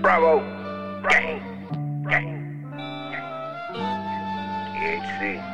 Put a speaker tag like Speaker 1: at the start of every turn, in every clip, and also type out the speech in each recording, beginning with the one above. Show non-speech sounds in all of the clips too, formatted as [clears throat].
Speaker 1: Bravo. Gang. Gang. EHC.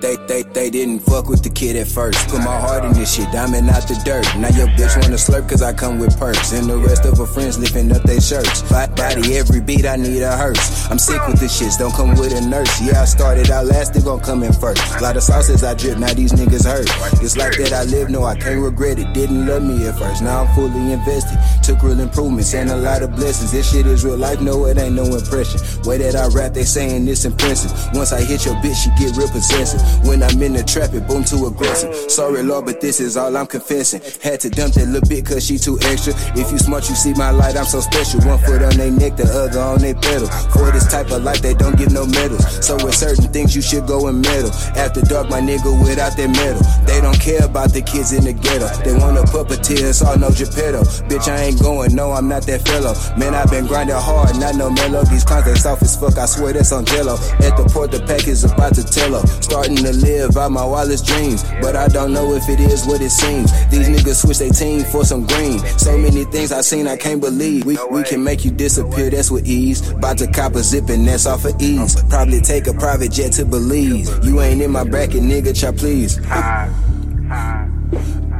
Speaker 2: They, they, they didn't fuck with the kid at first. Put my heart in this shit, diamond out the dirt. Now your bitch wanna slurp cause I come with perks. And the rest of her friends lifting up their shirts. Body, body every beat, I need a hearse. I'm sick with this shit, don't come with a nurse. Yeah, I started out last, they gon' come in first. Lot of sauces I drip, now these niggas hurt. This life that I live, no, I can't regret it. Didn't love me at first, now I'm fully invested. Took real improvements and a lot of blessings. This shit is real life, no, it ain't no impression. Way that I rap, they saying this impressive. Once I hit your bitch, she get real possessive. When I'm in the trap, it boom too aggressive. Sorry, Lord, but this is all I'm confessing. Had to dump that little bit cause she too extra. If you smart, you see my light, I'm so special. One foot on they neck, the other on they pedal. For this type of life, they don't give no medals. So with certain things, you should go and medal. After dark, my nigga without that medal. They don't care about the kids in the ghetto. They want a puppeteer, it's all no Geppetto. Bitch, I ain't going, no, I'm not that fellow. Man, I've been grinding hard, not no mellow. These contacts off as fuck, I swear that's on jello. At the port, the pack is about to tell her. Starting to live out my wildest dreams, but I don't know if it is what it seems. These niggas switch their team for some green. So many things I seen I can't believe. We, we can make you disappear, that's with ease. About to cop a zip and that's off of ease. Probably take a private jet to Belize. You ain't in my bracket, nigga, try please.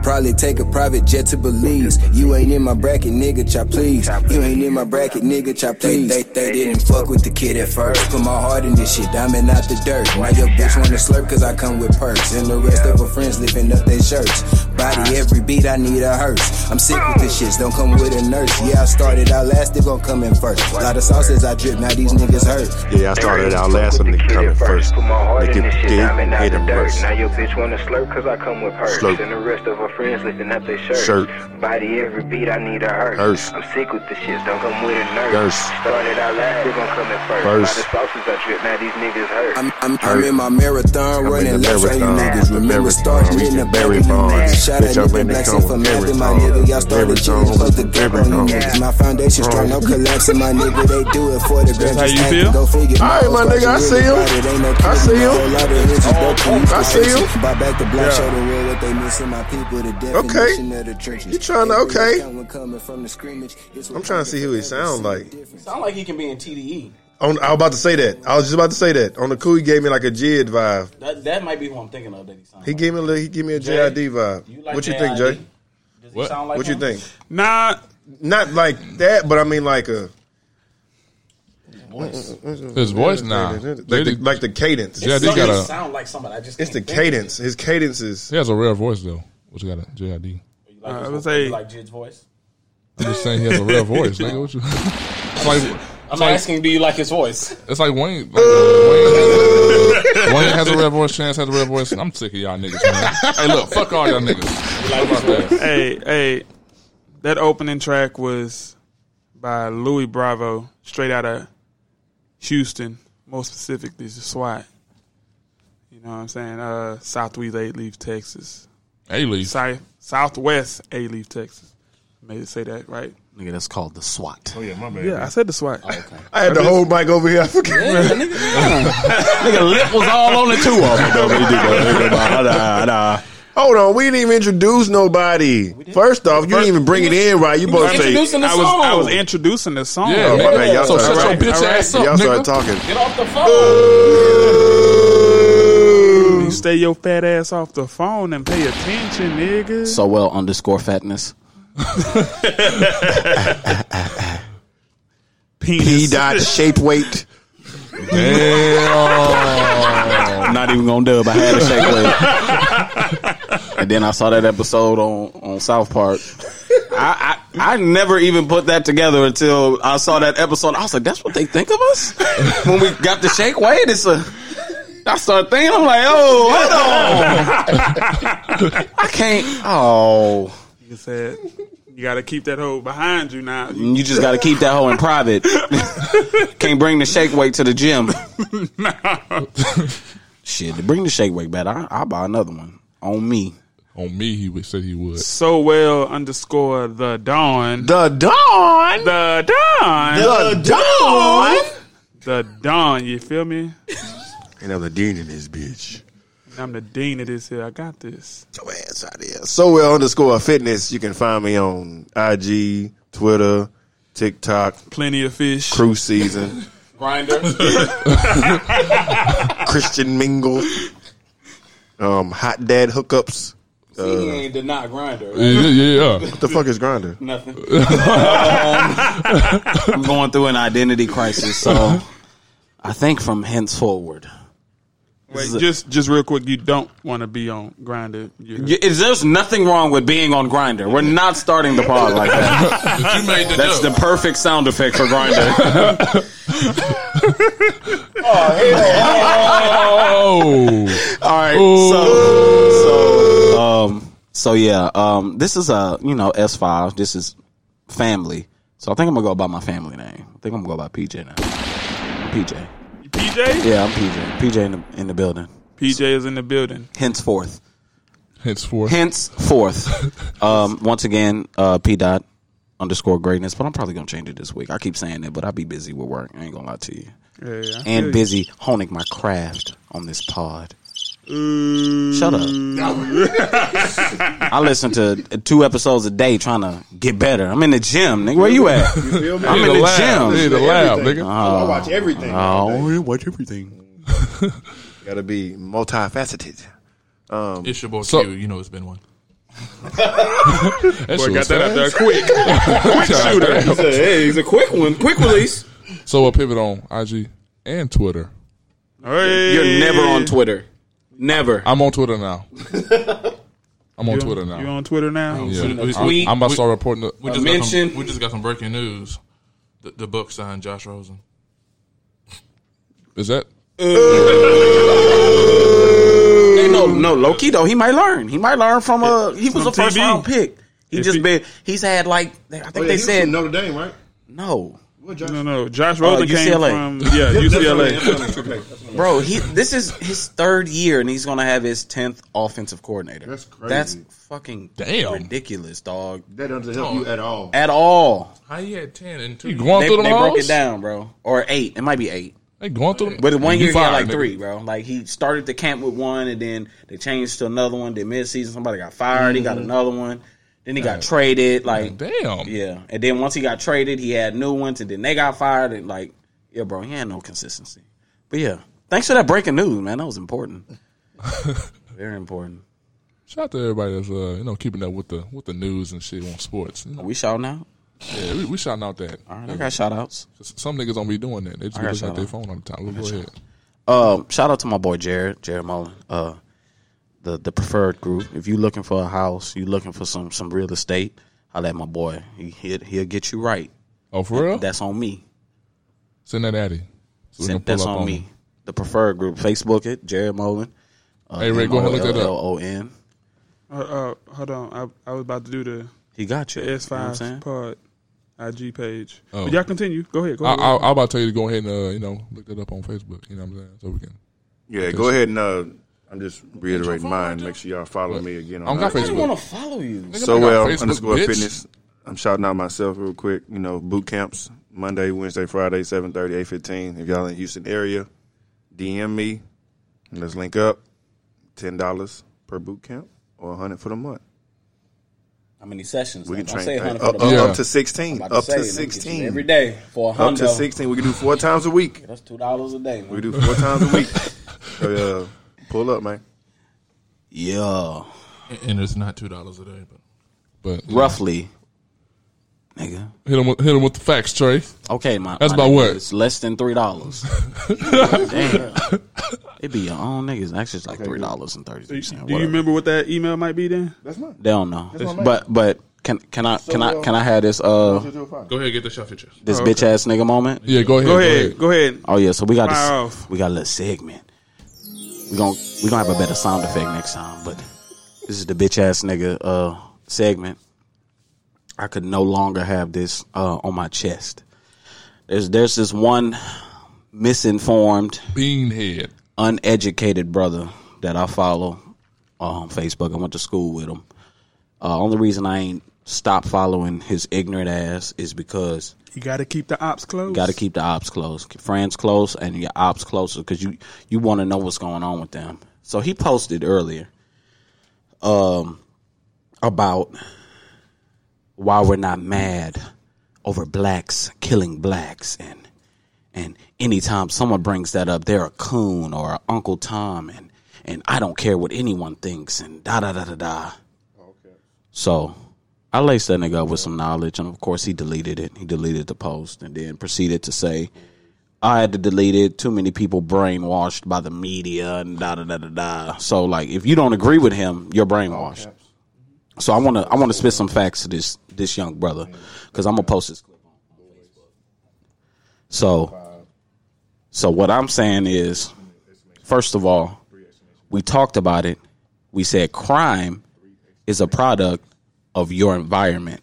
Speaker 2: Probably take a private jet to Belize. You ain't in my bracket, nigga, chop please. You ain't in my bracket, nigga, chop please. They, they, they didn't fuck with the kid at first. Put my heart in this shit, diamond out the dirt. Now your bitch wanna slurp cause I come with perks. And the rest of her friends lifting up their shirts. Body every beat, I need a hearse. I'm sick with this shit, don't come with a nurse. Yeah, I started out last, they gon' come in first. lot of sauces I drip, now these niggas hurt.
Speaker 3: Yeah, I started out last and they coming first.
Speaker 1: Put my heart in
Speaker 3: Nigga
Speaker 1: this shit,
Speaker 3: did
Speaker 1: diamond out
Speaker 3: hate
Speaker 1: the
Speaker 3: him
Speaker 1: dirt.
Speaker 3: first.
Speaker 1: Now your bitch wanna slurp cause I come with perks.
Speaker 3: Slurp.
Speaker 1: And the rest of her friends lifting up their shirts.
Speaker 3: Shirt.
Speaker 1: Body every beat, I need a hearse.
Speaker 3: Hearse.
Speaker 1: I'm sick with this shit, don't come with a
Speaker 3: Hearse.
Speaker 1: nurse. Started out last, they gon' come in first.
Speaker 3: Hearse.
Speaker 1: Lot of sauces I drip, now these niggas hurt.
Speaker 2: I'm, I'm, I'm in my marathon
Speaker 3: I'm in
Speaker 2: running
Speaker 3: the
Speaker 2: laps on you
Speaker 3: marathon,
Speaker 2: niggas.
Speaker 3: the
Speaker 2: Remember
Speaker 3: marathon,
Speaker 2: starting
Speaker 3: we
Speaker 2: in the
Speaker 3: can
Speaker 2: belly,
Speaker 3: bury
Speaker 2: you
Speaker 3: bonds.
Speaker 2: niggas. Shout out
Speaker 3: Bitch, I'm
Speaker 2: nigga
Speaker 3: in the
Speaker 2: blacks in for
Speaker 3: cone,
Speaker 2: math and my
Speaker 3: marathon,
Speaker 2: nigga. Y'all started
Speaker 3: marathon,
Speaker 2: cheating, close the gap on you
Speaker 3: marathon.
Speaker 2: niggas. My foundation strong, no
Speaker 3: [laughs]
Speaker 2: collapsing. My nigga, they do it for the grand.
Speaker 4: how you feel?
Speaker 2: Go figure.
Speaker 3: All right, my nigga, I see him. I see him. I see him.
Speaker 2: Buy back the
Speaker 3: Yeah.
Speaker 2: black show the real what they missing. My people, the definition of the trenches.
Speaker 3: You tryna-
Speaker 2: Every
Speaker 3: okay.
Speaker 2: discount coming from the scrimmage. It's what
Speaker 3: I'm tryna see who he sound like.
Speaker 5: Sound like he can be in E. TDE.
Speaker 3: On, I was about to say that. I was just about to say that. On the cool, he gave me like a Jid vibe.
Speaker 5: That that might be who I'm thinking of. That he sounds.
Speaker 3: He gave me a little, he gave me a JID vibe.
Speaker 5: like
Speaker 3: what you think,
Speaker 5: JID?
Speaker 3: Jay?
Speaker 5: Does he
Speaker 4: What?
Speaker 5: sound like
Speaker 3: What you
Speaker 5: him?
Speaker 3: think?
Speaker 4: Nah,
Speaker 3: Not like that, but I mean like a
Speaker 5: voice.
Speaker 4: His voice now.
Speaker 6: Like the, like the cadence.
Speaker 4: Yeah, they
Speaker 5: Something
Speaker 4: got a.
Speaker 5: sound like somebody. I just
Speaker 6: It's the
Speaker 5: can't think.
Speaker 6: cadence. His cadence is.
Speaker 4: He has a rare voice though. What you got? A JID.
Speaker 5: You Like
Speaker 7: I
Speaker 5: his
Speaker 7: would
Speaker 5: voice?
Speaker 7: say-
Speaker 5: You like Jid's voice.
Speaker 4: I'm just saying he has a rare voice. Nigga, what you? [laughs] It's like
Speaker 5: I'm asking, do you like his voice?
Speaker 4: it's like Wayne. Like, Wayne, Wayne has a rare voice. Chance has a rare voice. I'm sick of y'all niggas, man. hey, look, fuck all y'all niggas.
Speaker 5: You like his voice?
Speaker 7: hey, hey, that opening track was by Louis Bravo, straight out of Houston, more specifically the SWAT. You know what I'm saying? Uh, Southwest Eight Leaf, Texas.
Speaker 4: Hey, Lee.
Speaker 7: Si- Southwest Eight Leaf, Texas. Made it say that right?
Speaker 8: Nigga, that's called the SWAT.
Speaker 9: Oh yeah, my bad.
Speaker 7: Yeah, I said the SWAT.
Speaker 6: I had the whole mic over here. I forgot.
Speaker 3: [laughs]
Speaker 8: Nigga, lip was all on the two of them.
Speaker 6: Nah,
Speaker 7: [laughs]
Speaker 6: nah, nah. Hold on, we didn't even introduce nobody. First off, you didn't even bring it in right. You both say, Oh,
Speaker 5: Introducing the
Speaker 7: I was I was
Speaker 5: song.
Speaker 7: introducing the song.
Speaker 4: Yeah,
Speaker 6: my bad,
Speaker 4: nigga.
Speaker 6: y'all
Speaker 4: So
Speaker 6: sorry.
Speaker 4: shut your
Speaker 6: Alright,
Speaker 4: bitch
Speaker 7: alright.
Speaker 4: ass up,
Speaker 6: y'all
Speaker 4: nigga.
Speaker 6: started talking.
Speaker 5: Get off the phone.
Speaker 7: You stay your fat ass off the phone and pay attention, nigga.
Speaker 8: So well underscore fatness.
Speaker 6: P
Speaker 7: Penis.
Speaker 6: dot shape weight.
Speaker 8: I'm [laughs] not even gonna dub. I had a shake weight. and then I saw that episode on, on South Park. I, I I never even put that together until I saw that episode. I was like, that's what they think of us? when we got the shake weight, it's a I started thinking, I'm like, oh, hold on. I can't oh
Speaker 7: You said you got to keep that hoe behind you now. You
Speaker 8: you just gotta keep that hoe in private. can't bring the shake weight to the gym. Shit, to bring the shake weight back, I, I'll buy another one on me.
Speaker 4: On me, he would said he would.
Speaker 7: [laughs] so well underscore the dawn. The,
Speaker 6: The dawn.
Speaker 7: dawn.
Speaker 6: The dawn.
Speaker 7: The dawn. You feel me?
Speaker 6: And I'm the dean in this bitch.
Speaker 7: I'm the dean of this here. I got this.
Speaker 6: Your ass out here. So well underscore fitness. You can find me on IG, Twitter, TikTok,
Speaker 7: Plenty of fish.
Speaker 6: Cruise Season, [laughs]
Speaker 7: [laughs]
Speaker 5: Grinder.
Speaker 6: Christian Mingle, um, Hot Dad Hookups. Uh,
Speaker 5: he ain't did not grinder. [laughs]
Speaker 4: Yeah, yeah, yeah.
Speaker 6: What the fuck is Grinder?
Speaker 4: [laughs]
Speaker 6: [laughs]
Speaker 5: Nothing.
Speaker 8: I'm going through an identity crisis, so I think from henceforward,
Speaker 7: Wait, just just real quick. You don't want to be on grinder.
Speaker 8: Y- is there's nothing wrong with being on Grinder. We're not starting the pod like that. [laughs]
Speaker 4: you made the
Speaker 8: That's the perfect sound effect for Grinder.
Speaker 4: Oh,
Speaker 8: [laughs] All right, so so um so yeah um this is a you know S five. This is family. So I think I'm gonna go by my family name. I think I'm gonna go by PJ now. PJ.
Speaker 7: PJ.
Speaker 8: Yeah, I'm PJ. PJ in the in the building.
Speaker 7: PJ is in the building.
Speaker 8: Henceforth.
Speaker 4: henceforth. [laughs]
Speaker 8: henceforth. um, once again, uh, P dot underscore greatness, but I'm probably gonna change it this week. I keep saying that, but I'll be busy with work. I ain't gonna lie to you,
Speaker 7: Yeah, yeah. I
Speaker 8: and
Speaker 7: feel you.
Speaker 8: busy honing my craft on this pod. Shut up. I
Speaker 6: [laughs]
Speaker 8: listen to [laughs] two episodes a day trying to get better. I'm in the gym, nigga. Where you at? I'm in the
Speaker 4: lab. Yeah,
Speaker 8: gym.
Speaker 4: the lab, nigga.
Speaker 6: I watch everything.
Speaker 8: Oh, you watch everything.
Speaker 6: Gotta be multifaceted. Um,
Speaker 8: Um,
Speaker 9: It's your boy
Speaker 4: So-
Speaker 9: Q. You know it's been one.
Speaker 4: That shit
Speaker 7: Boy, got
Speaker 4: was
Speaker 7: that out there
Speaker 4: fast. [laughs]
Speaker 7: quick. quick shooter.
Speaker 8: Hey, he's a quick one. Quick release.
Speaker 4: So we'll pivot on IG and Twitter.
Speaker 7: Hey.
Speaker 8: You're never on Twitter. Never.
Speaker 4: I'm on Twitter
Speaker 7: [laughs]
Speaker 4: now. I'm on Twitter now.
Speaker 7: You on Twitter now?
Speaker 4: yeah.
Speaker 9: Twitter.
Speaker 4: I'm,
Speaker 9: We-
Speaker 4: I'm about to
Speaker 9: we-
Speaker 4: start reporting. The,
Speaker 9: We
Speaker 4: uh,
Speaker 9: just, got
Speaker 8: mention-
Speaker 9: some, we just got some breaking news. The, the Bucks signed Josh Rosen.
Speaker 4: is that?
Speaker 8: Hey, no, no, low key though, he might learn. He might learn from a. He was
Speaker 7: From
Speaker 8: a first
Speaker 7: TV.
Speaker 8: round pick. He
Speaker 7: If
Speaker 8: just
Speaker 7: he-
Speaker 8: been. He's had like. I think they said
Speaker 6: Notre Dame, right?
Speaker 8: no, Uh,
Speaker 7: No, no. Josh Rosen came
Speaker 8: UCLA.
Speaker 7: from yeah UCLA.
Speaker 8: bro. He this is his third year, and he's gonna have his tenth offensive coordinator.
Speaker 6: That's crazy.
Speaker 8: That's fucking
Speaker 4: Damn.
Speaker 8: ridiculous, dog.
Speaker 6: That doesn't help you at all.
Speaker 8: At all,
Speaker 9: How you had ten and two?
Speaker 4: They going
Speaker 8: they,
Speaker 4: through them
Speaker 8: they
Speaker 4: hoes?
Speaker 8: broke it down, bro. Or eight, it might be eight.
Speaker 4: They going through them.
Speaker 8: But the one
Speaker 4: You
Speaker 8: year he had
Speaker 4: fired,
Speaker 8: like
Speaker 4: nigga.
Speaker 8: three, bro. Like he started the camp with one, and then they changed to another one. Then midseason, somebody got fired. He got another one. Then he got traded. Like
Speaker 4: Mm-hmm. Damn.
Speaker 8: Yeah, and then once he got traded, he had new ones, and then they got fired. And like, yeah, bro, he had no consistency. But yeah, thanks for that breaking news, man. That was important. Very important.
Speaker 4: Shout out to everybody that's uh, you know keeping up with the with the news and shit on sports. You
Speaker 8: Are
Speaker 4: know,
Speaker 8: we shouting out?
Speaker 4: Yeah, we, we shouting out that. All
Speaker 8: right, I got shout outs.
Speaker 4: Some niggas don't be doing that. They just
Speaker 8: I
Speaker 4: be
Speaker 8: got
Speaker 4: looking at
Speaker 8: shout
Speaker 4: their
Speaker 8: out.
Speaker 4: phone all the time.
Speaker 8: I
Speaker 4: Look,
Speaker 8: got
Speaker 4: go
Speaker 8: shout
Speaker 4: ahead.
Speaker 8: Uh, shout out to my boy Jared, Jared Mullen. Uh, the the preferred group. If you looking for a house, you looking for some some real estate. I let my boy. He he'll, he'll get you right.
Speaker 4: Oh, for real?
Speaker 8: That's on me.
Speaker 4: Send that at him. So we
Speaker 8: Send-
Speaker 4: can pull
Speaker 8: that's
Speaker 4: up
Speaker 8: on
Speaker 4: on
Speaker 8: me.
Speaker 4: him.
Speaker 8: The preferred group. Facebook it. Jared Mullen. Uh,
Speaker 4: Hey, Ray, go ahead, look that up.
Speaker 8: M-O-L-L-O-N.
Speaker 7: Uh, uh, hold on, I, I was about to do the
Speaker 8: He got you.
Speaker 7: the S five
Speaker 8: You know
Speaker 7: part IG page.
Speaker 4: Oh.
Speaker 7: But y'all continue. Go ahead. Go
Speaker 4: I,
Speaker 7: ahead.
Speaker 4: I, I'm about to tell you to go ahead and uh, you know look that up on Facebook. You know what I'm saying? So we can.
Speaker 3: Yeah, go ahead and uh, I'm just reiterating mine. Make sure y'all follow me again on
Speaker 4: I don't got
Speaker 3: IG.
Speaker 4: Facebook. wanna
Speaker 8: follow you.
Speaker 3: So well
Speaker 4: Facebook,
Speaker 3: underscore
Speaker 4: bitch.
Speaker 3: fitness. I'm shouting out myself real quick. You know, boot camps Monday, Wednesday, Friday, 7:30, 8:15. If y'all in Houston area, DM me and let's link up. Ten dollars per boot camp or a hundred for the month.
Speaker 8: How many sessions?
Speaker 3: We can
Speaker 8: Don't
Speaker 3: train
Speaker 8: say
Speaker 3: thing-
Speaker 8: 100 for
Speaker 3: up,
Speaker 8: the
Speaker 3: up-
Speaker 8: month.
Speaker 3: up to
Speaker 8: I'm
Speaker 3: sixteen.
Speaker 8: about
Speaker 3: Up
Speaker 8: say,
Speaker 3: to
Speaker 8: let me get you
Speaker 3: sixteen
Speaker 8: every day for a
Speaker 3: Up to
Speaker 8: hundo.
Speaker 3: sixteen. We can do four times a week.
Speaker 8: [laughs] That's two dollars a day. Man.
Speaker 3: We can do four times
Speaker 4: [laughs]
Speaker 3: a week.
Speaker 8: [laughs]
Speaker 3: So, uh, pull up, man.
Speaker 8: Yeah.
Speaker 9: And it's not two dollars a day, but
Speaker 4: But you know,
Speaker 8: Roughly. Nigga.
Speaker 4: hit him with, hit him with the facts, Trey.
Speaker 8: Okay, my
Speaker 4: That's
Speaker 8: my
Speaker 4: about
Speaker 8: nigga,
Speaker 4: what.
Speaker 8: It's less than
Speaker 9: [laughs]
Speaker 8: three dollars. Damn. It be your own niggas. Actually, it's like three dollars and thirty
Speaker 7: do
Speaker 8: three
Speaker 7: you,
Speaker 8: cents.
Speaker 7: do you remember what that email might be? Then
Speaker 3: that's mine.
Speaker 8: They don't know.
Speaker 7: That's what I'm
Speaker 8: But but can can I can I can I have this uh
Speaker 9: go ahead get this off your chest.
Speaker 8: this
Speaker 9: Oh,
Speaker 8: bitch ass nigga moment?
Speaker 4: Yeah, go ahead.
Speaker 7: Go ahead. Go ahead.
Speaker 8: Oh yeah, so we got
Speaker 7: Fire
Speaker 8: this,
Speaker 7: off.
Speaker 8: we got a little segment. We gonna we gonna have a better sound effect next time. But this is the bitch ass nigga uh segment. I could no longer have this uh on my chest. There's there's this one misinformed,
Speaker 4: beanhead,
Speaker 8: uneducated brother that I follow uh, on Facebook. I went to school with him. Uh, only reason I ain't stopped following his ignorant ass is because
Speaker 7: you got to keep the ops closed.
Speaker 8: Got to keep the ops close, Keep friends close, and your ops closer because you you want to know what's going on with them. So he posted earlier, um, about why we're not mad over blacks killing blacks, and and anytime someone brings that up, they're a coon or a Uncle Tom, and and I don't care what anyone thinks, and da da da da da. So I laced that nigga up with some knowledge, and of course he deleted it. He deleted the post and then proceeded to say, I had to delete it. Too many people brainwashed by the media and da da da da da. So like if you don't agree with him, you're brainwashed. So I wanna I wanna spit some facts to this this young brother because I'm gonna post this clip on on Facebook. So so what I'm saying is first of all, we talked about it. We said crime is a product of your environment.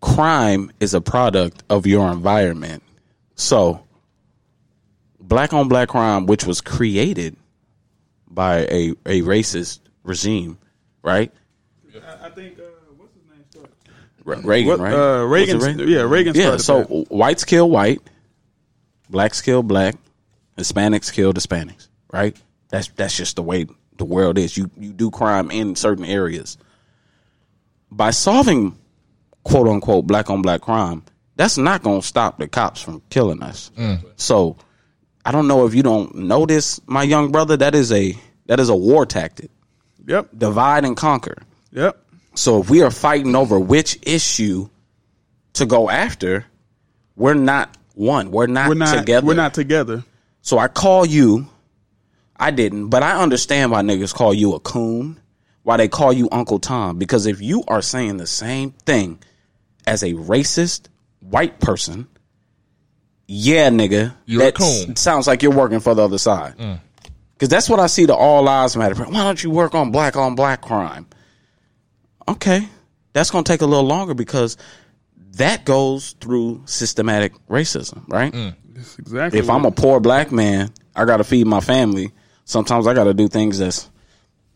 Speaker 8: Crime is a product of your environment. So, black on black crime, which was created by a, a racist regime, right?
Speaker 7: I, I think uh, what's his name?
Speaker 8: Re- Reagan,
Speaker 7: What,
Speaker 8: right?
Speaker 7: uh,
Speaker 8: Was it
Speaker 7: Reagan's- yeah, Reagan
Speaker 8: Yeah.
Speaker 7: started
Speaker 8: So whites kill white, blacks kill black, Hispanics kill Hispanics. Right. That's that's just the way the world is. You you do crime in certain areas. By solving quote unquote black on black crime, that's not going to stop the cops from killing us.
Speaker 4: Mm.
Speaker 8: So I don't know if you don't know this, my young brother. That is a that is a war tactic.
Speaker 7: Yep.
Speaker 8: Divide and conquer.
Speaker 7: Yep.
Speaker 8: So if we are fighting over which issue to go after, we're not one. We're not,
Speaker 7: We're not
Speaker 8: together.
Speaker 7: We're not together.
Speaker 8: So I call you. I didn't, but I understand why niggas call you a coon, why they call you Uncle Tom. Because if you are saying the same thing as a racist white person, yeah, nigga,
Speaker 4: You're a
Speaker 8: that s-
Speaker 4: coon.
Speaker 8: sounds like you're working for the other side.
Speaker 4: Mm.
Speaker 8: Because that's what I see the All Lives Matter. Why don't you work on black on black crime? Okay, that's going to take a little longer because that goes through systematic racism, right?
Speaker 7: That's exactly.
Speaker 8: If I'm
Speaker 4: [laughs]
Speaker 8: a poor black man, I gotta feed my family. Sometimes I gotta do things that's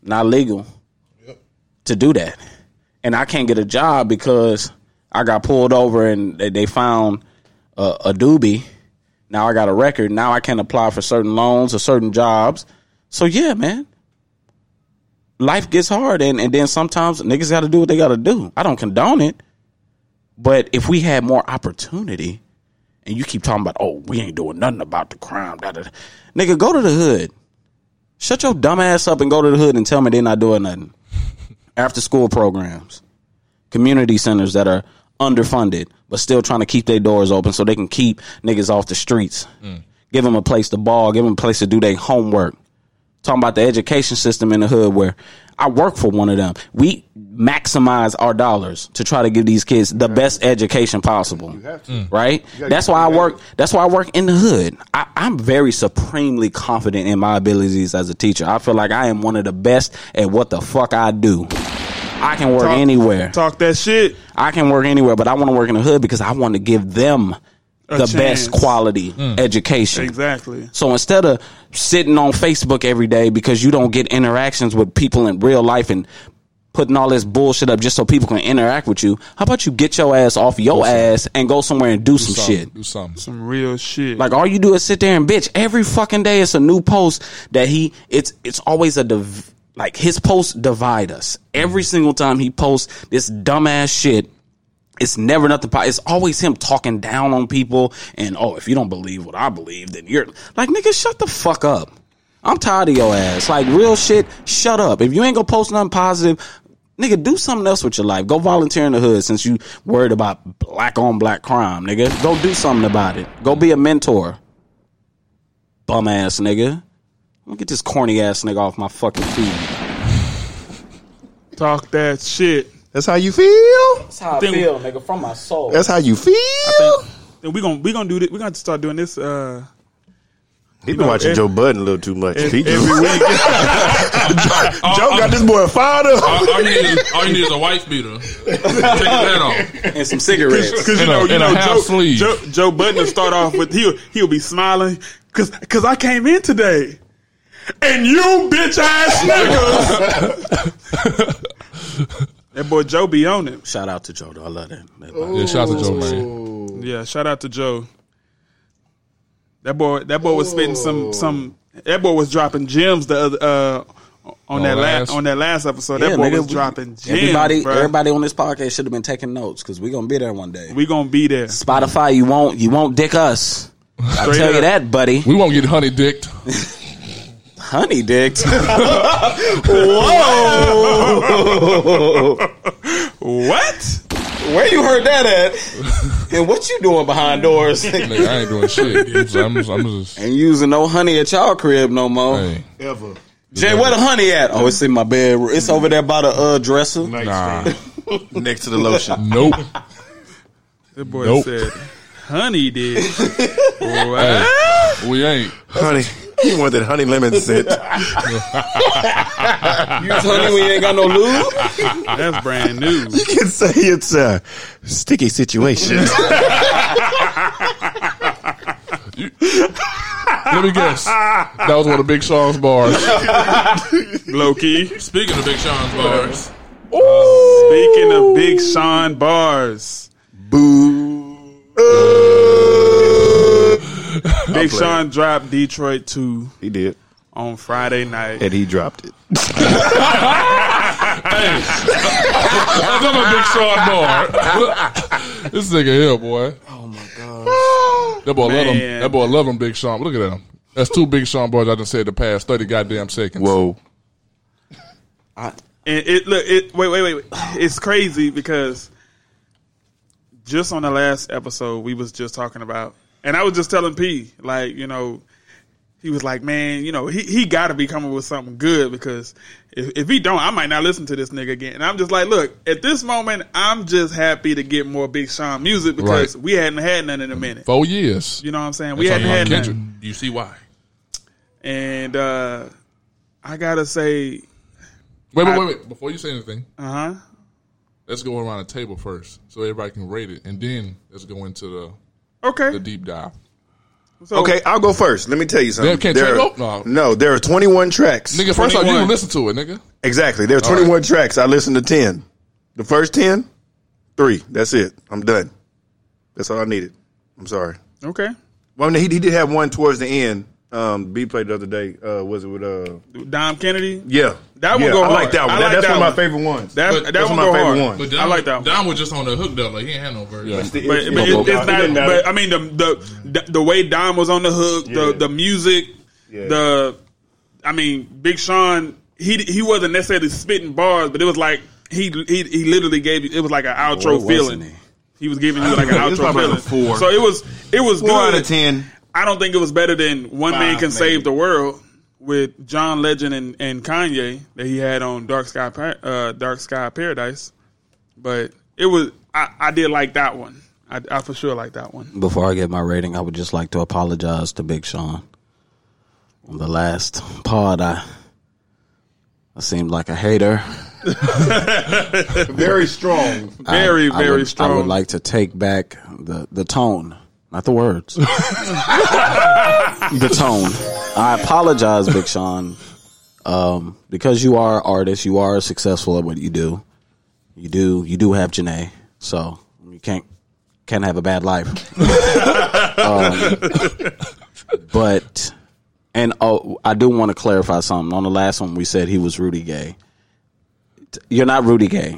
Speaker 8: not legal to do that, and I can't get a job because I got pulled over and they- they found a, a doobie. Now I got a record. Now I can't apply for certain loans or certain jobs. So yeah, man, life gets hard, and and then sometimes niggas gotta do what they gotta do. I don't condone it, but if we had more opportunity and you keep talking about, oh, we ain't doing nothing about the crime. Da, da, da. Nigga, go to the hood. Shut your dumb ass up and go to the hood and tell me they're not doing nothing. After school programs. community centers that are underfunded, but still trying to keep their doors open so they can keep niggas off the streets.
Speaker 4: Mm.
Speaker 8: Give them a place to ball. Give them a place to do their homework. Talking about the education system in the hood where I work for one of them. We maximize our dollars to try to give these kids the best education possible. Right?
Speaker 10: You gotta
Speaker 8: That's
Speaker 10: get
Speaker 8: why I work that's why I work in the hood. I, I'm very supremely confident in my abilities as a teacher. I feel like I am one of the best at what the fuck I do. I can work
Speaker 7: Talk-
Speaker 8: anywhere.
Speaker 7: Talk that shit.
Speaker 8: I can work anywhere, but I want to work in the hood because I want to give them the
Speaker 7: A chance.
Speaker 8: best quality education.
Speaker 7: Exactly.
Speaker 8: So instead of sitting on Facebook every day because you don't get interactions with people in real life and putting all this bullshit up just so people can interact with you, how about you get your ass off your ass and go somewhere and do, some
Speaker 4: something.
Speaker 8: shit?
Speaker 4: Do something.
Speaker 7: Some real shit.
Speaker 8: Like all you do is sit there and bitch every fucking day. It's a new post that he. It's it's always a div- like his posts divide us every single time he posts this dumbass shit. It's never nothing. po- It's always him talking down on people and oh, if you don't believe what I believe, then you're like nigga, shut the fuck up. I'm tired of your ass. Like real shit, shut up. If you ain't gonna post nothing positive, nigga, do something else with your life. Go volunteer in the hood since you worried about black on black crime, nigga. Go do something about it. Go be a mentor. Bum ass nigga. I'm gonna get this corny ass nigga off my fucking feet.
Speaker 7: Talk that shit.
Speaker 6: That's how you feel.
Speaker 8: That's how I
Speaker 7: Think-
Speaker 8: feel, nigga, from my soul.
Speaker 6: That's how you feel.
Speaker 7: Then we gonna we gonna do this. We gonna start doing this. Uh,
Speaker 6: He
Speaker 7: you
Speaker 6: been
Speaker 7: know,
Speaker 6: watching
Speaker 7: ev-
Speaker 6: Joe Budden a little too much.
Speaker 7: ev-
Speaker 6: He just,
Speaker 7: every week.
Speaker 6: Joe got this boy fired up.
Speaker 9: All, all you need is, all you need is a wife beater.
Speaker 6: [laughs]
Speaker 9: Take that
Speaker 8: [laughs]
Speaker 9: off.
Speaker 8: and [laughs] some cigarettes.
Speaker 7: Because you
Speaker 9: In a-
Speaker 7: know, you
Speaker 9: in a
Speaker 7: know
Speaker 9: half
Speaker 7: Joe,
Speaker 9: sleeve.
Speaker 7: Joe, Joe Button will start off with he'll he'll be smiling because because I came in today, and you bitch ass niggas. that boy Joe be on it.
Speaker 8: Shout out to Joe, though. I love that. That-
Speaker 4: Yeah, shout out to Joe man.
Speaker 7: [laughs] Yeah, shout out to Joe. That boy that boy was spitting some some. That boy was dropping gems the other. Uh,
Speaker 4: Oh,
Speaker 7: on that
Speaker 4: last-
Speaker 7: last on that last episode, that
Speaker 8: Yeah,
Speaker 7: boy
Speaker 8: nigga,
Speaker 7: was
Speaker 8: we-
Speaker 7: dropping gems.
Speaker 8: Everybody, [laughs]
Speaker 7: bruh.
Speaker 8: everybody on this podcast should have been taking notes because we're gonna be there one day.
Speaker 7: we gonna be there.
Speaker 8: Spotify, you won't, you won't dick us. I
Speaker 7: Straight
Speaker 8: tell you
Speaker 7: up.
Speaker 8: that, buddy.
Speaker 4: We won't get honey dicked.
Speaker 8: Honey dicked. Whoa.
Speaker 7: [laughs] What?
Speaker 8: Where you heard that at? and what you doing behind doors? and
Speaker 4: Nigga, I
Speaker 8: [laughs]
Speaker 4: ain't doing shit. I'm just, I'm just, I'm just
Speaker 8: using no honey at y'all crib no more.
Speaker 4: hey.
Speaker 6: Ever.
Speaker 8: Jay, where the honey at? Oh, it's in my bedroom. It's over there by the uh, dresser.
Speaker 4: Nah.
Speaker 8: [laughs]
Speaker 6: Next to the lotion.
Speaker 4: [laughs] Nope.
Speaker 7: That boy
Speaker 4: Nope.
Speaker 7: said, "Honey did."
Speaker 8: [laughs]
Speaker 4: Hey,
Speaker 7: Wow.
Speaker 4: we ain't.
Speaker 6: honey. He wanted that honey lemon scent.
Speaker 7: [laughs]
Speaker 8: You use honey when you ain't got no lube?
Speaker 7: That's brand new.
Speaker 6: [laughs] You can say it's a sticky [laughs] situation.
Speaker 4: Let
Speaker 6: [laughs]
Speaker 4: me guess. That was one of Big Sean's bars.
Speaker 7: Low key.
Speaker 9: Speaking of Big Sean's bars,
Speaker 7: Speaking of Big Sean bars,
Speaker 6: Boo.
Speaker 7: Big Sean dropped Detroit 2
Speaker 6: He did.
Speaker 7: on Friday night. [laughs]
Speaker 6: And he dropped it.
Speaker 4: That's not a Big Sean bar. this nigga here, boy. Oh my god. [sighs] That boy love him.
Speaker 7: Man.
Speaker 4: That boy love him, Big Sean. Look at him. That's two Big Sean bars I done said the past thirty goddamn seconds.
Speaker 6: Whoa.
Speaker 7: And it look it wait wait wait. wait. It's crazy because just on the last episode we was just talking about, and I was just telling P like you know. He was like, man, you know, he, he got to be coming with something good because if, if he don't, I might not listen to this nigga again. And I'm just like, look, at this moment, I'm just happy to get more Big Sean music because
Speaker 4: Right.
Speaker 7: we hadn't had none in a minute.
Speaker 4: Four years.
Speaker 7: You know what I'm saying? We
Speaker 4: That's
Speaker 7: hadn't
Speaker 4: all you
Speaker 7: had
Speaker 4: got,
Speaker 7: none.
Speaker 9: you see why.
Speaker 7: And uh, I gotta say,
Speaker 4: Wait, wait, wait, wait. Before you say anything,
Speaker 7: uh huh.
Speaker 4: let's go around the table first, so everybody can rate it, and then let's go into the the
Speaker 7: Okay.
Speaker 4: deep dive.
Speaker 7: So,
Speaker 6: Okay, I'll go first. Let me tell you something.
Speaker 4: Damn, can't
Speaker 6: there
Speaker 4: Tango?
Speaker 6: are,
Speaker 4: No.
Speaker 6: no, there are 21 tracks.
Speaker 4: Nigga, first off, you
Speaker 7: 21.
Speaker 4: even listen to it, nigga.
Speaker 6: Exactly. There are 21 tracks. I listened to 10. The first 10, three. That's it. I'm done. That's all I needed. I'm sorry.
Speaker 7: Okay.
Speaker 6: Well, I mean, he, he did have one towards the end. Um, B played the other day. Uh, was it with uh?
Speaker 7: Dom Kennedy.
Speaker 6: Yeah,
Speaker 7: That one
Speaker 6: Yeah,
Speaker 7: go
Speaker 6: I
Speaker 7: hard.
Speaker 6: like that one.
Speaker 7: I
Speaker 6: That-
Speaker 7: like
Speaker 6: that's
Speaker 7: that
Speaker 6: one of my
Speaker 7: one.
Speaker 6: favorite ones.
Speaker 7: That
Speaker 9: But-
Speaker 7: that
Speaker 6: that's
Speaker 7: one
Speaker 6: my
Speaker 7: go
Speaker 6: favorite
Speaker 7: hard.
Speaker 6: one.
Speaker 9: But
Speaker 7: I
Speaker 9: Don,
Speaker 7: like that one.
Speaker 9: Don was just on the hook though, like he ain't had no verse.
Speaker 4: Yeah.
Speaker 6: It's the-
Speaker 7: But,
Speaker 6: it's-
Speaker 7: but
Speaker 6: it's-
Speaker 7: it, it's
Speaker 6: it
Speaker 7: not.
Speaker 6: didn't
Speaker 7: But
Speaker 6: matter.
Speaker 7: I mean, the the the, the way Dom was on the hook,
Speaker 6: Yeah.
Speaker 7: the the music,
Speaker 6: Yeah.
Speaker 7: the I mean, Big Sean. He he wasn't necessarily spitting bars, but it was like he he he literally gave you. It was like an outro
Speaker 8: Boy, wasn't
Speaker 7: feeling. He? was giving you like
Speaker 3: [laughs]
Speaker 7: an
Speaker 3: It was
Speaker 7: outro
Speaker 3: probably
Speaker 7: feeling.
Speaker 3: like a four.
Speaker 7: So it was it was
Speaker 3: Four
Speaker 7: good.
Speaker 3: out of ten.
Speaker 7: I don't think it was better than One Man
Speaker 3: Five,
Speaker 7: Can
Speaker 3: maybe.
Speaker 7: Save the World with John Legend and, and Kanye that he had on Dark Sky Par- uh, Dark Sky Paradise. But it was I, I did like that one. I, I for sure like that one.
Speaker 8: Before I get my rating, I would just like to apologize to Big Sean. On the last pod, I I seemed like a hater.
Speaker 6: [laughs] Very strong.
Speaker 8: I-
Speaker 7: [laughs] Very
Speaker 8: I
Speaker 7: very
Speaker 8: would-
Speaker 7: strong.
Speaker 8: I would like to take back the the tone, not the words. the tone. I apologize, Big Sean, um, because you are an artist. You are successful at what you do. You do you do have Janae, so you can't can't have a bad life. [laughs] um, but and oh, I do want to clarify something. On the last one, we said he was Rudy Gay. T- You're not Rudy Gay.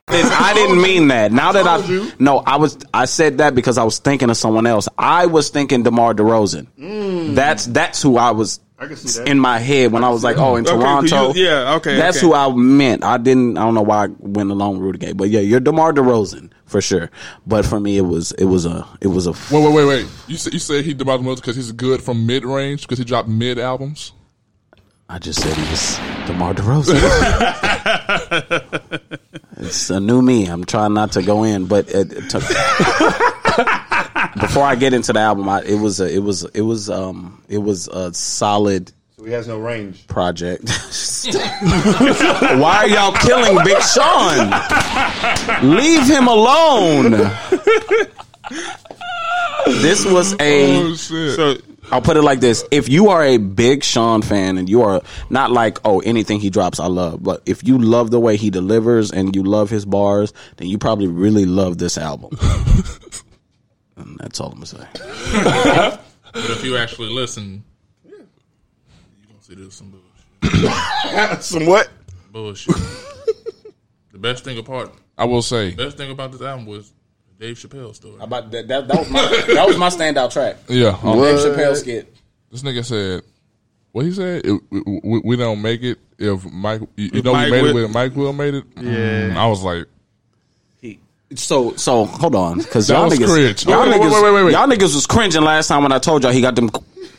Speaker 8: I didn't mean that. Now that I no, I was I said that because I was thinking of someone else. I was thinking DeMar DeRozan.
Speaker 7: Mm.
Speaker 8: That's that's who I was in my head when I, was like, oh, in
Speaker 7: Okay, 'cause you-
Speaker 8: Toronto.
Speaker 7: yeah, okay,
Speaker 8: That's
Speaker 7: okay.
Speaker 8: who I meant. I didn't. I don't know why I went along with Rudy Gay, but yeah, you're DeMar DeRozan for sure. But for me, it was it was a it was a
Speaker 4: Wait, wait, wait, wait. You said you said he DeMar DeRozan because he's good from mid range because he dropped mid albums.
Speaker 8: I just said he was DeMar DeRozan. it's a new me. I'm trying not to go in, but it, it took- [laughs] before I get into the album, I, it was a, it was it was um it was a solid
Speaker 6: So he has no
Speaker 8: [laughs]
Speaker 6: range.
Speaker 8: project. [laughs] Why are y'all killing Big Sean? Leave him alone. This was a.
Speaker 7: So
Speaker 8: I'll put it like this: If you are a big Sean fan and you are not like, oh, anything he drops, I love, but if you love the way he delivers and you love his bars, then you probably really love this album. and that's all I'm gonna say.
Speaker 9: [laughs] But if you actually listen, you gonna see there's some bullshit.
Speaker 6: [laughs] some what?
Speaker 9: Bullshit. the best thing apart,
Speaker 4: I will say.
Speaker 9: best thing about this album was Dave Chappelle's story.
Speaker 8: About that, that, that was my that was my standout track.
Speaker 4: [laughs] Yeah, um,
Speaker 8: On Dave Chappelle skit.
Speaker 4: This nigga said, "What he said? It, we- we, we don't make it if Mike. You, you
Speaker 8: If
Speaker 4: know
Speaker 8: Mike
Speaker 4: we made
Speaker 8: Will-
Speaker 4: it when Mike Will made it.
Speaker 8: Yeah.
Speaker 4: Mm, I was like,
Speaker 8: So so hold on, because
Speaker 4: That
Speaker 8: y'all
Speaker 4: was
Speaker 8: niggas,
Speaker 4: cringe.
Speaker 8: y'all
Speaker 4: Wait, wait,
Speaker 8: niggas,
Speaker 4: wait, wait, wait, wait.
Speaker 8: y'all niggas was cringing last time when I told y'all he got them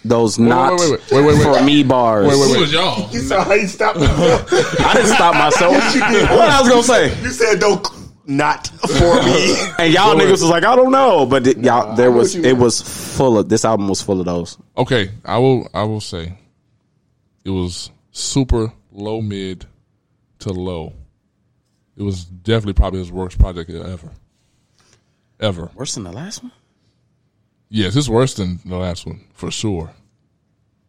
Speaker 8: those
Speaker 4: wait,
Speaker 8: not
Speaker 4: wait, wait, wait, wait, wait.
Speaker 8: for me bars.
Speaker 4: Wait, wait, wait. Who was
Speaker 9: y'all?
Speaker 6: You saw how he
Speaker 8: [laughs]
Speaker 6: stopped himself.
Speaker 8: I didn't stop myself.
Speaker 6: Yes, you did.
Speaker 8: What I was gonna say?
Speaker 6: You said don't not for me.
Speaker 8: And y'all
Speaker 4: Boy.
Speaker 8: niggas was like, I don't know, but it, y'all there was
Speaker 4: you
Speaker 8: it was full of this album was full of those.
Speaker 4: okay, I will. I will say, it was super low mid to low. It was definitely probably his worst project ever, ever.
Speaker 8: Worse than the last one.
Speaker 4: Yes, it's worse than the last one for sure.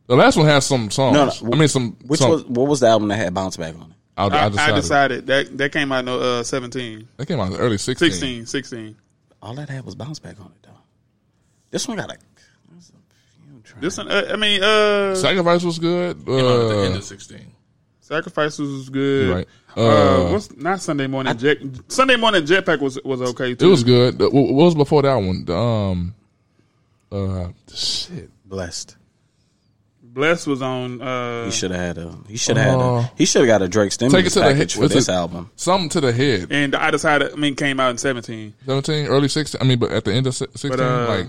Speaker 4: The last one has some songs. I mean, some.
Speaker 8: Which
Speaker 4: some,
Speaker 8: was what was the album that had bounce back on it?
Speaker 4: I,
Speaker 7: I, I decided.
Speaker 4: decided.
Speaker 7: that that came out in uh, seventeen.
Speaker 4: That came out in the early 16.
Speaker 7: 16, 16.
Speaker 8: All that had was bounce back on it though. This one got a
Speaker 7: This one, uh, I mean, uh,
Speaker 4: Sacrifice was good.
Speaker 9: Came out at the
Speaker 4: Uh,
Speaker 9: end of 16.
Speaker 7: Sacrifices was good.
Speaker 4: Right.
Speaker 7: Uh,
Speaker 4: Uh,
Speaker 7: what's not Sunday morning? jet, Sunday morning jetpack was was okay too.
Speaker 4: It was good. The- What what was before that one? The, um, uh, shit.
Speaker 8: Blessed.
Speaker 7: Blessed was on. Uh,
Speaker 8: He should have had a. He should have had a. He should have got a Drake
Speaker 4: Uh, Take it
Speaker 8: stimulus
Speaker 4: to the
Speaker 8: package
Speaker 4: head.
Speaker 8: for this album.
Speaker 4: Something to the head.
Speaker 7: And I decided. I mean, came out in seventeen.
Speaker 4: Seventeen, early sixteen. I mean, but at the end of si- sixteen,
Speaker 7: uh,
Speaker 4: like,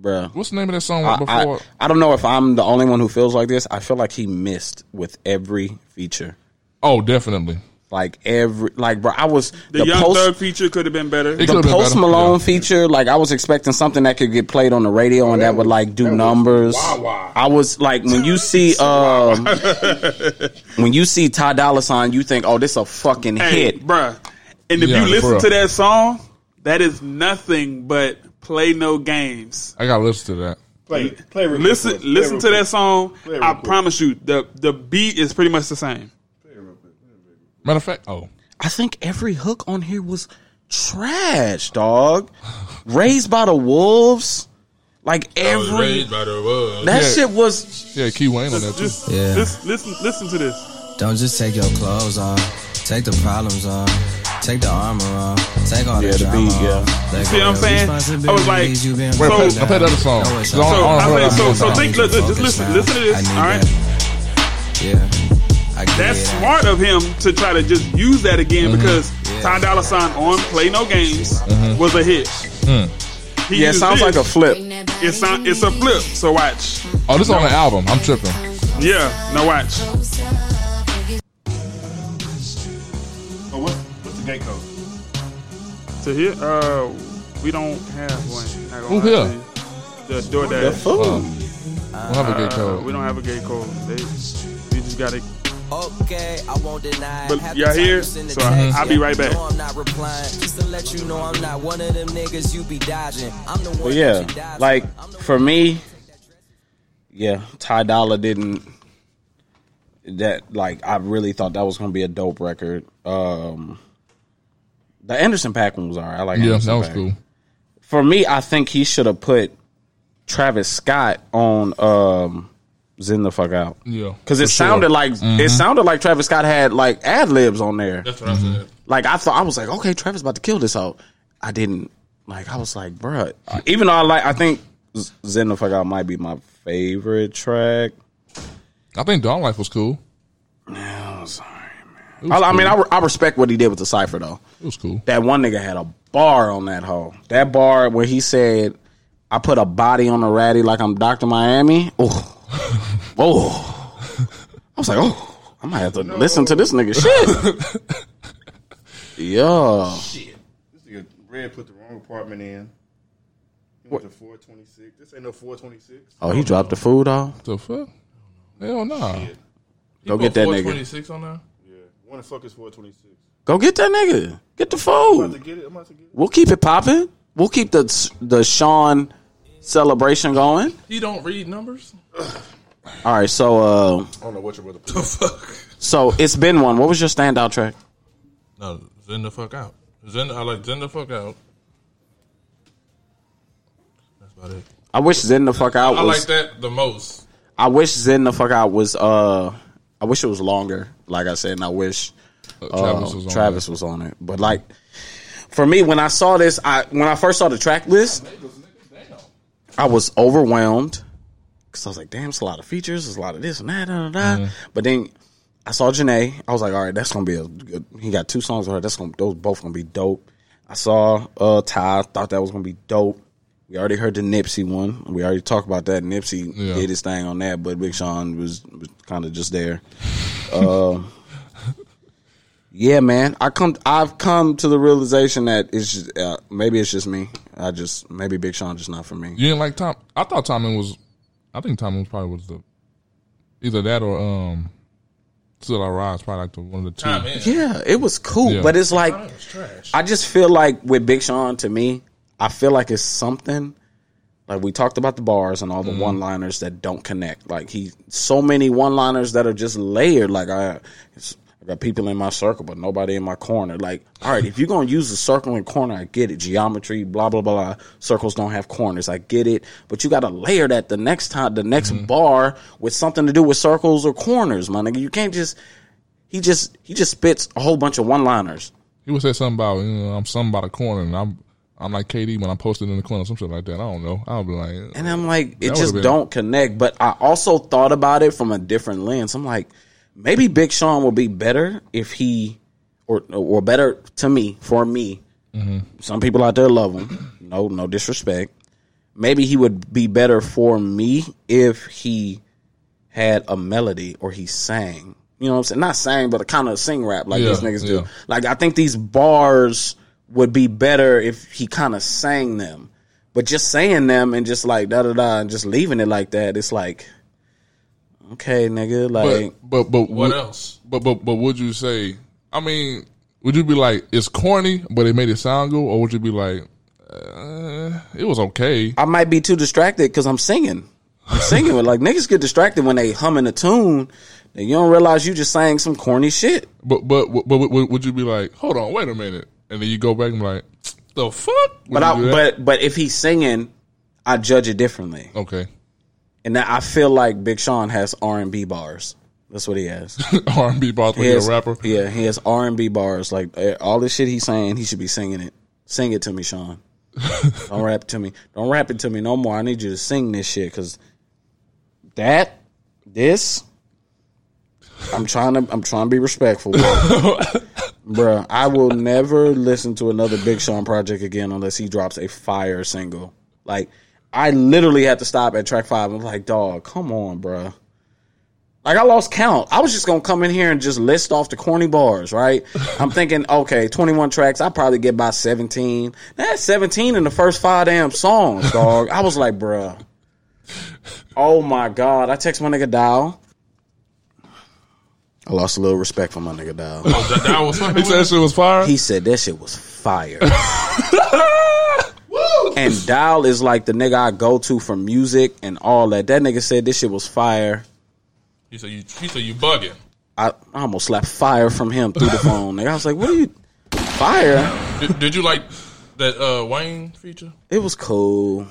Speaker 8: Bruh.
Speaker 4: what's the name of that song
Speaker 8: I, I-
Speaker 4: before?
Speaker 8: I don't know if I'm the only one who feels like this. I feel like he missed with every feature.
Speaker 4: Oh, definitely.
Speaker 8: Like every like, bro. I was
Speaker 7: The, Young Thug feature could have been better.
Speaker 8: the Post Malone feature, like I was expecting something that could get played on the radio and that, would like do numbers. I was like, when you see um,
Speaker 7: [laughs]
Speaker 8: when you see Ty Dolla Sign, you think, oh, this a fucking
Speaker 7: Hey,
Speaker 8: hit.
Speaker 7: bruh. And if
Speaker 8: Yeah,
Speaker 7: you listen
Speaker 8: bruh.
Speaker 7: to that song, that is nothing but play no games.
Speaker 4: I gotta listen to that.
Speaker 7: Play, play listen, listen to that song.
Speaker 4: real
Speaker 7: I
Speaker 4: quick.
Speaker 7: promise you, the the beat is pretty much the same.
Speaker 4: Matter of fact, oh,
Speaker 8: I think every hook on here was trash, dog. Raised by the Wolves, like every
Speaker 9: by the world.
Speaker 8: that shit was.
Speaker 4: Yeah, Key Wayne
Speaker 8: on
Speaker 9: that too.
Speaker 8: Just,
Speaker 11: Yeah.
Speaker 7: Listen, listen, listen to this.
Speaker 11: Don't just take your clothes off. Take the problems off. Take the armor off. Take all
Speaker 8: Yeah,
Speaker 11: the
Speaker 8: the
Speaker 11: drama
Speaker 8: beat, yeah.
Speaker 11: off. Let
Speaker 7: See
Speaker 11: go
Speaker 7: what I'm
Speaker 11: of
Speaker 7: saying? I was like,
Speaker 11: responsibilities you've been
Speaker 7: so-
Speaker 11: holding
Speaker 7: I played
Speaker 11: down.
Speaker 7: other songs.
Speaker 11: No, it's
Speaker 7: So,
Speaker 11: not.
Speaker 7: I
Speaker 11: don't
Speaker 7: played-
Speaker 11: know
Speaker 7: so-
Speaker 11: about
Speaker 7: so
Speaker 11: that.
Speaker 7: think- look, look, just listen-
Speaker 11: Focus
Speaker 7: listen to
Speaker 11: now.
Speaker 7: this,
Speaker 11: I need
Speaker 7: alright?
Speaker 11: that. Yeah. I get
Speaker 7: That's
Speaker 11: it.
Speaker 7: smart of him to try to just use that again
Speaker 11: Mhm.
Speaker 7: because
Speaker 11: Yeah.
Speaker 7: Ty Dolla Sign on "Play No Games"
Speaker 11: Mhm.
Speaker 7: was a hit.
Speaker 4: Hmm.
Speaker 7: He
Speaker 8: Yeah, it
Speaker 7: used
Speaker 8: sounds
Speaker 7: this.
Speaker 8: like a flip.
Speaker 7: It sound, it's a flip. So watch.
Speaker 4: oh, this is on the album. I'm tripping.
Speaker 7: Yeah, now watch.
Speaker 3: Oh, what, what's the gate code?
Speaker 7: To here, uh, we don't have one. Not gonna
Speaker 4: Who
Speaker 7: lie
Speaker 4: here?
Speaker 7: to you. The DoorDash.
Speaker 4: The food. Wow. We don't have a gate
Speaker 7: Uh,
Speaker 4: code.
Speaker 7: we don't have a gate code. They, we just got it.
Speaker 12: Okay, I won't deny. it.
Speaker 7: But
Speaker 12: Half the
Speaker 7: y'all
Speaker 12: time
Speaker 7: here?
Speaker 12: you send a
Speaker 7: So I-
Speaker 12: text,
Speaker 7: I'll be
Speaker 12: yeah,
Speaker 7: right back.
Speaker 12: No, I'm not replying. Just to let you know, I'm not one of them niggas you be dodging. I'm the one
Speaker 8: But
Speaker 12: that you
Speaker 8: yeah,
Speaker 12: dodge.
Speaker 8: like for me, yeah, Ty Dolla didn't. That like I really thought that was gonna be a dope record. Um The Anderson Pack one was alright. I like
Speaker 4: Yeah,
Speaker 8: Anderson
Speaker 4: that was
Speaker 8: Paak.
Speaker 4: cool.
Speaker 8: For me, I think he should have put Travis Scott on um Zen the fuck out.
Speaker 4: Yeah,
Speaker 8: Cause it
Speaker 4: for sure.
Speaker 8: sounded like it
Speaker 4: Mhm.
Speaker 8: sounded like Travis Scott had like ad libs on there. Mm-hmm.
Speaker 9: That's what I said.
Speaker 8: Like I thought I was like, okay, Travis about to kill this out. I didn't like I was like, bruh. Uh, Even though I like I think Z- Zen the fuck out might be my favorite track.
Speaker 4: I think Dawn Life was cool.
Speaker 8: No, sorry,
Speaker 4: man.
Speaker 8: I, I mean, I, re- I respect what he did with the cipher though.
Speaker 4: It was cool.
Speaker 8: That one nigga had a bar on that hoe. That bar where he said, "I put a body on a ratty like I'm Doctor Miami."
Speaker 4: [laughs]
Speaker 8: Oh, oh. I was like, oh, I might have to listen to this nigga shit.
Speaker 3: [laughs]
Speaker 8: yeah.
Speaker 3: This nigga Red put the wrong apartment in. He went to 426. This ain't no 426.
Speaker 8: Oh, he dropped the food off.
Speaker 4: The fuck? Hell nah.
Speaker 8: Go get that nigga.
Speaker 4: on there.
Speaker 3: Yeah, one fuck is 426.
Speaker 8: Go get that nigga. Get the
Speaker 3: I'm about to
Speaker 8: food.
Speaker 3: get it. I'm about to get it.
Speaker 8: We'll keep it popping. We'll keep the the Sean celebration going.
Speaker 4: He don't read numbers.
Speaker 8: All right. So, uh,
Speaker 3: I don't know what your brother
Speaker 8: [laughs]
Speaker 3: put. The fuck?
Speaker 8: so it's been one. What was your standout track?
Speaker 9: No, Zen the fuck out. Zen, I like Zen the fuck out. That's about it.
Speaker 8: I wish Zen the fuck out.
Speaker 9: I
Speaker 8: was,
Speaker 9: like that the most.
Speaker 8: I wish Zen the fuck out was uh I wish it was longer, like I said, and I wish uh, Travis, was,
Speaker 4: Travis was
Speaker 8: on
Speaker 4: on
Speaker 8: Travis was on it. But like for me when I saw this, I when I first saw the track list, I was overwhelmed cuz I was like, damn, it's a lot of features, it's a lot of this and that, da, da, da. but then I saw Janae. I was like, all right, that's gonna be a good. He got two songs with her. That's gonna those both gonna be dope. I saw uh Ty. Thought that was gonna be dope. We already heard the Nipsey one. We already talked about that. Nipsey
Speaker 4: Yeah.
Speaker 8: did his thing on that, but Big Sean was, was kind of just there. Uh, [laughs] yeah, man. I come. I've come to the realization that it's just, uh, maybe it's just me. I just maybe Big Sean just not for me.
Speaker 4: You didn't like Tom? I thought Tomlin was. I think Tomlin was probably was the either that or um. Still I rise probably like the one of the two.
Speaker 8: Yeah, it was cool,
Speaker 4: Yeah.
Speaker 8: but it's like I just feel like with Big Sean to me, I feel like it's something like we talked about the bars and all
Speaker 4: Mm-hmm.
Speaker 8: the one-liners that don't connect. Like he so many one-liners that are just layered like I it's, I got people in my circle, but nobody in my corner. Like, all right, if you're gonna use the circle and corner, I get it. Geometry, blah blah blah. Circles don't have corners, I get it. But you gotta layer that the next time, the next
Speaker 4: Mm-hmm.
Speaker 8: bar with something to do with circles or corners, my nigga. You can't just he just he just spits a whole bunch of one liners.
Speaker 4: He would say something about, you know, I'm something about a corner and I'm I'm like KD when I'm posted in the corner, some shit like that. I don't know. I'll be like,
Speaker 8: And I'm like,
Speaker 4: That
Speaker 8: it
Speaker 4: would've
Speaker 8: just
Speaker 4: been-
Speaker 8: don't connect. But I also thought about it from a different lens. I'm like, maybe Big Sean will be better if he, or or better to me for me.
Speaker 4: Mhm.
Speaker 8: Some people out there love him. No, no disrespect. Maybe he would be better for me if he had a melody or he sang. You know what I'm saying? Not sang, but a kind of sing rap like
Speaker 4: Yeah,
Speaker 8: these niggas
Speaker 4: yeah.
Speaker 8: do. Like I think these bars would be better if he kind of sang them. But just saying them and just like da da da and just leaving it like that, it's like okay, nigga, like
Speaker 4: but but, but
Speaker 8: What
Speaker 4: would-
Speaker 8: else?
Speaker 4: But but but would you say? I mean, would you be like it's corny, but it made it sound good, or would you be like uh, it was okay?
Speaker 8: I might be too distracted cuz I'm singing. I'm singing with like [laughs] niggas get distracted when they humming a tune and you don't realize you just sang some corny shit.
Speaker 4: But but but, but would, would you be like, hold on, wait a minute, and then you go back and be like the fuck? Would
Speaker 8: But
Speaker 4: you
Speaker 8: I,
Speaker 4: do that?
Speaker 8: but but if he's singing, I judge it differently.
Speaker 4: Okay.
Speaker 8: And that I feel like Big Sean has R and B bars. That's what he has.
Speaker 4: [laughs] R and B bars when
Speaker 8: He
Speaker 4: you're a
Speaker 8: has-
Speaker 4: rapper?
Speaker 8: Yeah, he has R and B bars. Like eh, all this shit he's saying, he should be singing it. Sing it to me,
Speaker 4: [laughs]
Speaker 8: Sean. Don't rap it to me. Don't rap it to me no more. I need you to sing this shit because that this. I'm trying to. I'm trying to be
Speaker 4: [laughs]
Speaker 8: respectful, Bruh, I will never listen to another Big Sean project again unless he drops a fire single. Like, I literally had to stop at track five. I'm like, dog, come on, bruh. Like, I lost count. I was just gonna come in here and just list off the corny bars, [laughs] right? I'm thinking, okay, 21 tracks. I probably get by 17. That's 17 in the first five damn songs, dog. I was like, bruh. Oh my god. I text my nigga Dow. I lost a little respect for my nigga [laughs] Oh, Dow.
Speaker 4: That, that was he said that shit was fire.
Speaker 8: He said that shit was
Speaker 4: [laughs]
Speaker 8: fire. and Dial is like the nigga I go to for music and all that. That nigga said this shit was fire.
Speaker 9: He said you. He said you bugging.
Speaker 8: I I almost slapped fire from him through the phone. Nigga, I was like, "What are you? Fire?
Speaker 9: Did, did you like that uh, Wayne feature?
Speaker 8: It was cool."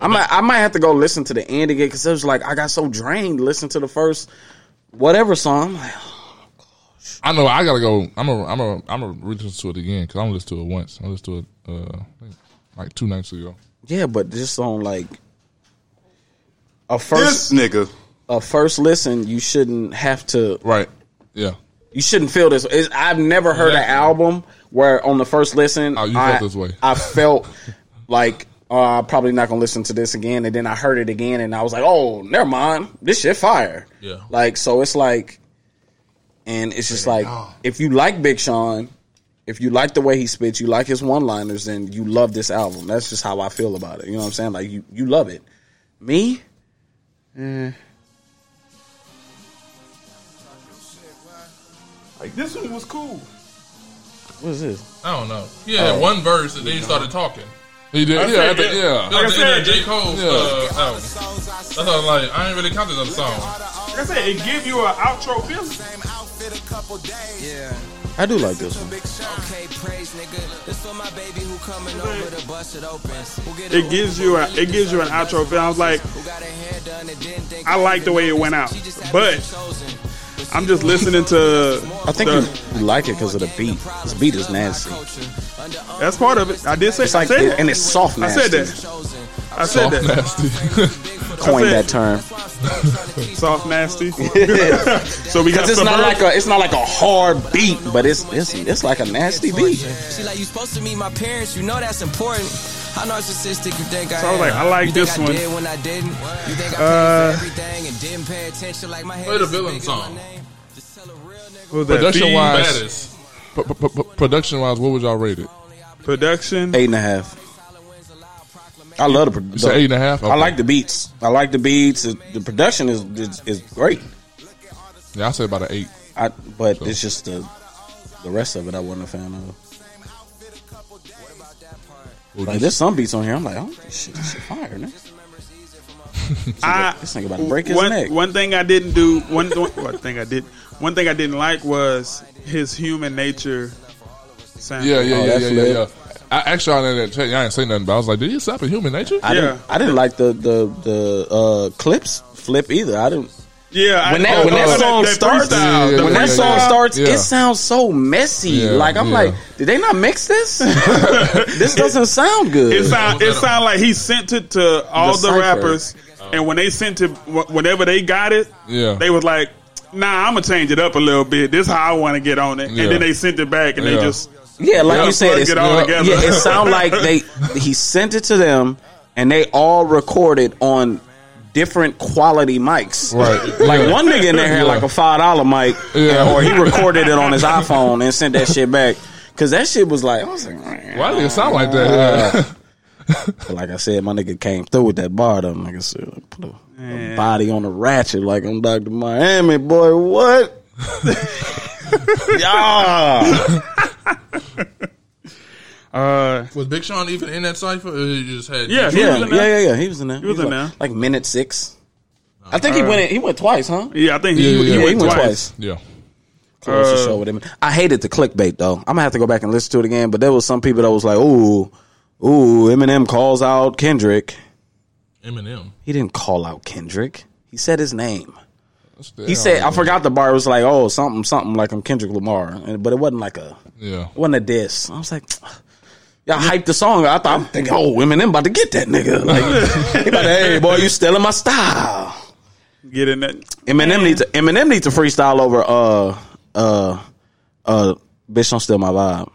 Speaker 8: I might I might have to go listen to the end again because it was like I got so drained listening to the first whatever song. I'm like,
Speaker 4: I know I gotta go. I'm a I'm a I'm a re-listen to it again because I only listened to it once. I listened to it uh, I think, like two nights ago.
Speaker 8: yeah, but this on like a first
Speaker 6: nigga
Speaker 8: a first listen. You shouldn't have to
Speaker 4: right. Yeah,
Speaker 8: you shouldn't feel this. It's, I've never heard an album where on the first listen,
Speaker 4: Oh, you
Speaker 8: I,
Speaker 4: felt this way.
Speaker 8: I felt like uh, I'm probably not gonna listen to this again, and then I heard it again, and I was like, oh, never mind, this shit fire.
Speaker 9: Yeah.
Speaker 8: Like so, it's like, and it's just like if you like Big Sean, if you like the way he spits, you like his one liners, then you love this album. That's just how I feel about it. You know what I'm saying? Like you, you love it. Me,
Speaker 9: Mm.
Speaker 8: eh.
Speaker 7: Like this one was cool.
Speaker 8: what is this?
Speaker 9: I don't know. He had
Speaker 8: Oh.
Speaker 9: one verse and then he started talking.
Speaker 4: He did.
Speaker 9: That's
Speaker 4: yeah,
Speaker 9: it,
Speaker 4: I think-
Speaker 9: yeah.
Speaker 4: yeah.
Speaker 9: Like I said, J. Cole's
Speaker 4: Yeah.
Speaker 9: uh, album. That's how I'm like, I ain't really counted on the song.
Speaker 7: Like I said, it give you an outro feeling.
Speaker 12: Yeah.
Speaker 8: I do like this one.
Speaker 12: Okay, praise nigga. This for my baby who coming over to bust it open. Who get
Speaker 7: It gives you a it gives you an outro feeling. I was like, I like the way it went out, but I'm just listening to.
Speaker 8: I think
Speaker 7: the-
Speaker 8: you, you like it because of the beat. This beat is nasty.
Speaker 7: That's part of it. I did say,
Speaker 8: It's like-
Speaker 7: I said that.
Speaker 8: and it's soft
Speaker 7: I said
Speaker 8: nasty.
Speaker 7: that. I said
Speaker 8: Soft
Speaker 7: that.
Speaker 8: Coined
Speaker 7: I
Speaker 8: that
Speaker 7: said-
Speaker 8: term. [laughs]
Speaker 7: Soft nasty. [laughs]
Speaker 8: so
Speaker 7: we got
Speaker 8: it's not
Speaker 7: suburb-
Speaker 8: like a it's not like a hard beat, but it's it's it's like a nasty beat.
Speaker 12: She like you supposed to meet my parents. You know that's important. How narcissistic you think I
Speaker 8: So I was
Speaker 12: am?
Speaker 8: like, I like
Speaker 12: you think
Speaker 8: this
Speaker 12: I
Speaker 8: one.
Speaker 12: Did when I didn't. You think I
Speaker 7: Uh,
Speaker 12: paid for everything and didn't pay attention like my head
Speaker 9: Play the
Speaker 12: is as
Speaker 9: villain
Speaker 12: big as
Speaker 9: song.
Speaker 12: my name?
Speaker 7: What was that?
Speaker 4: Production
Speaker 7: Thieves?
Speaker 4: wise, production wise, what would y'all rate it?
Speaker 7: Production
Speaker 8: eight and a half. I love the production.
Speaker 4: said eight and a half?
Speaker 8: I
Speaker 4: Okay.
Speaker 8: like the beats. I like the beats. It- The production is is, is great.
Speaker 4: Yeah, I say about an eight.
Speaker 8: I but it's just the the rest of it I wasn't a fan of.
Speaker 4: [laughs]
Speaker 8: Like there's some beats on here. I'm like, oh this shit, this shit fire, man.
Speaker 7: I,
Speaker 8: This nigga about to break his
Speaker 7: one,
Speaker 8: neck.
Speaker 7: One thing I didn't do. One, one, one thing I did. One thing I didn't like was his human nature. Sound.
Speaker 4: Yeah,
Speaker 8: Oh,
Speaker 4: yeah, yeah, yeah, yeah, yeah. I actually, I didn't, check- I didn't say nothing, but I was like, did he stop in human nature?
Speaker 8: I didn't, I didn't like the the the uh, clips flip either. I didn't.
Speaker 7: Yeah,
Speaker 8: when
Speaker 7: I-
Speaker 8: that,
Speaker 7: oh,
Speaker 8: when that
Speaker 7: oh, that-
Speaker 8: song
Speaker 7: that
Speaker 8: starts,
Speaker 7: freestyle,
Speaker 8: when
Speaker 7: the
Speaker 8: that
Speaker 7: freestyle.
Speaker 8: song starts,
Speaker 7: Yeah.
Speaker 8: it sounds so messy.
Speaker 7: Yeah,
Speaker 8: like I'm
Speaker 7: yeah.
Speaker 8: like, did they not mix this? this doesn't sound good.
Speaker 7: It sound it sound like he sent it to all
Speaker 8: The
Speaker 7: the,
Speaker 8: cipher.
Speaker 7: rappers, and when they sent it, wh- whenever they got it,
Speaker 4: Yeah.
Speaker 7: they was like, "Nah, I'm gonna change it up a little bit. This how I want to get on it."
Speaker 8: Yeah.
Speaker 7: And then they sent it back, and
Speaker 8: Yeah.
Speaker 7: they just
Speaker 8: Yeah, like
Speaker 7: Yeah,
Speaker 8: you said,
Speaker 7: plug
Speaker 8: it's,
Speaker 7: it all together.
Speaker 8: yeah, it sound like
Speaker 7: [laughs]
Speaker 8: they he sent it to them and they all recorded on different quality mics.
Speaker 4: Right.
Speaker 8: Like
Speaker 4: Yeah.
Speaker 8: one nigga in there had
Speaker 4: Yeah.
Speaker 8: like a five dollar mic,
Speaker 4: Yeah.
Speaker 8: or he recorded it on his iPhone and sent that shit back. Cause that shit was like, I was like,
Speaker 4: Why did it sound like that?
Speaker 8: But like I said, my nigga came through with that bar though. Like I said, like, put a, a body on a ratchet like I'm Dr. Miami, boy. What?
Speaker 7: [laughs]
Speaker 8: yeah.
Speaker 7: Uh,
Speaker 9: was Big Sean even in that cipher? Or you just had
Speaker 8: yeah, yeah, yeah, yeah, yeah. He was in there. He was,
Speaker 9: in
Speaker 8: like,
Speaker 9: there.
Speaker 8: Like minute six. I think he went. In, he went twice, huh?
Speaker 7: Uh, Yeah, I think he- Yeah, he yeah, went twice.
Speaker 4: Yeah.
Speaker 8: Close the
Speaker 7: Uh,
Speaker 8: show with him. I hated the clickbait though. I'm gonna have to go back and listen to it again. But there was some people that was like, "Ooh, ooh, Eminem calls out Kendrick."
Speaker 9: Eminem.
Speaker 8: He didn't call out Kendrick. He said his name.
Speaker 9: the
Speaker 8: He
Speaker 9: hell
Speaker 8: said,
Speaker 9: out
Speaker 8: "I
Speaker 9: of
Speaker 8: forgot the bar." It was like, "Oh, something, something like I'm Kendrick Lamar," and, but it wasn't like a,
Speaker 4: Yeah.
Speaker 8: it wasn't a diss. I was like. [sighs] Y'all hyped the song. I thought I'm thinking, oh, Eminem about to get that nigga. [laughs] Like, he about to, hey, boy, you stealing my style.
Speaker 7: get in that.
Speaker 8: Eminem needs to, Eminem needs to freestyle over uh uh uh bitch don't steal my vibe.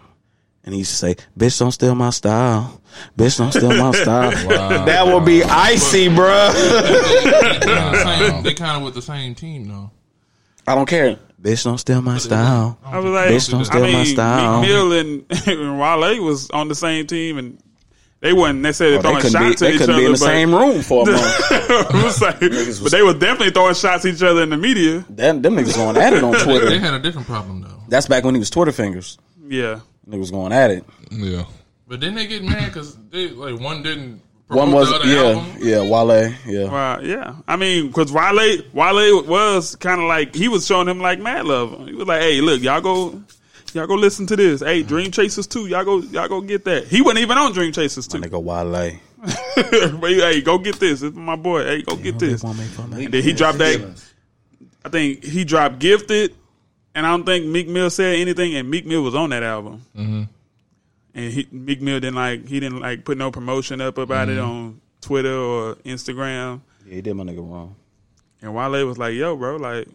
Speaker 8: And he used to say, "Bitch don't steal my style. Bitch don't steal
Speaker 7: [laughs]
Speaker 8: my [laughs] style."
Speaker 9: Wow.
Speaker 8: That would be icy, bruh.
Speaker 9: Same- they kind of with the same team though.
Speaker 8: I don't care. Bitch don't steal my style.
Speaker 7: I was like,
Speaker 8: Bitch don't steal
Speaker 7: I mean,
Speaker 8: my style.
Speaker 7: Meek Mill and, [laughs] and Wale was on the same team, and they wasn't
Speaker 8: Oh,
Speaker 7: necessarily
Speaker 8: they
Speaker 7: throwing
Speaker 8: couldn't
Speaker 7: shots
Speaker 8: be-
Speaker 7: at
Speaker 8: they
Speaker 7: each
Speaker 8: couldn't
Speaker 7: other.
Speaker 8: be in the
Speaker 7: but-
Speaker 8: same room for
Speaker 7: [laughs]
Speaker 8: a month.
Speaker 7: I was like- but they were definitely throwing shots at each other in the media.
Speaker 8: Them, them niggas going at it on
Speaker 9: [laughs]
Speaker 8: Twitter.
Speaker 9: they had a different problem though.
Speaker 8: That's back when he was Twitter fingers.
Speaker 7: Yeah.
Speaker 8: Niggas going at it.
Speaker 4: Yeah.
Speaker 9: But then they get mad because they like one didn't.
Speaker 8: One
Speaker 9: promote
Speaker 8: was
Speaker 9: the other
Speaker 8: yeah,
Speaker 9: album.
Speaker 8: yeah, Wale, yeah.
Speaker 7: Wow, Uh, yeah. I mean, because Wale, Wale was kind of like he was showing him like mad love. He was like, "Hey, look, y'all go, y'all go listen to this. Hey, Dream Chasers two, y'all go, y'all go get that." He wasn't even on Dream Chasers two.
Speaker 8: Nigga Wale,
Speaker 7: [laughs] but he, hey, go get this. It's my boy. Hey, go get this. And then he dropped that. I think he dropped Gifted, and I don't think Meek Mill said anything. And Meek Mill was on that album,
Speaker 4: Mm-hmm.
Speaker 7: and he, Meek Mill didn't like he didn't like put no promotion up about it
Speaker 8: Mhm.
Speaker 7: on Twitter or Instagram.
Speaker 8: Yeah, he did my nigga wrong.
Speaker 7: And Wale was like, "Yo, bro, like,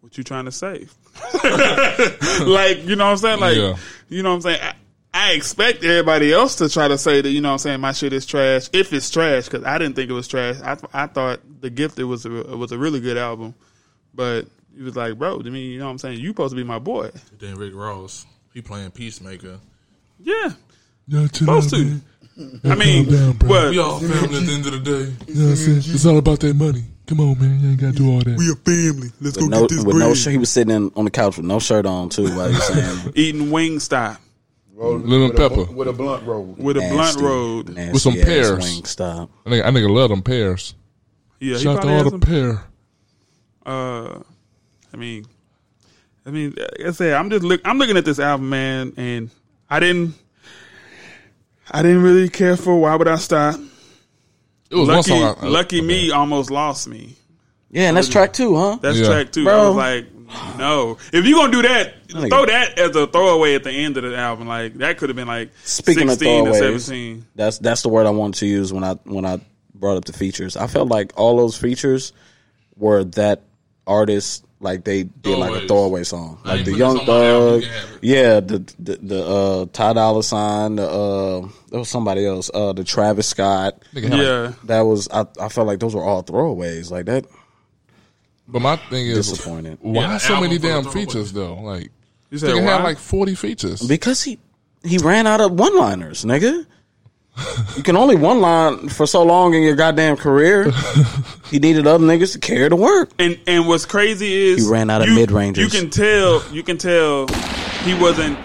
Speaker 7: what you trying to say? [laughs] like, you know what I'm saying? [laughs] Like,
Speaker 4: Yeah.
Speaker 7: you know what I'm saying? I, I expect everybody else to try to say that, you know what I'm saying? My shit is trash. If it's trash, because I didn't think it was trash. I th- I thought The Gifted was a, was a really good album, but he was like, bro, I mean, you know what I'm saying? You supposed to be my boy.
Speaker 9: Then Rick Ross, he playing Peacemaker.
Speaker 7: Yeah.
Speaker 4: Yeah, chill
Speaker 7: Those
Speaker 4: out,
Speaker 7: two.
Speaker 4: man.
Speaker 7: I mean,
Speaker 4: Calm down, bro.
Speaker 7: what?
Speaker 9: We all family at the end of the day.
Speaker 4: You know what I'm saying? It's all about that money. Come on, man. You ain't got to do all that.
Speaker 9: We a family. Let's
Speaker 8: With no, with no shirt, he was sitting in, on the couch with no shirt on too. While he was saying,
Speaker 7: Eating wing style.
Speaker 4: Lemon
Speaker 8: With a-
Speaker 4: pepper.
Speaker 8: with a blunt roll.
Speaker 7: With a blunt
Speaker 8: Nasty,
Speaker 7: road.
Speaker 8: nasty
Speaker 4: With some
Speaker 8: ass
Speaker 4: pears.
Speaker 8: Wingstop.
Speaker 4: I think I nigga love them pears.
Speaker 7: Yeah, he
Speaker 4: Shout out to
Speaker 7: probably
Speaker 4: all
Speaker 7: had
Speaker 4: the
Speaker 7: some-
Speaker 4: pear.
Speaker 7: Uh, I mean, I mean, like I said, I'm just look. I'm looking at this album, man, and I didn't, I didn't really care for. Why would I stop?
Speaker 4: It was one
Speaker 7: lucky,
Speaker 4: song I- I-
Speaker 7: lucky me almost lost me.
Speaker 8: Yeah, and that's track two, huh?
Speaker 7: That's
Speaker 8: Yeah.
Speaker 7: track two. I
Speaker 8: Bro.
Speaker 7: was like, no. If you gonna do that,
Speaker 8: Nigga.
Speaker 7: throw that as a throwaway at the end of the album. Like that could have been like
Speaker 8: Speaking of
Speaker 7: sixteen or
Speaker 8: throwaways,
Speaker 7: seventeen.
Speaker 8: that's that's the word I wanted to use when I when I brought up the features. I felt like all those features were that artist like they did like a throwaway song,
Speaker 9: I
Speaker 8: like
Speaker 9: ain't
Speaker 8: the
Speaker 9: put
Speaker 8: Young
Speaker 9: this on my album,
Speaker 8: Thug,
Speaker 9: you can have
Speaker 8: yeah, the the, the uh, Ty Dolla Sign, the uh, there was somebody else, uh, the Travis Scott,
Speaker 4: Nigga, hell, Yeah.
Speaker 8: that was I I felt like those were all throwaways like that.
Speaker 4: But my thing is,
Speaker 8: Disappointed.
Speaker 4: why
Speaker 8: Yeah, the
Speaker 4: so many
Speaker 8: album full of
Speaker 4: damn
Speaker 8: throwaway.
Speaker 4: features, though? Like,
Speaker 8: You
Speaker 4: this
Speaker 8: said
Speaker 4: nigga had
Speaker 8: why?
Speaker 4: like 40 features.
Speaker 8: because he he ran out of one liners, nigga. You can only one line for so long in your goddamn career.
Speaker 4: [laughs]
Speaker 8: He needed other niggas to carry the work.
Speaker 7: And and what's crazy is
Speaker 8: He ran out of
Speaker 7: you-
Speaker 8: mid-rangers.
Speaker 7: You can tell. You can tell he wasn't.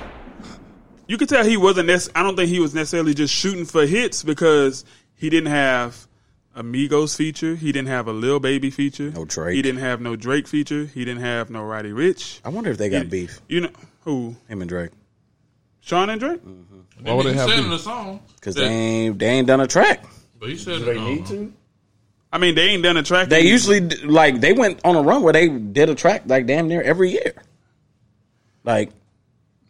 Speaker 7: You can tell he wasn't. Nec- I don't think he was necessarily just shooting for hits because he didn't have Amigos feature. He didn't have a Lil Baby feature. No
Speaker 8: Drake.
Speaker 7: He didn't have no Drake feature. He didn't have no Roddy Rich.
Speaker 8: I wonder if they got
Speaker 7: You-
Speaker 8: beef.
Speaker 7: You know who?
Speaker 8: Him and Drake.
Speaker 7: Sean and Drake.
Speaker 9: Mm-hmm.
Speaker 8: Why would they have
Speaker 9: said
Speaker 8: beef?
Speaker 9: in the song,
Speaker 8: Because
Speaker 9: that-
Speaker 8: they ain't, they ain't done a track.
Speaker 9: But he said uh,
Speaker 7: Do they need to? I mean, they ain't done a track.
Speaker 8: They usually d- like they went on a run where they did a track like damn near every year. Like,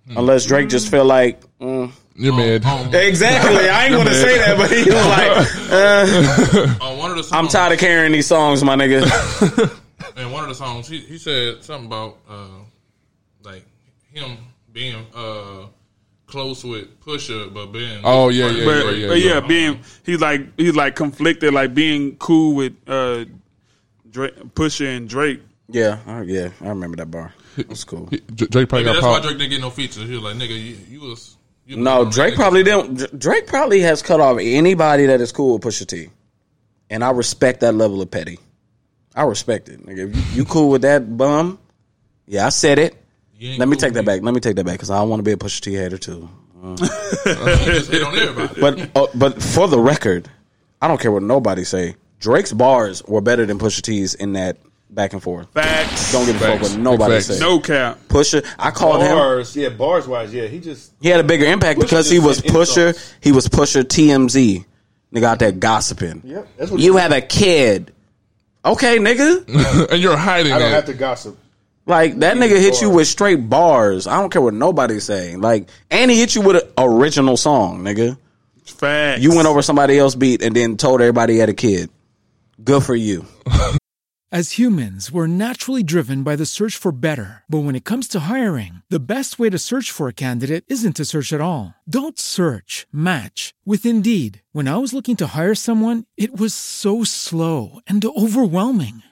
Speaker 8: unless Drake just felt like mm.
Speaker 4: you're mad.
Speaker 8: Exactly. I ain't gonna say that, but he was like, uh, I'm tired of carrying these songs, my nigga. [laughs]
Speaker 9: in one of the songs, he, he said something about uh, like him being uh, close with Pusha, but being
Speaker 4: Oh, yeah, yeah,
Speaker 7: but, but yeah, being he's like he's like conflicted, like being cool with uh, Drake, Pusha and Drake.
Speaker 8: yeah, I, yeah, I remember that bar. It was cool.
Speaker 4: Drake
Speaker 9: Maybe that's why Drake didn't get no features. He was like, "Nigga, you, you was you
Speaker 8: No, Drake probably didn't. Dr- Drake probably has cut off anybody that is cool with Pusha T, and I respect that level of petty. I respect it. Nigga, if you, you cool with that bum? Yeah, I said it. Let me take that back. Let me take that back because I want to be a Pusha T hater too. Uh.
Speaker 7: [laughs]
Speaker 9: just hit on everybody."
Speaker 8: But uh, but for the record, I don't care what nobody say. Drake's bars were better than Pusha T's in that back and forth.
Speaker 7: Facts.
Speaker 8: Don't give a fuck
Speaker 7: Facts.
Speaker 8: what nobody
Speaker 7: Facts.
Speaker 8: say.
Speaker 7: No cap.
Speaker 8: Pusha, I called him.
Speaker 6: bars, yeah, bars wise, yeah. He just
Speaker 8: He had a bigger impact
Speaker 6: Pusha
Speaker 8: because
Speaker 6: just
Speaker 8: he was
Speaker 6: said
Speaker 8: Pusher. He was Pusher TMZ. Nigga out there gossiping.
Speaker 6: Yep, that's what
Speaker 8: You
Speaker 6: he-
Speaker 8: have a kid. Okay,
Speaker 6: [laughs]
Speaker 8: nigga.
Speaker 4: and you're hiding
Speaker 6: I don't have to gossip.
Speaker 8: Like that nigga hit you with straight bars. I don't care what nobody's saying. Like, and he hit you with an original song, nigga.
Speaker 7: Facts.
Speaker 8: You went over somebody else beat and then told everybody he had a kid. Good for you.
Speaker 13: As humans, we're naturally driven by the search for better. But when it comes to hiring, the best way to search for a candidate isn't to search at all. Don't search, match with Indeed. When I was looking to hire someone, it was so slow and overwhelming.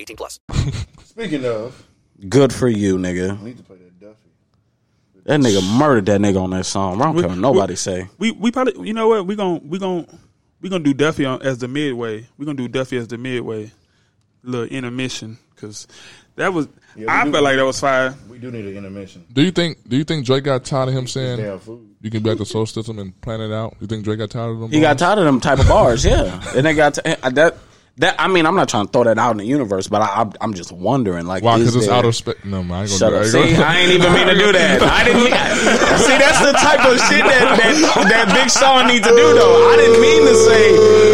Speaker 14: 18 plus.
Speaker 6: Speaking of,
Speaker 8: Good for you, nigga. That nigga murdered that nigga on that song. I don't care what nobody say.
Speaker 7: We we probably you know what we gon' we gon' we gonna do Duffy on, as the midway. We gonna do Duffy as the midway little intermission because that was I felt like that was fire.
Speaker 6: We do need an intermission.
Speaker 4: Do you think? Do you think Drake got tired of him saying
Speaker 6: damn food.
Speaker 4: you can be at the soul system and plan it out? You think Drake got tired of them?
Speaker 8: He got
Speaker 4: bars?
Speaker 8: tired of them type of bars, yeah. And they got t- I- that. That I mean, I'm not trying to throw that out in the universe, but I, I'm, I'm just wondering, like,
Speaker 4: Why?
Speaker 8: is
Speaker 4: Because it's
Speaker 8: there-
Speaker 4: out of space. No, man, I ain't gonna
Speaker 8: Shut
Speaker 4: do
Speaker 8: up.
Speaker 4: that.
Speaker 8: See, I ain't even mean to do that. I didn't
Speaker 4: [laughs]
Speaker 8: mean. See, that's the type of shit that that, that Big Sean need to do, though. I didn't mean to say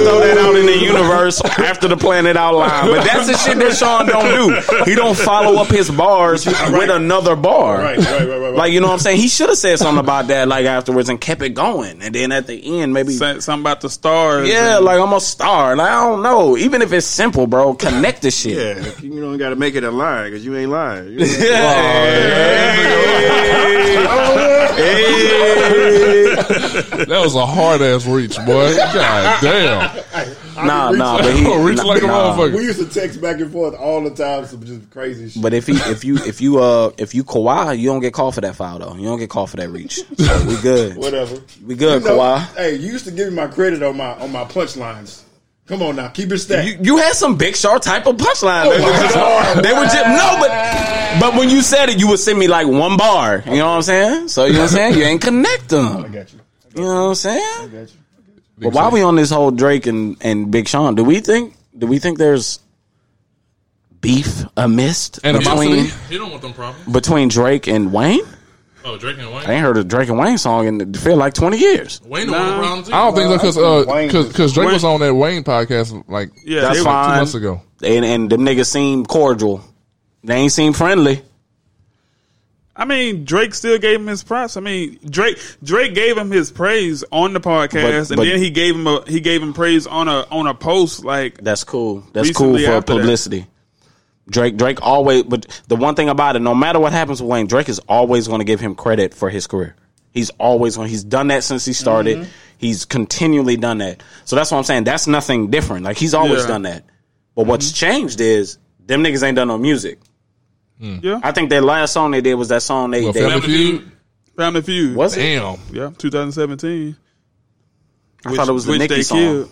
Speaker 8: throw that out in the universe after the planet out line, but that's the shit that Sean don't do. He don't follow up his bars with another bar.
Speaker 6: Right, right, right, right, right.
Speaker 8: Like you know what I'm saying? He should have said something about that, like afterwards, and kept it going, and then at the end, maybe
Speaker 7: something about the stars.
Speaker 8: Yeah,
Speaker 7: and-
Speaker 8: like I'm a star. Like I don't know. Even if it's simple, bro, connect the shit.
Speaker 6: Yeah, you don't got to make it a lie because you ain't lying.
Speaker 9: [laughs]
Speaker 6: You ain't-
Speaker 4: [laughs] that was a hard ass reach, boy. God damn.
Speaker 8: Nah, nah, but he-
Speaker 4: reach like a
Speaker 8: nah.
Speaker 4: motherfucker.
Speaker 6: We used to text back and forth all the time, some just crazy shit.
Speaker 8: But if he, if you, if you, uh, if you Kawhi, you don't get called for that foul though. You don't get called for that reach. So we good.
Speaker 6: Whatever.
Speaker 8: We good,
Speaker 6: You know,
Speaker 8: Kawhi.
Speaker 6: Hey, you used to give me my credit on my on my punchlines. Come on now, keep it stacked.
Speaker 8: You, you had some Big Shot type of punchline.
Speaker 6: Oh
Speaker 8: they were
Speaker 6: my
Speaker 8: just,
Speaker 6: God.
Speaker 8: they were just no, but but when you said it, you would send me like one bar. You know what I'm saying? So you know what I'm saying? You ain't connect them. I
Speaker 6: got you.
Speaker 8: You know what I'm saying? But why we on this whole Drake and and Big Sean? Do we think do we think there's beef amidst
Speaker 9: Animosity?
Speaker 8: between
Speaker 9: He don't want them problems.
Speaker 8: between Drake and Wayne?
Speaker 9: Oh, Drake and Wayne.
Speaker 8: I ain't heard a Drake and Wayne song in feel like twenty years.
Speaker 9: Wayne don't want problems.
Speaker 4: I don't think so because uh,
Speaker 9: Wayne-
Speaker 4: cause, 'cause Drake was on that Wayne podcast like
Speaker 8: that's
Speaker 4: two
Speaker 8: fine.
Speaker 4: months ago.
Speaker 8: and and them niggas seem cordial. They ain't seem friendly.
Speaker 7: I mean, Drake still gave him his props. I mean, Drake Drake gave him his praise on the podcast,
Speaker 8: But-
Speaker 7: and
Speaker 8: but-
Speaker 7: then he gave him a he gave him praise on a on a post. Like
Speaker 8: that's cool. That's
Speaker 7: Recently
Speaker 8: cool for
Speaker 7: after that.
Speaker 8: publicity. Drake Drake always but the one thing about it, no matter what happens with Wayne, Drake is always going to give him credit for his career. He's always going he's done that since he started.
Speaker 7: Mm-hmm.
Speaker 15: Mhm.
Speaker 8: He's continually done that. So that's what I'm saying. That's nothing different. Like he's always
Speaker 15: Yeah.
Speaker 8: done that. But what's
Speaker 7: Mm-hmm.
Speaker 8: changed is them niggas ain't done no music.
Speaker 4: Mm.
Speaker 7: Yeah.
Speaker 8: I think their last song they did was that song they, they
Speaker 7: Family Feud.
Speaker 8: Was it? Damn.
Speaker 7: Yeah, 2017.
Speaker 8: I thought it was the Nicki
Speaker 7: they
Speaker 8: song.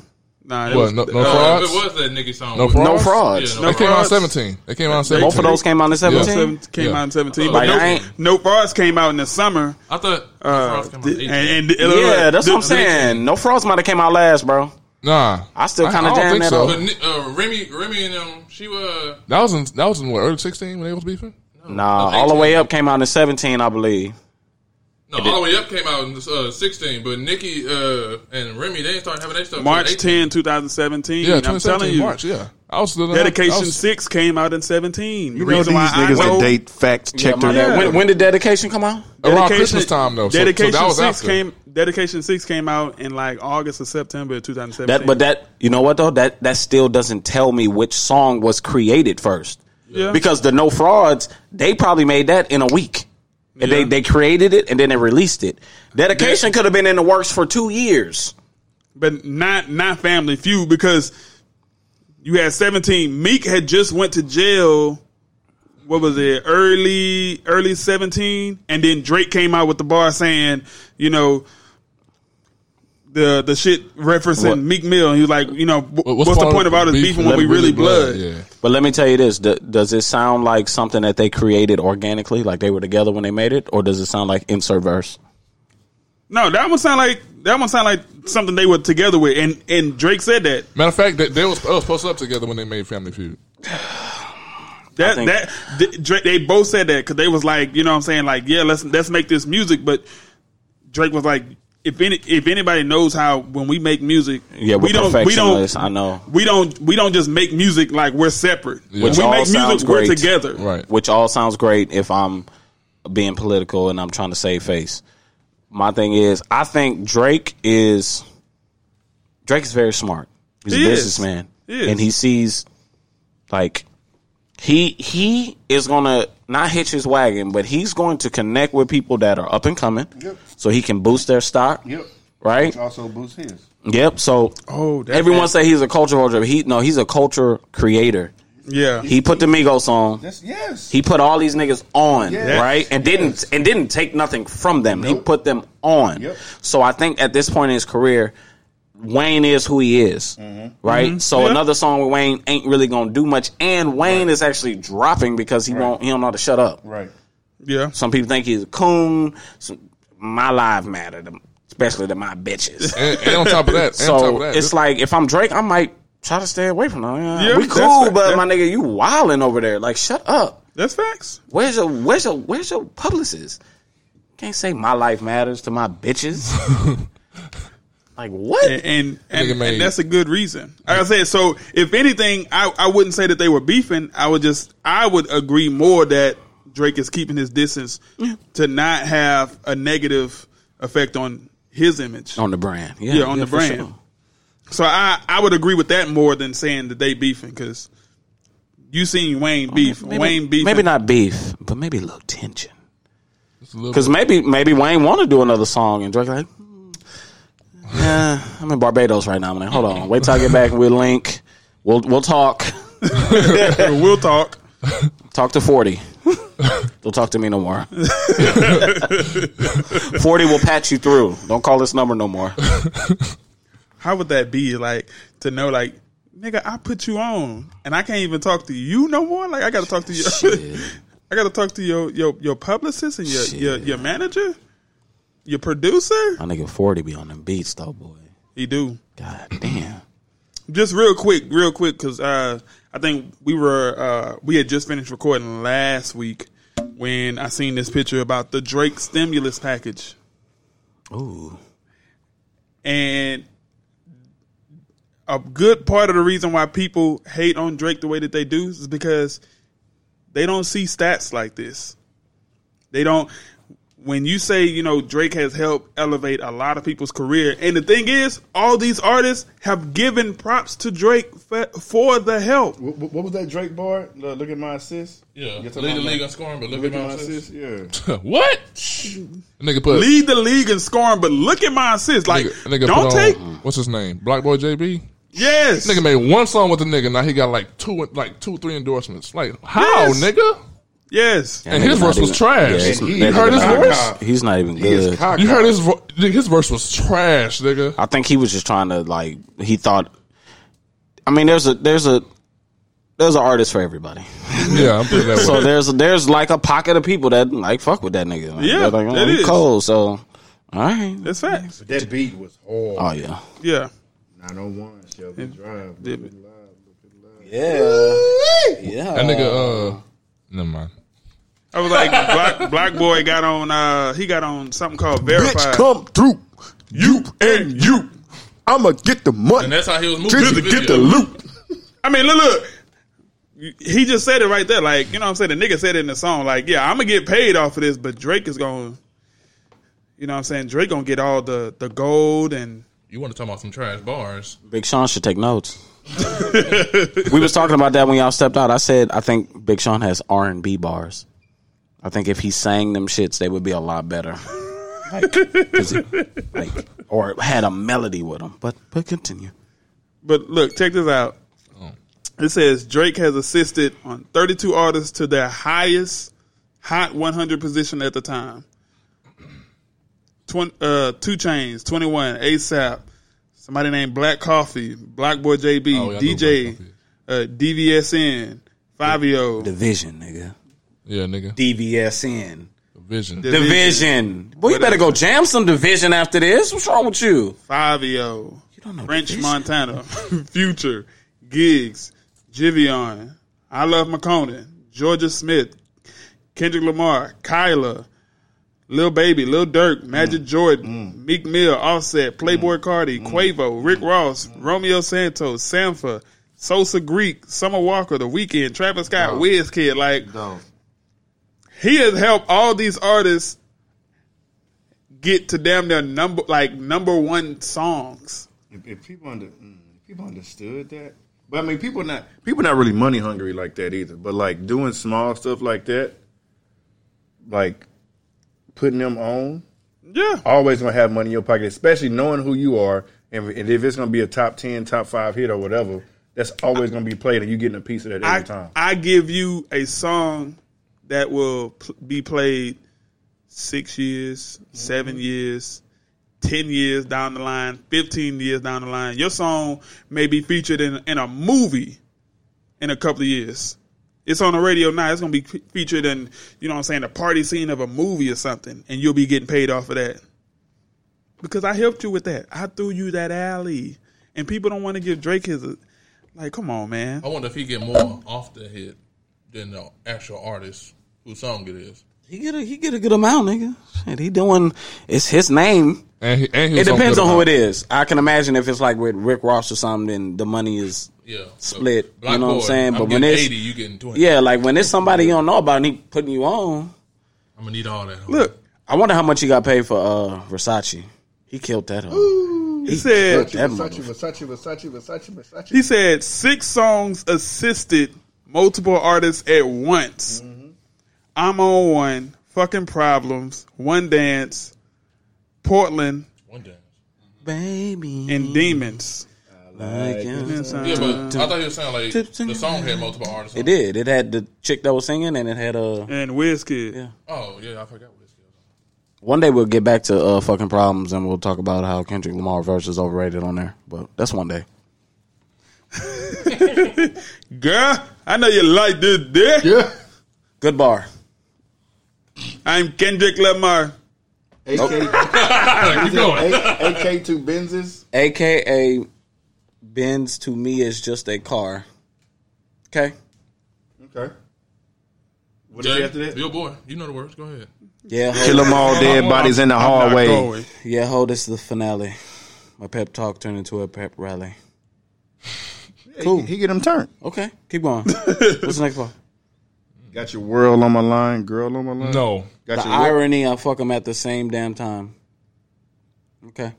Speaker 7: Nah, it
Speaker 4: What,
Speaker 7: was,
Speaker 4: no- no
Speaker 7: uh,
Speaker 4: frauds?
Speaker 9: If it was that Nicki song,
Speaker 4: No
Speaker 9: would-
Speaker 4: frauds? No frauds. Yeah, no They came out
Speaker 7: frauds.
Speaker 4: 17. They came out in
Speaker 7: They-
Speaker 4: 17. Both of those came out in
Speaker 7: Yeah.
Speaker 4: 17?
Speaker 7: Came
Speaker 4: Yeah.
Speaker 7: out in 17.
Speaker 4: Like, I
Speaker 7: But
Speaker 4: ain't-
Speaker 7: no, no frauds came out in the summer.
Speaker 9: I thought
Speaker 7: uh, th- and, and
Speaker 8: yeah, that's
Speaker 7: the-
Speaker 8: what I'm saying. No frauds might have came out last, bro.
Speaker 4: Nah,
Speaker 8: I still
Speaker 4: I-
Speaker 8: kind
Speaker 4: I
Speaker 8: of jammed
Speaker 4: don't think
Speaker 8: that
Speaker 4: so.
Speaker 8: so.
Speaker 9: But Ni- uh, Remy, Remy and um, she was.
Speaker 4: That was in that was in what early sixteen when they was beefing.
Speaker 8: Nah, all the way up came out in 17, I believe.
Speaker 9: No, all the way up came out in uh, 16, but Nicki uh, and Remy, they didn't start having their stuff. till
Speaker 7: March
Speaker 9: 18.
Speaker 7: 10, 2017.
Speaker 9: Yeah,
Speaker 7: I'm telling
Speaker 9: 2017,
Speaker 7: you.
Speaker 9: March, yeah.
Speaker 4: I was still
Speaker 7: Dedication
Speaker 4: I was-
Speaker 7: 6 came out in 17.
Speaker 3: You know these niggas that date facts check
Speaker 8: my
Speaker 3: their
Speaker 8: bad. When, when did Dedication come out?
Speaker 7: Dedication 6 came Dedication 6 came out in like August or September of 2017.
Speaker 8: That, but that, you know what though? That that still doesn't tell me which song was created first.
Speaker 7: Yeah.
Speaker 8: Because the No Frauds, they probably made that in a week. And they, they created it and then they released it. Dedication could have been in the works for two years.
Speaker 7: but not not Family Feud because you had 17. Meek had just went to jail. What was it? Early early 17, and then Drake came out with the bar saying, you know. The, the shit referencing
Speaker 8: What?
Speaker 7: Meek Mill, and he was like, you know, wh- what's, the point of all this beefing when we really blood?
Speaker 8: But let me tell you this: d- Does it sound like something that they created organically, like they were together when they made it, or does it sound like insert verse?
Speaker 7: No, that one sound like that one sound like something they were together with, and and Drake said that.
Speaker 4: Matter of fact, they, they was, they
Speaker 9: uh,
Speaker 4: was posted up together when they made Family Feud.
Speaker 7: That that th- Drake, they both said that because they was like, you know, what I'm saying like, yeah, let's let's make this music, but Drake was like, if any if anybody knows how when we make music,
Speaker 8: Yeah, we're
Speaker 7: we don't we
Speaker 8: perfectionists.
Speaker 7: don't
Speaker 8: I know.
Speaker 7: we don't we don't just make music like we're separate.
Speaker 8: Which
Speaker 7: When
Speaker 8: all
Speaker 7: we make
Speaker 8: sounds
Speaker 7: music,
Speaker 8: great.
Speaker 7: we're together.
Speaker 8: Right. Which all sounds great if I'm being political and I'm trying to save face. My thing is, I think Drake is Drake is very smart. He's
Speaker 15: He
Speaker 8: a
Speaker 15: is.
Speaker 8: businessman,
Speaker 15: He is.
Speaker 8: and he sees like he he is gonna not hitch his wagon, but he's going to connect with people that are up and coming,
Speaker 6: Yep.
Speaker 8: so he can boost their stock.
Speaker 6: Yep.
Speaker 8: Right.
Speaker 6: Also boosts his.
Speaker 8: Yep. So
Speaker 7: oh,
Speaker 8: everyone say he's a culture holder. but He no, he's a culture creator.
Speaker 7: Yeah.
Speaker 8: He put the Migos on.
Speaker 6: yes.
Speaker 8: He put all these niggas on,
Speaker 6: Yes.
Speaker 8: right? And didn't and didn't take nothing from them. He put them on. So I think at this point in his career, Wayne is who he is.
Speaker 6: Mm-hmm.
Speaker 8: Right?
Speaker 7: Mm-hmm.
Speaker 15: Mhm.
Speaker 8: So
Speaker 15: Yeah.
Speaker 8: another song with Wayne ain't really gonna do much. And Wayne is actually dropping because he won't he don't know how to shut up.
Speaker 6: Right.
Speaker 7: Yeah.
Speaker 8: Some people think he's a coon. Some, my life matter, to- especially to my bitches.
Speaker 4: And, and on top of that, and
Speaker 8: so
Speaker 4: on top of that,
Speaker 8: it's
Speaker 4: this-
Speaker 8: like if I'm Drake, I might try to stay away from them.
Speaker 4: Yeah,
Speaker 8: we
Speaker 4: that's
Speaker 8: cool,
Speaker 4: fact.
Speaker 8: but
Speaker 4: That-
Speaker 8: my nigga, you wilding over there. Like, shut up.
Speaker 7: That's facts.
Speaker 8: Where's your where's your where's your publicist? Can't say my life matters to my bitches.
Speaker 4: [laughs]
Speaker 8: like what?
Speaker 7: And and,
Speaker 8: Nigga
Speaker 7: and,
Speaker 8: made-
Speaker 7: and that's a good reason. Like I said, so if anything, I, I wouldn't say that they were beefing. I would just I would agree more that Drake is keeping his distance to not have a negative effect on his image.
Speaker 8: on the brand. Yeah,
Speaker 7: Yeah, on
Speaker 8: yeah,
Speaker 7: the
Speaker 8: for
Speaker 7: brand.
Speaker 8: sure.
Speaker 7: So I, I would agree with that more than saying that they beefing because you seen Wayne beef,
Speaker 8: Oh, Maybe-
Speaker 7: Wayne beef,
Speaker 8: Maybe not beef, but maybe a little tension.
Speaker 4: little
Speaker 8: Because maybe maybe Wayne want to do another song and Drake like, "Hmm, yeah, I'm in Barbados right now. I'm like, hold on, wait till I get back and we'll link. We'll we'll talk.
Speaker 7: [laughs] we'll talk.
Speaker 8: Talk to forty. Don't talk to me no more. [laughs] forty will patch you through. Don't call this number no more.
Speaker 7: How would that be like to know like? Nigga, I put you on, and I can't even talk to you no more. Like I got to talk to you. [laughs] I got to talk to your your your publicist and your your, your manager, your producer.
Speaker 8: My nigga forty be on them beats though, boy.
Speaker 7: He do.
Speaker 8: God damn.
Speaker 7: Just real quick, real quick, because uh, I think we were uh, we had just finished recording last week when I seen this picture about the Drake stimulus package.
Speaker 8: Ooh.
Speaker 7: And a good part of the reason why people hate on Drake the way that they do is because they don't see stats like this. They don't. When you say you know Drake has helped elevate a lot of people's career, and the thing is, all these artists have given props to Drake for, for the help.
Speaker 6: What, was that Drake bar? Look at my assist.
Speaker 9: Yeah. Lead the league in scoring, but look, at my assist. [laughs]
Speaker 6: Yeah.
Speaker 9: what? Nigga put
Speaker 7: lead the league in scoring, but look at my assist. Like,
Speaker 9: nigga, nigga
Speaker 7: don't
Speaker 9: put
Speaker 7: take.
Speaker 9: on, what's his name? Black Boy JB.
Speaker 7: Yes.
Speaker 9: Nigga made one song with the nigga. Now he got like two, like two, three endorsements. Like how,
Speaker 7: Yes. Oh.
Speaker 9: nigga?
Speaker 7: Yes.
Speaker 9: And his verse was trash. you heard his voice?
Speaker 8: He's not even
Speaker 9: He is
Speaker 8: good.
Speaker 9: cock-eyed. You heard his vo- his verse was trash, nigga.
Speaker 8: I think he was just trying to like he thought. I mean, there's a there's a there's an artist for everybody.
Speaker 9: Yeah, I'm putting it that way.
Speaker 8: [laughs] so there's there's like a pocket of people that like fuck with that nigga. Like,
Speaker 7: Yeah,
Speaker 8: they're like, "Oh,
Speaker 7: it
Speaker 8: he
Speaker 7: is.
Speaker 8: cold. So all right.
Speaker 7: That's facts.
Speaker 6: But that beat was hard.
Speaker 8: Oh yeah.
Speaker 7: Yeah.
Speaker 6: 901 Shelby Drive.
Speaker 8: Yeah. Yeah.
Speaker 9: That nigga. Uh, never mind.
Speaker 7: I was like, black black boy got on. uh He got on something called verified.
Speaker 6: Bitch, come through. You and you. I'ma get the money.
Speaker 9: And that's how he was moving
Speaker 6: Just
Speaker 9: the
Speaker 6: to
Speaker 9: video.
Speaker 6: get the loot.
Speaker 7: I mean, look, look. He just said it right there. Like, you know what I'm saying? The nigga said it in the song. Like, yeah, I'm going to get paid off of this, but Drake is going to, you know what I'm saying? Drake going to get all the, the gold and.
Speaker 9: You want to talk about some trash bars?
Speaker 8: Big Sean should
Speaker 9: [laughs]
Speaker 8: take notes. we was talking about that when y'all stepped out. I said I think Big Sean has R and B bars. I think if he sang them shits, they would be a lot better, Like, 'cause he- like, or had a melody with them. But but continue.
Speaker 7: But look, check this out.
Speaker 8: Oh.
Speaker 7: It says Drake has assisted on 32 artists to their highest Hot 100 position at the time. Twen- uh, Two Chains, 21, ASAP, somebody named Black Coffee, Black Boy JB,
Speaker 8: Oh, yeah, I know
Speaker 7: DJ, uh, DVSN, Fabio.
Speaker 8: Division, nigga.
Speaker 9: Yeah, nigga.
Speaker 8: DVSN.
Speaker 9: Division.
Speaker 8: Division. Boy, you better go jam some division after this. What's wrong with you?
Speaker 7: Fabio, French Montana, [laughs] Future, Gigs, Jivion, I Love McConan, Georgia Smith, Kendrick Lamar, Kyla, Lil Baby, Lil Durk, Magic Jordan, Meek Mill, Offset, Playboy Cardi, Quavo, Rick Ross, Romeo Santos, Sampha, Sosa Greek, Summer Walker, The Weeknd, Travis Scott, Wizkid. Like, he has helped all these artists get to damn their number like number one songs.
Speaker 6: If, if people under mm, if people understood that, but I mean, people not people not really money hungry like that either. But like doing small stuff like that, like putting them on,
Speaker 7: yeah,
Speaker 6: always gonna have money in your pocket. Especially knowing who you are, and, and if it's gonna be a top ten, top five hit or whatever, that's always gonna be played, and you getting a piece of that every
Speaker 7: I
Speaker 6: time.
Speaker 7: I give you a song that will pl- be played six years, seven years, ten years down the line, fifteen years down the line. Your song may be featured in in a movie in a couple of years. It's on the radio now. It's gonna be fe- featured in you know what I'm saying the party scene of a movie or something, and you'll be getting paid off of that. because I helped you with that. I threw you that alley, and people don't want to give Drake his. Like, come on, man.
Speaker 9: I wonder if he get more off the hit than the actual artist whose song it is.
Speaker 8: He get a he get a good amount, nigga. Shit, he doing it's his name.
Speaker 9: And he, and he
Speaker 8: it
Speaker 9: was on
Speaker 8: depends
Speaker 9: good
Speaker 8: on who
Speaker 9: amount.
Speaker 8: it is. I can imagine if it's like with Rick Ross or something, then the money is
Speaker 9: Yeah.
Speaker 8: split.
Speaker 9: Black
Speaker 8: you know what
Speaker 9: boy,
Speaker 8: I'm saying?
Speaker 9: I'm
Speaker 8: but when
Speaker 9: getting
Speaker 8: it's
Speaker 9: 80, you getting 20.
Speaker 8: yeah, like when it's somebody you don't know about and he putting you on.
Speaker 9: I'm gonna need all that.
Speaker 7: Look,
Speaker 8: I wonder how much he got paid for uh Versace. He killed that. Ooh,
Speaker 7: He said-
Speaker 6: Versace, Versace, Versace, Versace, Versace. [laughs]
Speaker 7: He said six songs assisted multiple artists at once.
Speaker 9: Mm-hmm.
Speaker 7: I'm on one, fucking problems, one dance, Portland,
Speaker 8: baby,
Speaker 7: and demons.
Speaker 9: Yeah, but I thought he was saying like the song had multiple artists. on
Speaker 8: It did. It had the chick that was singing, and it had uh
Speaker 7: and Wizkid.
Speaker 8: Yeah.
Speaker 9: Oh yeah, I forgot. What
Speaker 8: One day we'll get back to uh fucking problems, and we'll talk about how Kendrick Lamar verse is overrated on there. But that's one day.
Speaker 7: [laughs] Girl, I know you like this dick.
Speaker 6: Yeah.
Speaker 8: Good bar.
Speaker 7: I'm Kendrick Lamar.
Speaker 6: AK,
Speaker 7: Keep going.
Speaker 6: AK two Benzes.
Speaker 8: AKA Benz to me is just a car. Okay.
Speaker 6: Okay.
Speaker 9: What is after that? Your boy. You know the words. Go ahead.
Speaker 8: Yeah.
Speaker 6: Kill 'em all, dead bodies in the I'm not hallway. going.
Speaker 8: Yeah, hold this is the finale. My pep talk turned into a pep rally.
Speaker 6: Cool. He, get him turned.
Speaker 8: Okay, keep going. What's the next one?
Speaker 6: Got your world on my line, girl on my line.
Speaker 7: [laughs]
Speaker 6: Got
Speaker 8: the
Speaker 6: your wor-
Speaker 8: irony, I fuck them at the same damn time. Okay.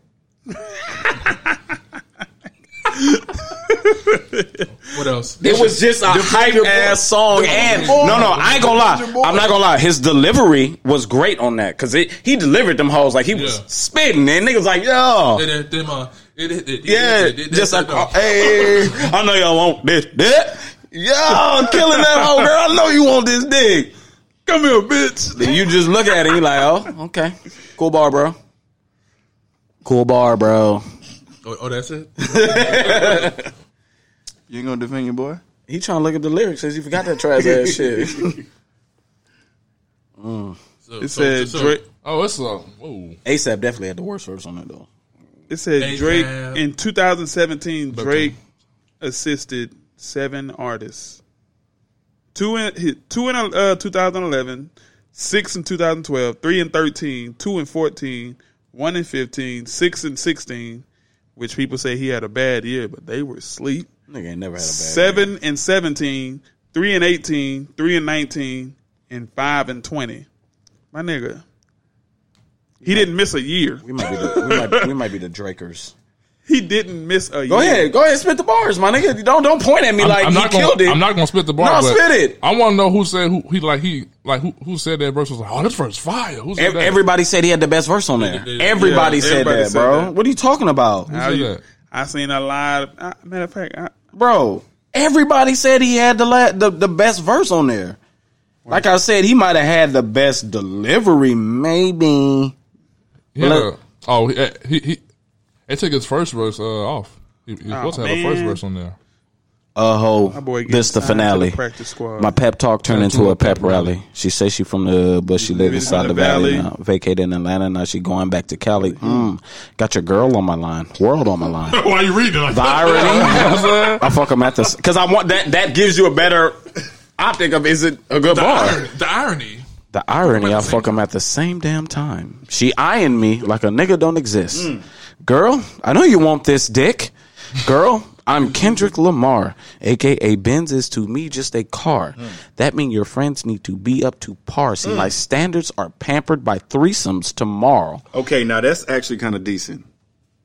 Speaker 9: What else?
Speaker 8: It was just a hype ass song, and no, no, I ain't gonna lie. I'm not gonna lie. His delivery was great on that because it he delivered them hoes like he was spitting, and niggas like
Speaker 4: Oh.
Speaker 8: yo,
Speaker 9: It- it- them, uh, it- it- it-
Speaker 8: yeah,
Speaker 9: it- it-
Speaker 8: just
Speaker 9: it-
Speaker 8: like uh, hey, [laughs] I know y'all want this, dick. Yo, killing that hoe, girl. I know you want this dick. Come here, bitch. Then you just look at it, you like, oh, okay, cool bar, [laughs] bro. Cool bar, bro.
Speaker 9: Oh, oh, that's it.
Speaker 8: You ain't gonna defend your boy? He trying to look up the lyrics because he forgot that trash [laughs] ass shit. Mm.
Speaker 9: So-
Speaker 6: It so- said so- Drake-
Speaker 9: Oh, it's a whoa.
Speaker 8: ASAP definitely had the worst verse on that though.
Speaker 7: It said
Speaker 9: Hey,
Speaker 7: Drake
Speaker 9: man.
Speaker 7: in 2017.
Speaker 9: But-
Speaker 7: Drake assisted seven artists. Two in hi- two in uh, 2011, six in 2012, three in 13, two in 14, one in 15, six in 16. Which people say he had a bad year, but they were asleep.
Speaker 8: Nigga ain't never had a bad
Speaker 7: Seven and 17, three and 18, three and 19, and five and 20. My nigga, he didn't miss a year.
Speaker 8: We
Speaker 7: [laughs]
Speaker 8: might be the, we might, we might be the Drakers.
Speaker 7: He didn't miss a
Speaker 8: Go
Speaker 7: year.
Speaker 8: ahead, go ahead, spit the bars, my nigga. Don't don't point at me
Speaker 4: I'm,
Speaker 8: like
Speaker 4: I'm
Speaker 8: he
Speaker 4: not gonna,
Speaker 8: killed it.
Speaker 4: I'm not gonna spit the bar.
Speaker 8: No,
Speaker 4: but
Speaker 8: spit it.
Speaker 4: I want to know who said who he like he like who, who said that verse was like oh this verse fire. Who said
Speaker 8: Ev-
Speaker 4: that?
Speaker 8: Everybody said he had the best verse on there.
Speaker 4: Yeah,
Speaker 8: Everybody
Speaker 4: yeah,
Speaker 8: said
Speaker 4: everybody
Speaker 8: that,
Speaker 4: said
Speaker 8: bro.
Speaker 4: that.
Speaker 8: What are you talking about,
Speaker 7: How you, I seen a lot. Of, uh, matter of fact, I,
Speaker 8: bro? Everybody said he had the la- the, the best verse on there. Like I said, he might have had the best delivery, maybe.
Speaker 4: Yeah.
Speaker 8: But let-
Speaker 4: oh, he, he, he they took his first verse uh, off. He, he
Speaker 7: Oh,
Speaker 4: supposed to have a first
Speaker 7: man.
Speaker 4: verse on
Speaker 7: [laughs]
Speaker 4: there.
Speaker 8: Uh ho!
Speaker 7: My boy
Speaker 8: This the
Speaker 7: getting signed to
Speaker 8: finale.
Speaker 7: the practice squad.
Speaker 8: My pep talk turned into a pep rally. She says she from the hood, but she lives inside the valley.
Speaker 7: valley. Mm-hmm.
Speaker 8: now. Vacated in Atlanta, now she going back to Cali. Mm. Got your girl on my line, world on my line.
Speaker 7: [laughs]
Speaker 4: Why you reading like
Speaker 8: The irony. [laughs] I fuck them at this because I want that. That gives you a better optic of is it a good
Speaker 9: The,
Speaker 8: bar?
Speaker 9: iron, the irony.
Speaker 8: The irony. I fuck them at the same damn time. She eyeing me like a nigga don't exist.
Speaker 9: Mm.
Speaker 8: Girl, I know you want this dick. Girl, I'm Kendrick Lamar, aka Benz is to me just a car. That mean your friends need to be up to par. See, my standards are pampered by threesomes tomorrow.
Speaker 6: Okay, now that's actually kind of decent.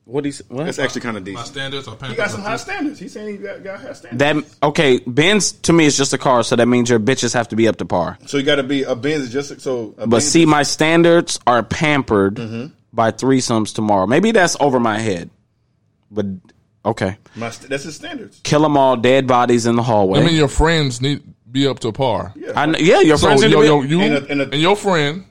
Speaker 8: What is what?
Speaker 6: That's actually kind of
Speaker 9: My
Speaker 6: decent.
Speaker 9: standards are
Speaker 6: He got some high standards. He's saying he got, got high standards.
Speaker 8: That okay? Benz to me is just a car, so that means your bitches have to be up to par.
Speaker 6: So you got to be a Benz is just so. A
Speaker 8: But
Speaker 6: Benz
Speaker 8: see, my standards are pampered
Speaker 6: Mhm.
Speaker 8: by threesomes tomorrow. Maybe that's over my head. But okay,
Speaker 6: my st- that's his standards.
Speaker 8: kill them all, dead bodies in the hallway.
Speaker 4: I mean, your friends need be up to par. Yeah,
Speaker 8: I kn- yeah, your friends need to
Speaker 4: yo,
Speaker 8: be-
Speaker 4: yo, you
Speaker 8: And
Speaker 4: and,
Speaker 8: a-
Speaker 4: your friend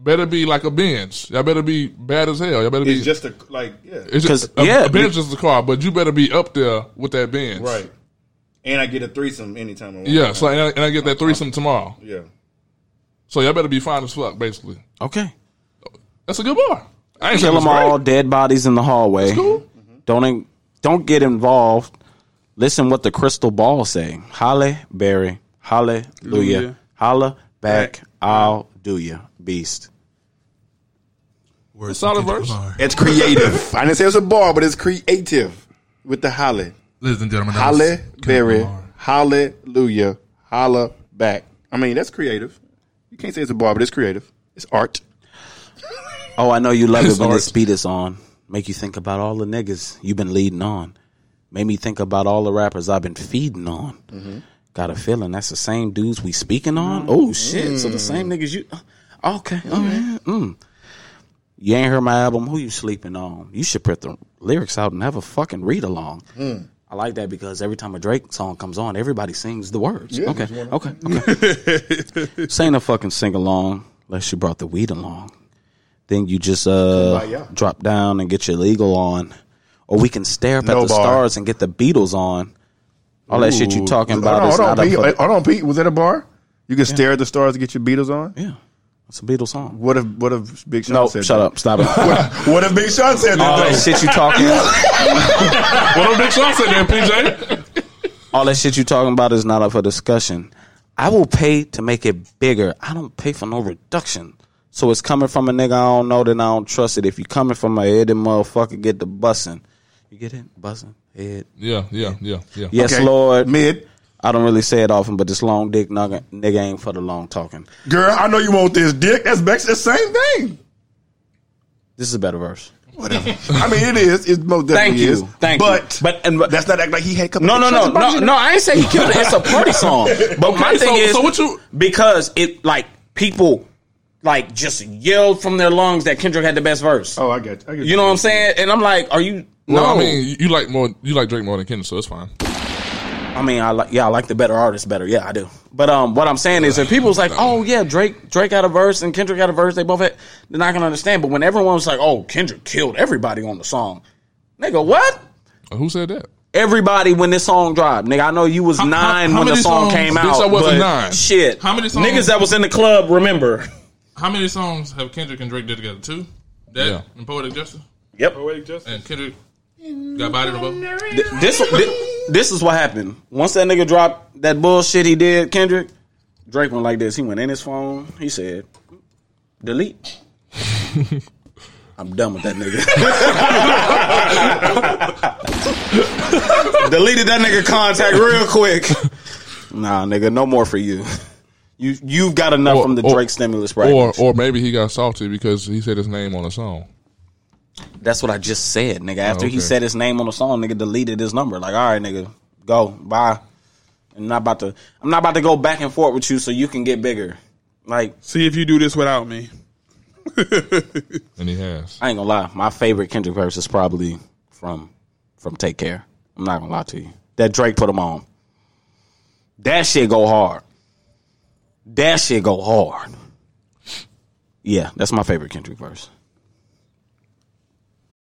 Speaker 4: better be like a Benz. Y'all better be bad as hell. Y'all better
Speaker 6: It's
Speaker 4: be
Speaker 6: just a like yeah.
Speaker 4: It's just, a,
Speaker 8: yeah,
Speaker 4: a Benz is the car, but you better be up there with that Benz,
Speaker 6: right. And I get a threesome anytime I want.
Speaker 4: Yeah, so and I, and I get that threesome tomorrow.
Speaker 6: yeah.
Speaker 4: So y'all better be fine as fuck, basically.
Speaker 8: Okay,
Speaker 4: that's a good bar. I ain't
Speaker 8: kill
Speaker 4: saying
Speaker 8: them
Speaker 4: it's
Speaker 8: all, dead bodies in the hallway. Mm-hmm. Don't in- don't get involved. Listen what the crystal ball say. Holly Berry, hallelujah,
Speaker 4: Hallelujah.
Speaker 8: holla back. I'll do ya, beast.
Speaker 6: Word
Speaker 4: solid verse.
Speaker 6: It's creative. [laughs] I didn't say it's a bar, but it's creative with the holly.
Speaker 9: Ladies and gentlemen, that was
Speaker 6: Holly
Speaker 9: Kendrick
Speaker 6: Berry.
Speaker 9: Lamar.
Speaker 6: Hallelujah. Holla back. I mean, that's creative. You can't say it's a bar, but it's creative. It's art.
Speaker 8: Oh, I know you
Speaker 9: [laughs]
Speaker 8: love it when
Speaker 6: Sorry.
Speaker 8: this beat is on. Make you think about all the niggas you've been leading on. Made me think about all the rappers I've been feeding on. Got a feeling that's the same dudes we speaking
Speaker 9: Mm.
Speaker 8: on. Oh shit! So the same niggas you. Okay. All right. Mm. You ain't heard my album. Who you sleeping on? You should put the lyrics out and have a fucking read along. I like that because every time a Drake song comes on, everybody sings the words.
Speaker 9: Yeah,
Speaker 8: okay,
Speaker 9: that's what
Speaker 8: okay, okay. this ain't a fucking sing along unless you brought the weed along. Then you just uh,
Speaker 6: Kumbaya.
Speaker 8: drop down and get your legal on, or we can stare up
Speaker 6: No
Speaker 8: at the
Speaker 6: bar.
Speaker 8: stars and get the Beatles on. All that shit you
Speaker 6: Ooh.
Speaker 8: talking
Speaker 6: Hold
Speaker 8: about
Speaker 6: on, uh,
Speaker 8: is
Speaker 6: hold
Speaker 8: not
Speaker 6: on,
Speaker 8: a
Speaker 6: Pete.
Speaker 8: fuck-
Speaker 6: Hold on, Pete. Was that a bar? You can stare at the stars to get your Beatles on?
Speaker 8: Yeah.
Speaker 6: It's a Beatles song. What if What if Big Sean
Speaker 8: No,
Speaker 6: said?
Speaker 8: shut
Speaker 6: that?
Speaker 8: up, stop it.
Speaker 6: [laughs] What, what if Big Sean said that?
Speaker 8: All
Speaker 6: though?
Speaker 8: that shit you
Speaker 6: [laughs]
Speaker 8: talking
Speaker 9: What up, Big Sean said there, PJ?
Speaker 8: all that shit you talking about is not up for discussion. I will pay to make it bigger. I don't pay for no reduction. So it's coming from a nigga I don't know that I don't trust it. If you coming from a headed motherfucker, get the bussing. You get it? Bussing. Head.
Speaker 4: Yeah, yeah, yeah, yeah.
Speaker 8: Yes,
Speaker 4: Okay.
Speaker 8: Lord. Mid. I don't really say it often, but this long dick nugget, nigga ain't for the long talking.
Speaker 6: Girl, I know you want this dick. That's basically the same thing.
Speaker 8: This is a better verse.
Speaker 6: I mean, it is. It's most
Speaker 8: Thank
Speaker 6: definitely
Speaker 8: you.
Speaker 6: is.
Speaker 8: Thank you.
Speaker 6: but, But and that's not act like he had come.
Speaker 8: No, no, no, no, no. I ain't saying he killed it. It's a
Speaker 6: [laughs]
Speaker 8: party song. But my
Speaker 6: Okay,
Speaker 8: thing
Speaker 6: so-
Speaker 8: is,
Speaker 6: so
Speaker 9: what you
Speaker 8: because it like people like just yelled from their lungs that Kendrick had the best verse.
Speaker 6: Oh, I got you.
Speaker 8: know what I'm saying? And I'm like, are you?
Speaker 4: Well,
Speaker 8: no,
Speaker 4: I mean, you- you like more. You like Drake more than Kendrick, so it's fine.
Speaker 8: I mean, I like yeah, I like the better artist better. Yeah, I do. But um, what I'm saying is, if people's like, oh yeah, Drake Drake got a verse and Kendrick got a verse, they both had, they're not gonna understand. But when everyone was like, oh, Kendrick killed everybody on the song, nigga, what?
Speaker 4: Who said that?
Speaker 8: Everybody when this song dropped, nigga. I know you was nine
Speaker 4: how
Speaker 8: when the
Speaker 4: many
Speaker 8: song
Speaker 4: songs-
Speaker 8: came
Speaker 4: Bitch,
Speaker 8: out.
Speaker 4: I wasn't
Speaker 8: but
Speaker 4: nine.
Speaker 8: Shit,
Speaker 4: How many songs-
Speaker 8: niggas that was in the club remember?
Speaker 9: How many songs have Kendrick and Drake did together? Two. That
Speaker 8: Yeah.
Speaker 9: and Poetic Justice.
Speaker 8: Yep.
Speaker 9: Poetic Justice. And Kendrick got bodied above.
Speaker 8: Th- This, this this is what happened. Once that nigga dropped that bullshit he did, Kendrick Drake went like this. He went in his phone. He said, "Delete." I'm done with that nigga. [laughs] Deleted that nigga contact real quick. Nah, nigga, no more for you. You you've got enough from the
Speaker 4: or-
Speaker 8: Drake stimulus bracket.
Speaker 4: Or, or maybe he got salty because he said his name on a song.
Speaker 8: That's what I just said, nigga. After
Speaker 4: Oh,
Speaker 8: he
Speaker 4: okay.
Speaker 8: said his name on the song, nigga deleted his number. Like, all right, nigga, go bye. I'm not about to. I'm not about to go back and forth with you so you can get bigger. Like,
Speaker 7: see if you do this without me.
Speaker 4: and he has.
Speaker 8: I ain't gonna lie. My favorite Kendrick verse is probably from from Take Care. I'm not gonna lie to you. That Drake put him on. That shit go hard. That shit go hard. Yeah, that's my favorite Kendrick verse.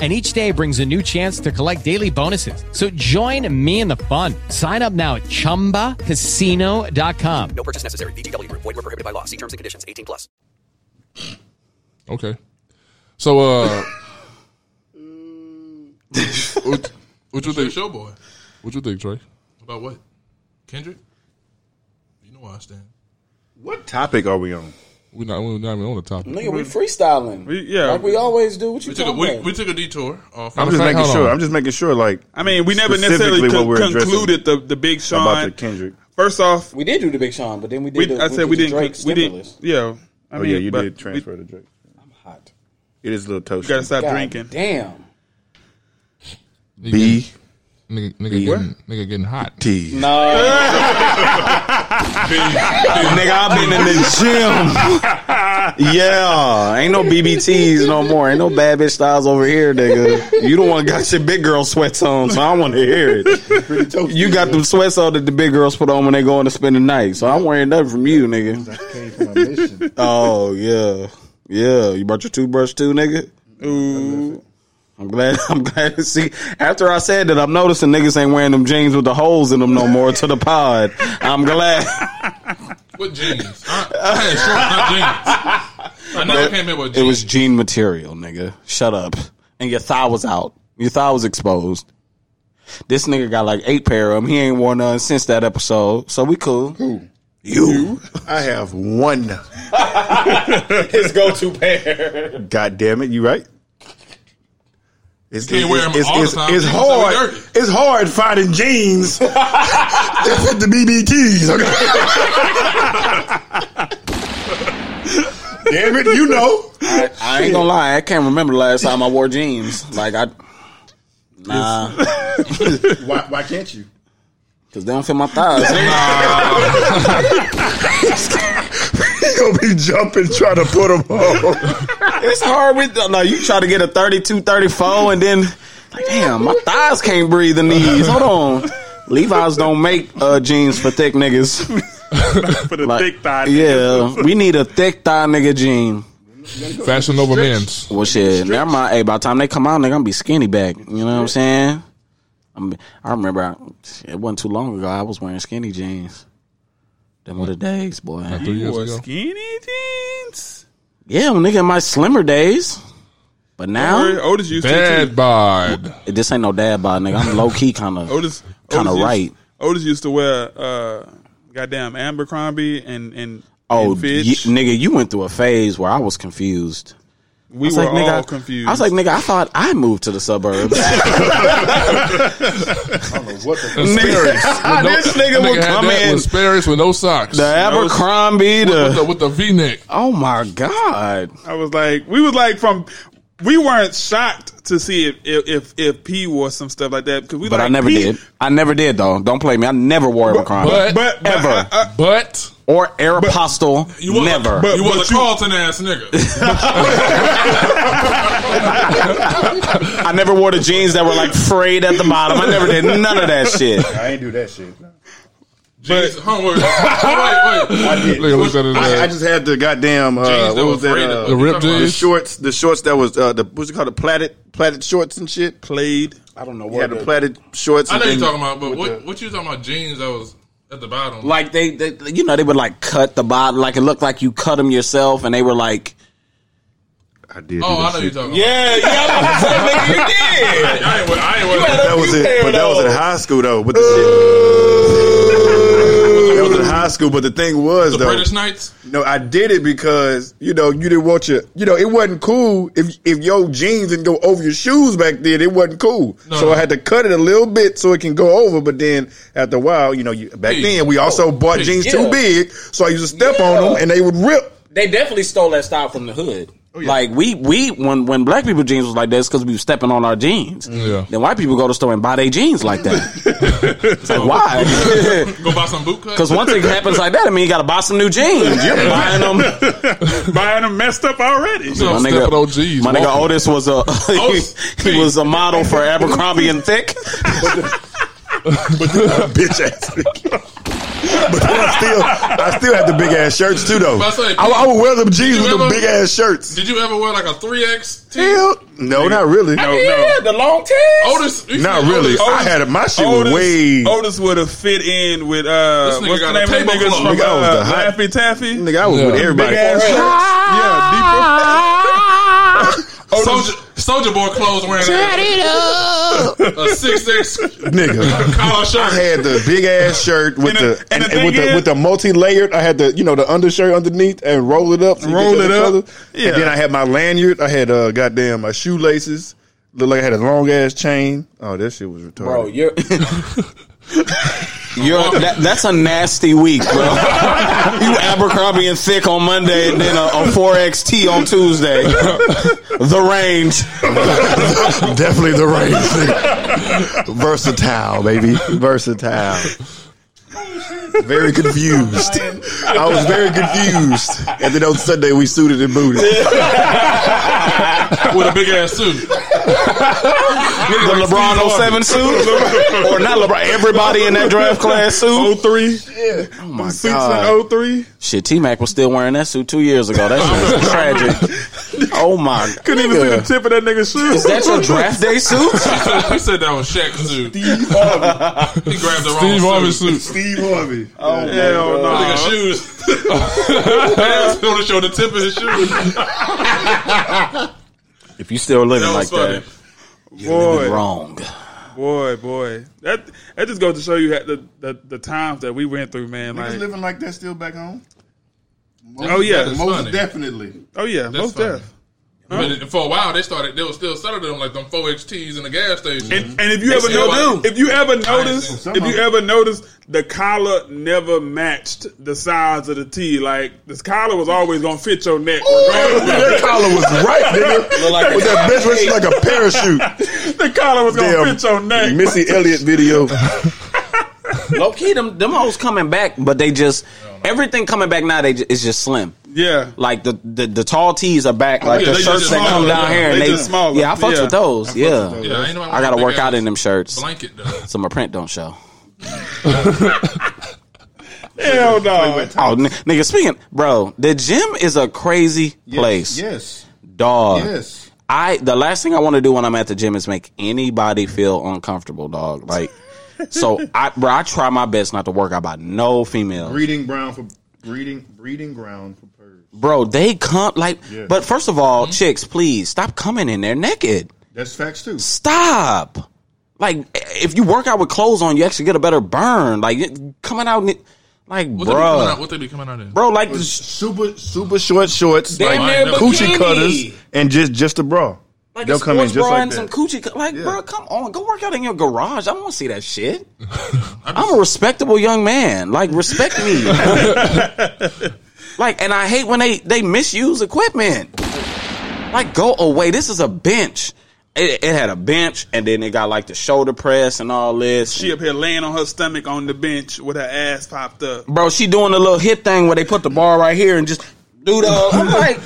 Speaker 16: And each day brings a new chance to collect daily bonuses. So join me in the fun. Sign up now at chumbacasino.com.
Speaker 14: Um, No purchase necessary. VGW Group. Void were prohibited by law. See terms and conditions. 18 plus.
Speaker 4: Okay. So,
Speaker 8: [laughs]
Speaker 4: uh, what, what you think?
Speaker 9: Showboy.
Speaker 4: What you think, Trey?
Speaker 9: About what? Kendrick. You know where I stand.
Speaker 6: What topic are we on?
Speaker 4: We not we not even on the topic.
Speaker 8: Nigga, we freestyling. like we always do. What you
Speaker 9: We took a
Speaker 8: talking
Speaker 9: we,
Speaker 8: about?
Speaker 9: we took a detour off.
Speaker 6: I'm just
Speaker 9: Okay,
Speaker 6: making
Speaker 9: hold
Speaker 6: sure.
Speaker 9: on.
Speaker 6: I'm just making sure. Like,
Speaker 7: I mean, we never
Speaker 6: specifically
Speaker 7: necessarily con-
Speaker 6: what we're addressing
Speaker 7: concluded the the Big Sean
Speaker 6: about the Kendrick.
Speaker 7: First off,
Speaker 8: we did do the Big Sean, but then we did. the-
Speaker 7: I said
Speaker 8: we
Speaker 7: we
Speaker 8: did the Drake
Speaker 7: didn't. we
Speaker 8: stimulus.
Speaker 7: didn't. Yeah. I
Speaker 6: oh
Speaker 7: mean,
Speaker 6: yeah, you
Speaker 7: but
Speaker 6: did transfer to Drake. I'm
Speaker 8: hot.
Speaker 6: It is a little toasty.
Speaker 7: You gotta stop
Speaker 8: God [laughs]
Speaker 7: drinking.
Speaker 8: Damn.
Speaker 4: B. Nigga, nigga, getting, nigga getting hot.
Speaker 6: T.
Speaker 8: No. nigga, I've been in the gym. [laughs] yeah. Ain't no BBTs no more. Ain't no bad bitch styles over here, nigga. You don't want got your big girl sweats on, so I want to hear it. You got them sweats on that the big girls put on when they go in to spend the night, so I'm wearing nothing from you, nigga. [laughs] Oh, yeah. Yeah. You brought your toothbrush too, nigga?
Speaker 7: Ooh.
Speaker 8: I'm glad. [laughs] I'm glad to see. After I said that, I'm noticing niggas ain't wearing them jeans with the holes in them no more to the pod. I'm glad.
Speaker 9: What jeans? I, I had shorts, not jeans. I never came in with
Speaker 8: It
Speaker 9: jeans.
Speaker 8: was jean material, nigga. Shut up. And your thigh was out. Your thigh was exposed. This nigga got like eight pair of them. He ain't worn none since that episode, so we cool. Who? You.
Speaker 6: I have one.
Speaker 8: [laughs] His go-to pair.
Speaker 7: [laughs]
Speaker 6: God damn it, you right? It's,
Speaker 9: You can't wear 'em all the time.
Speaker 6: it's
Speaker 9: They just
Speaker 6: hard.
Speaker 9: so dirty.
Speaker 6: It's hard finding jeans that fit the BBTs. okay? Damn it, you know.
Speaker 8: I, I ain't gonna lie, I can't remember the last time I wore jeans. Like I, nah,
Speaker 6: Why, why can't you?
Speaker 8: because they don't fit my thighs.
Speaker 6: [laughs] He gonna be jumping trying to put them on.
Speaker 8: it's hard with no. You try to get a 32, 34, and then like, damn, my thighs can't breathe in these. Hold on, Levi's don't make uh, jeans for thick niggas.
Speaker 7: for the
Speaker 8: Like,
Speaker 7: thick thigh.
Speaker 8: Yeah, we need a thick thigh nigga jean. Fashion over men's. Well, shit. Never mind. Hey, by the time they come out, they're gonna be skinny back. You know what I'm saying? I'm, I remember I, it wasn't too long ago. I was wearing skinny jeans. Them were the days, boy.
Speaker 7: You wore skinny jeans.
Speaker 8: Yeah, well, nigga, in my slimmer days. But now,
Speaker 7: Don't worry, Otis used to, Dad too.
Speaker 8: bod. This ain't no dad bod, nigga. I'm low key kind of
Speaker 7: [laughs] Otis,
Speaker 8: kind
Speaker 7: Otis
Speaker 8: of
Speaker 7: used-
Speaker 8: right.
Speaker 7: Otis used to wear uh, goddamn Abercrombie and and
Speaker 8: Oh,
Speaker 7: and Fitch.
Speaker 8: ye- nigga, you went through a phase where I was confused. I
Speaker 7: we
Speaker 8: was
Speaker 7: were
Speaker 8: like, nigga,
Speaker 7: all
Speaker 8: I-
Speaker 7: confused.
Speaker 8: I was like, nigga, I thought I moved to the
Speaker 7: [laughs]
Speaker 8: suburbs. [laughs]
Speaker 6: What the
Speaker 8: Nigga, [laughs] this nigga would come in-
Speaker 4: with Sperry's with no socks.
Speaker 8: The Abercrombie,
Speaker 4: with,
Speaker 8: the-
Speaker 4: with the with the V neck.
Speaker 8: Oh my god!
Speaker 7: I was like, we was like from, we weren't shocked to see if if if, if P wore some stuff like that because we
Speaker 8: but
Speaker 7: like
Speaker 8: I never
Speaker 7: P,
Speaker 8: did. I never did though. Don't play me. I never wore Abercrombie.
Speaker 4: but-
Speaker 7: but- but-
Speaker 8: ever.
Speaker 4: but
Speaker 8: or Aeropostale.
Speaker 4: You was
Speaker 8: never.
Speaker 4: A, you was a Carlton ass nigga.
Speaker 8: [laughs]
Speaker 9: [laughs]
Speaker 8: I never wore the jeans that were like frayed at the bottom. I never did none of that shit.
Speaker 6: [laughs] I ain't do that shit.
Speaker 4: Jeez, huh, [laughs] wait, wait, wait.
Speaker 6: I did.
Speaker 4: Look, look at it,
Speaker 6: I,
Speaker 4: uh,
Speaker 6: I just had the goddamn uh,
Speaker 4: Jeans that
Speaker 6: what
Speaker 4: were
Speaker 6: was that?
Speaker 4: frayed at
Speaker 6: Uh,
Speaker 4: the- The ripped
Speaker 6: the
Speaker 4: jeans?
Speaker 6: shorts, the shorts that was uh, the what's it called? The plaited plaited shorts and shit.
Speaker 7: Played.
Speaker 8: I don't know
Speaker 6: Yeah, the plaited shorts.
Speaker 9: I know you're
Speaker 6: and
Speaker 9: talking
Speaker 6: then-
Speaker 9: about, but what, what you talking about jeans that was at the bottom?
Speaker 8: Like they, they, you know, they would like cut the bottom, like it looked like you cut them yourself, and they were like,
Speaker 6: I did.
Speaker 9: oh, I know you're talking
Speaker 8: Yeah, yeah, nigga, you did.
Speaker 9: about. I ain't, wear- I ain't wear
Speaker 6: But that was it. But that was in high school though. But
Speaker 8: [laughs]
Speaker 6: the shit. That was in high school. But the thing was
Speaker 9: the
Speaker 6: though.
Speaker 9: British Knights.
Speaker 6: No, I did it because you know you didn't want your you know it wasn't cool if if your jeans didn't go over your shoes back then it wasn't cool.
Speaker 9: No,
Speaker 6: so
Speaker 9: no.
Speaker 6: I had to cut it a little bit so it can go over. But then after a while, you know, you, back
Speaker 8: Big.
Speaker 6: then we also
Speaker 8: Oh,
Speaker 6: bought
Speaker 8: big.
Speaker 6: jeans
Speaker 8: Yeah.
Speaker 6: too big, so I used to step on them and they would rip.
Speaker 8: [laughs] They definitely stole that style from the hood.
Speaker 6: Oh,
Speaker 8: Like we we when when black people jeans was like this because we was stepping on our jeans.
Speaker 4: Yeah.
Speaker 8: Then white people go to the store and buy their jeans like that.
Speaker 6: [laughs]
Speaker 8: it's
Speaker 9: [laughs]
Speaker 8: like why? [laughs]
Speaker 9: Go buy some boot cut.
Speaker 8: Because once it happens like that, I mean you got to buy some new jeans. You're buying them.
Speaker 7: [laughs] buying them messed up already.
Speaker 8: my nigga, my nigga Otis was a [laughs]
Speaker 7: Oh,
Speaker 8: he was a model for Abercrombie and Thick.
Speaker 6: But
Speaker 9: [laughs]
Speaker 6: you a bitch ass. but I still I still had the big ass shirts too though.
Speaker 9: But I say,
Speaker 6: I, I would wear them
Speaker 9: did
Speaker 6: jeans
Speaker 9: you
Speaker 6: with
Speaker 9: ever-
Speaker 6: the big ass shirts.
Speaker 9: Did you ever wear like a three X?
Speaker 6: Hell, no, not really.
Speaker 7: No, no.
Speaker 8: the long tails.
Speaker 9: Otis, you
Speaker 6: Not
Speaker 9: said
Speaker 6: really.
Speaker 9: Otis-
Speaker 6: I had it. My shit was
Speaker 7: Otis-
Speaker 6: way.
Speaker 7: Otis would have fit in with uh,
Speaker 9: This nigga
Speaker 7: what's the
Speaker 9: got
Speaker 7: name
Speaker 9: a
Speaker 7: of the
Speaker 9: table
Speaker 7: niggas
Speaker 9: cloth.
Speaker 7: from
Speaker 6: Nigga, I was
Speaker 7: uh,
Speaker 6: the hot-
Speaker 7: Laffy Taffy?
Speaker 6: Nigga, I was
Speaker 4: Yeah.
Speaker 6: with everybody.
Speaker 7: Big ass
Speaker 6: [laughs]
Speaker 9: Soldier, Soldier Boy clothes wearing a, a six X
Speaker 6: nigga.
Speaker 9: [laughs] collar
Speaker 6: I
Speaker 9: shirt.
Speaker 6: had the big ass shirt with
Speaker 9: And the-
Speaker 6: the
Speaker 9: and
Speaker 6: and,
Speaker 9: the
Speaker 6: and with
Speaker 9: thing
Speaker 6: the
Speaker 9: is-
Speaker 6: with the multi layered. I had the you know the undershirt underneath and roll it up, so you
Speaker 7: Roll
Speaker 6: could
Speaker 7: it
Speaker 6: get the
Speaker 7: up.
Speaker 6: color.
Speaker 7: Yeah.
Speaker 6: And then I had my lanyard. I had uh goddamn my shoelaces. Looked like I had a long ass chain. Oh, that shit was retarded.
Speaker 8: Bro, you're [laughs] you're that, that's a nasty week, bro. [laughs] you Abercrombie and thick on Monday, and then a four XT on Tuesday. [laughs] the range.
Speaker 6: [laughs] Definitely the range. nigga. [laughs] Versatile, baby. Versatile. Very confused. I was very confused. And then on Sunday we suited and booted. [laughs]
Speaker 9: with a big ass suit.
Speaker 8: [laughs] The LeBron [laughs] 07 suit,
Speaker 9: [laughs]
Speaker 8: or not LeBron? Everybody in that draft class suit.
Speaker 7: 03.
Speaker 8: Oh my
Speaker 7: Suits
Speaker 8: god!
Speaker 7: in 03.
Speaker 8: Shit, T Mac was still wearing that suit two years ago. That shit was
Speaker 7: [laughs]
Speaker 8: tragic. Oh my!
Speaker 7: Couldn't even see the
Speaker 8: nigga.
Speaker 7: tip of that nigga's shoe.
Speaker 8: Is that your draft day
Speaker 7: [laughs]
Speaker 8: suit?
Speaker 9: He said that was Shaq suit. He grabbed the
Speaker 4: Steve
Speaker 9: wrong
Speaker 4: Harvey
Speaker 9: suit.
Speaker 4: suit.
Speaker 6: Steve
Speaker 9: [laughs]
Speaker 6: Harvey.
Speaker 8: Oh my
Speaker 7: Hell no.
Speaker 9: Look
Speaker 4: [laughs]
Speaker 9: at shoes. Ass on the show, the tip of his shoes.
Speaker 8: If you still living
Speaker 9: That
Speaker 8: like
Speaker 9: was
Speaker 8: that, you're
Speaker 7: Boy.
Speaker 8: living wrong.
Speaker 7: Boy, boy, that that just goes to show you how- the the, the times that we went through, man.
Speaker 6: Niggas
Speaker 7: Like,
Speaker 6: living like that still back home?
Speaker 7: oh yeah,
Speaker 9: That's
Speaker 6: Most
Speaker 9: funny.
Speaker 6: definitely. Mm-hmm.
Speaker 7: oh yeah,
Speaker 9: That's
Speaker 7: most
Speaker 9: funny.
Speaker 7: deaf.
Speaker 9: But for a while, they started. They were still selling them like them four XTs in the gas station.
Speaker 7: And, and if you
Speaker 9: They
Speaker 7: ever
Speaker 9: still
Speaker 7: notice,
Speaker 9: like-
Speaker 7: if you ever
Speaker 9: I ain't
Speaker 7: notice,
Speaker 9: seen
Speaker 7: if you
Speaker 9: some.
Speaker 7: ever notice, the collar never matched the size of the T. Like this collar was always gonna fit your neck.
Speaker 6: that collar was [laughs] right,
Speaker 7: [laughs]
Speaker 6: nigga. Look like With a- that bitch was like a parachute.
Speaker 7: the collar was gonna
Speaker 6: Damn
Speaker 7: fit your neck.
Speaker 6: Missy Elliott video.
Speaker 8: [laughs] Low key, them them hoes coming back, but they just everything coming back now. They ju- it's just slim.
Speaker 7: Yeah,
Speaker 8: like the the, the tall tees are back. Like
Speaker 9: yeah,
Speaker 8: the
Speaker 9: they
Speaker 8: shirts
Speaker 9: just
Speaker 8: that come
Speaker 9: smaller.
Speaker 8: down here, and
Speaker 9: They
Speaker 8: they
Speaker 9: just smaller.
Speaker 8: yeah, I fucks
Speaker 9: Yeah.
Speaker 8: with
Speaker 9: I
Speaker 8: those.
Speaker 9: fucks
Speaker 8: yeah,
Speaker 9: with those. Yeah, ain't nobody
Speaker 8: I gotta
Speaker 9: want
Speaker 8: work
Speaker 9: big
Speaker 8: out
Speaker 9: ass
Speaker 8: in them shirts.
Speaker 9: blanket,
Speaker 8: so my print don't show.
Speaker 7: Hell no.
Speaker 8: Oh, n- nigga, speaking, bro, the gym is a crazy place.
Speaker 6: Yes.
Speaker 8: dog.
Speaker 6: Yes.
Speaker 8: I the last thing I want to do when I'm at the gym is make anybody feel uncomfortable, dog. Like, so I, bro, I try my best not to work out by no females.
Speaker 6: Breeding ground for breeding breeding ground for purrs.
Speaker 8: Bro, they come like,
Speaker 6: Yeah.
Speaker 8: but first of all, chicks, please stop coming in there naked.
Speaker 6: That's facts too.
Speaker 8: Stop. Like, if you work out with clothes on, you actually get a better burn. Like, it- coming out, ni- like,
Speaker 9: What they, be coming out,
Speaker 8: bro,
Speaker 9: what they be coming out in?
Speaker 8: bro, like,
Speaker 6: With super super short shorts,
Speaker 8: Damn
Speaker 6: like
Speaker 8: near
Speaker 6: coochie
Speaker 8: bikini.
Speaker 6: cutters, and just just a bra.
Speaker 8: like
Speaker 6: They'll
Speaker 8: a
Speaker 6: come in
Speaker 8: sports
Speaker 6: just
Speaker 8: bra
Speaker 6: like
Speaker 8: and
Speaker 6: that.
Speaker 8: some coochie, co- like, bro, come on, go work out in your garage. I don't want to see that shit. I'm a respectable young man. Like, respect me. like, and I hate when they they misuse equipment. Like, go away. This is a bench. It, it had a bench, and then it got like the shoulder press and all this.
Speaker 7: She up here laying on her stomach on the bench with her ass popped up.
Speaker 8: bro, she doing a little hip thing where they put the bar right here and just do the. I'm like,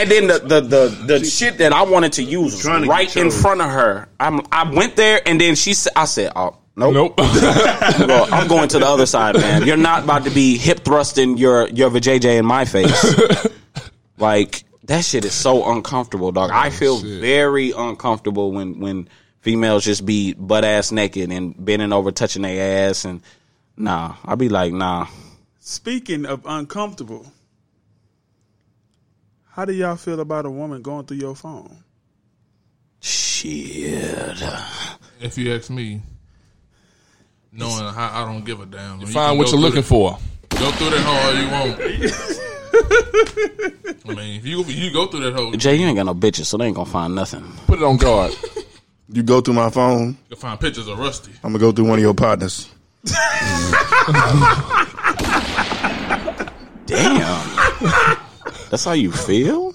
Speaker 8: and then the the the, the shit that I wanted to use was
Speaker 6: Trying to
Speaker 8: right
Speaker 6: get
Speaker 8: in
Speaker 6: chose.
Speaker 8: front of her. I'm I went there and then she said, I said, oh. [laughs] Nope. Bro, I'm going to the other side, man. You're not about to be hip thrusting your your vajayjay in my face.
Speaker 6: [laughs]
Speaker 8: like that shit is so uncomfortable, dog.
Speaker 6: Oh,
Speaker 8: I feel very uncomfortable when when females just be butt ass naked and bending over, touching their ass, and nah, I be like, nah.
Speaker 7: Speaking of uncomfortable, how do y'all feel about a woman going through your phone?
Speaker 8: Shit.
Speaker 9: If you ask me, knowing how I don't give a damn, you
Speaker 4: find
Speaker 9: can
Speaker 4: what
Speaker 9: go
Speaker 4: you're
Speaker 9: through
Speaker 4: looking
Speaker 9: the-
Speaker 4: for.
Speaker 9: Go through that hole all you
Speaker 4: [laughs]
Speaker 9: want. I mean, if you if you go through that hole, you
Speaker 8: Jay, you ain't got no bitches, so they ain't gonna find nothing.
Speaker 4: Put it on guard.
Speaker 6: You go through my phone.
Speaker 9: can find pictures of Rusty.
Speaker 6: I'm gonna go through one of
Speaker 8: [laughs]
Speaker 6: your partners.
Speaker 4: [laughs]
Speaker 8: Damn. That's how you feel?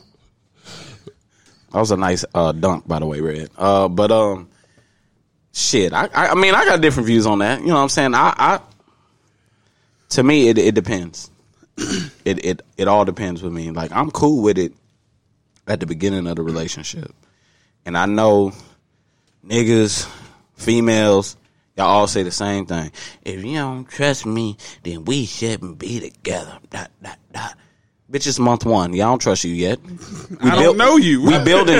Speaker 8: That was a nice uh, dunk, by the way, Red. Uh, but um, shit. I, I I mean, I got different views on that. You know what I'm saying? I, I to me, it it depends. [clears throat] it it it all depends with me. Like I'm cool with it at the beginning of the relationship, and I know niggas, females, y'all all say the same thing. If you don't trust me, then we shouldn't be together. Dot dot dot. Bitch, it's month one. Y'all don't trust you yet. We
Speaker 7: [laughs] I don't know you.
Speaker 8: We building [laughs]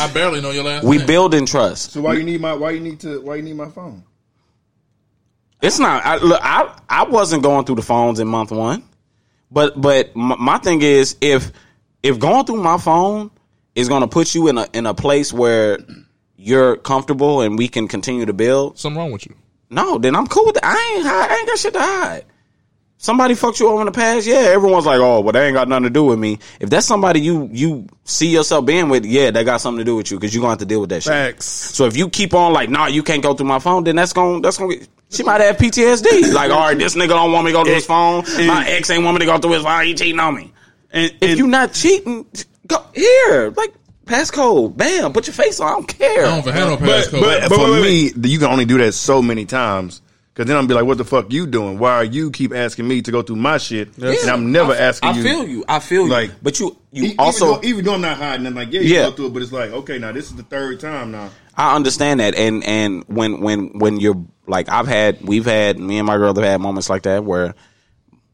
Speaker 9: [laughs] I barely know your last
Speaker 8: We
Speaker 9: name.
Speaker 8: building trust.
Speaker 6: So why you need my why you need to why you need my phone?
Speaker 8: It's not. I, look, I I wasn't going through the phones in month one, but but my, my thing is if if going through my phone is going to put you in a in a place where you're comfortable and we can continue to build.
Speaker 4: Something wrong with you?
Speaker 8: No, then I'm cool with it. I ain't hide, I ain't got shit to hide. Somebody fucked you over in the past, yeah. Everyone's like, oh, well, they ain't got nothing to do with me. If that's somebody you you see yourself being with, yeah, that got something to do with you because you're gonna have to deal with that shit.
Speaker 7: Facts.
Speaker 8: So if you keep on like, nah, you can't go through my phone, then that's gonna that's gonna get. She might have PTSD. Like, all right, this nigga don't want me to go through his phone. My ex ain't want me to go through his phone. He cheating on me.
Speaker 7: And,
Speaker 8: if you not cheating, go here. Like passcode, bam, put your face on. I don't care. I
Speaker 9: don't handle
Speaker 6: But, but for me, you can only do that so many times. Cause then I'm be like, what the fuck you doing? Why are you keep asking me to go through my shit? And I'm never
Speaker 8: I-
Speaker 6: asking
Speaker 8: I
Speaker 6: you.
Speaker 8: feel you. I feel you.
Speaker 6: Like,
Speaker 8: but you, you
Speaker 6: E-, even
Speaker 8: also-
Speaker 6: though, even though I'm not hiding, I'm like, yeah, you
Speaker 8: Yeah.
Speaker 6: go through it, but it's like, okay, now this is the third time now.
Speaker 8: I understand that, and and when when when you're like I've had, we've had, me and my girl have had moments like that where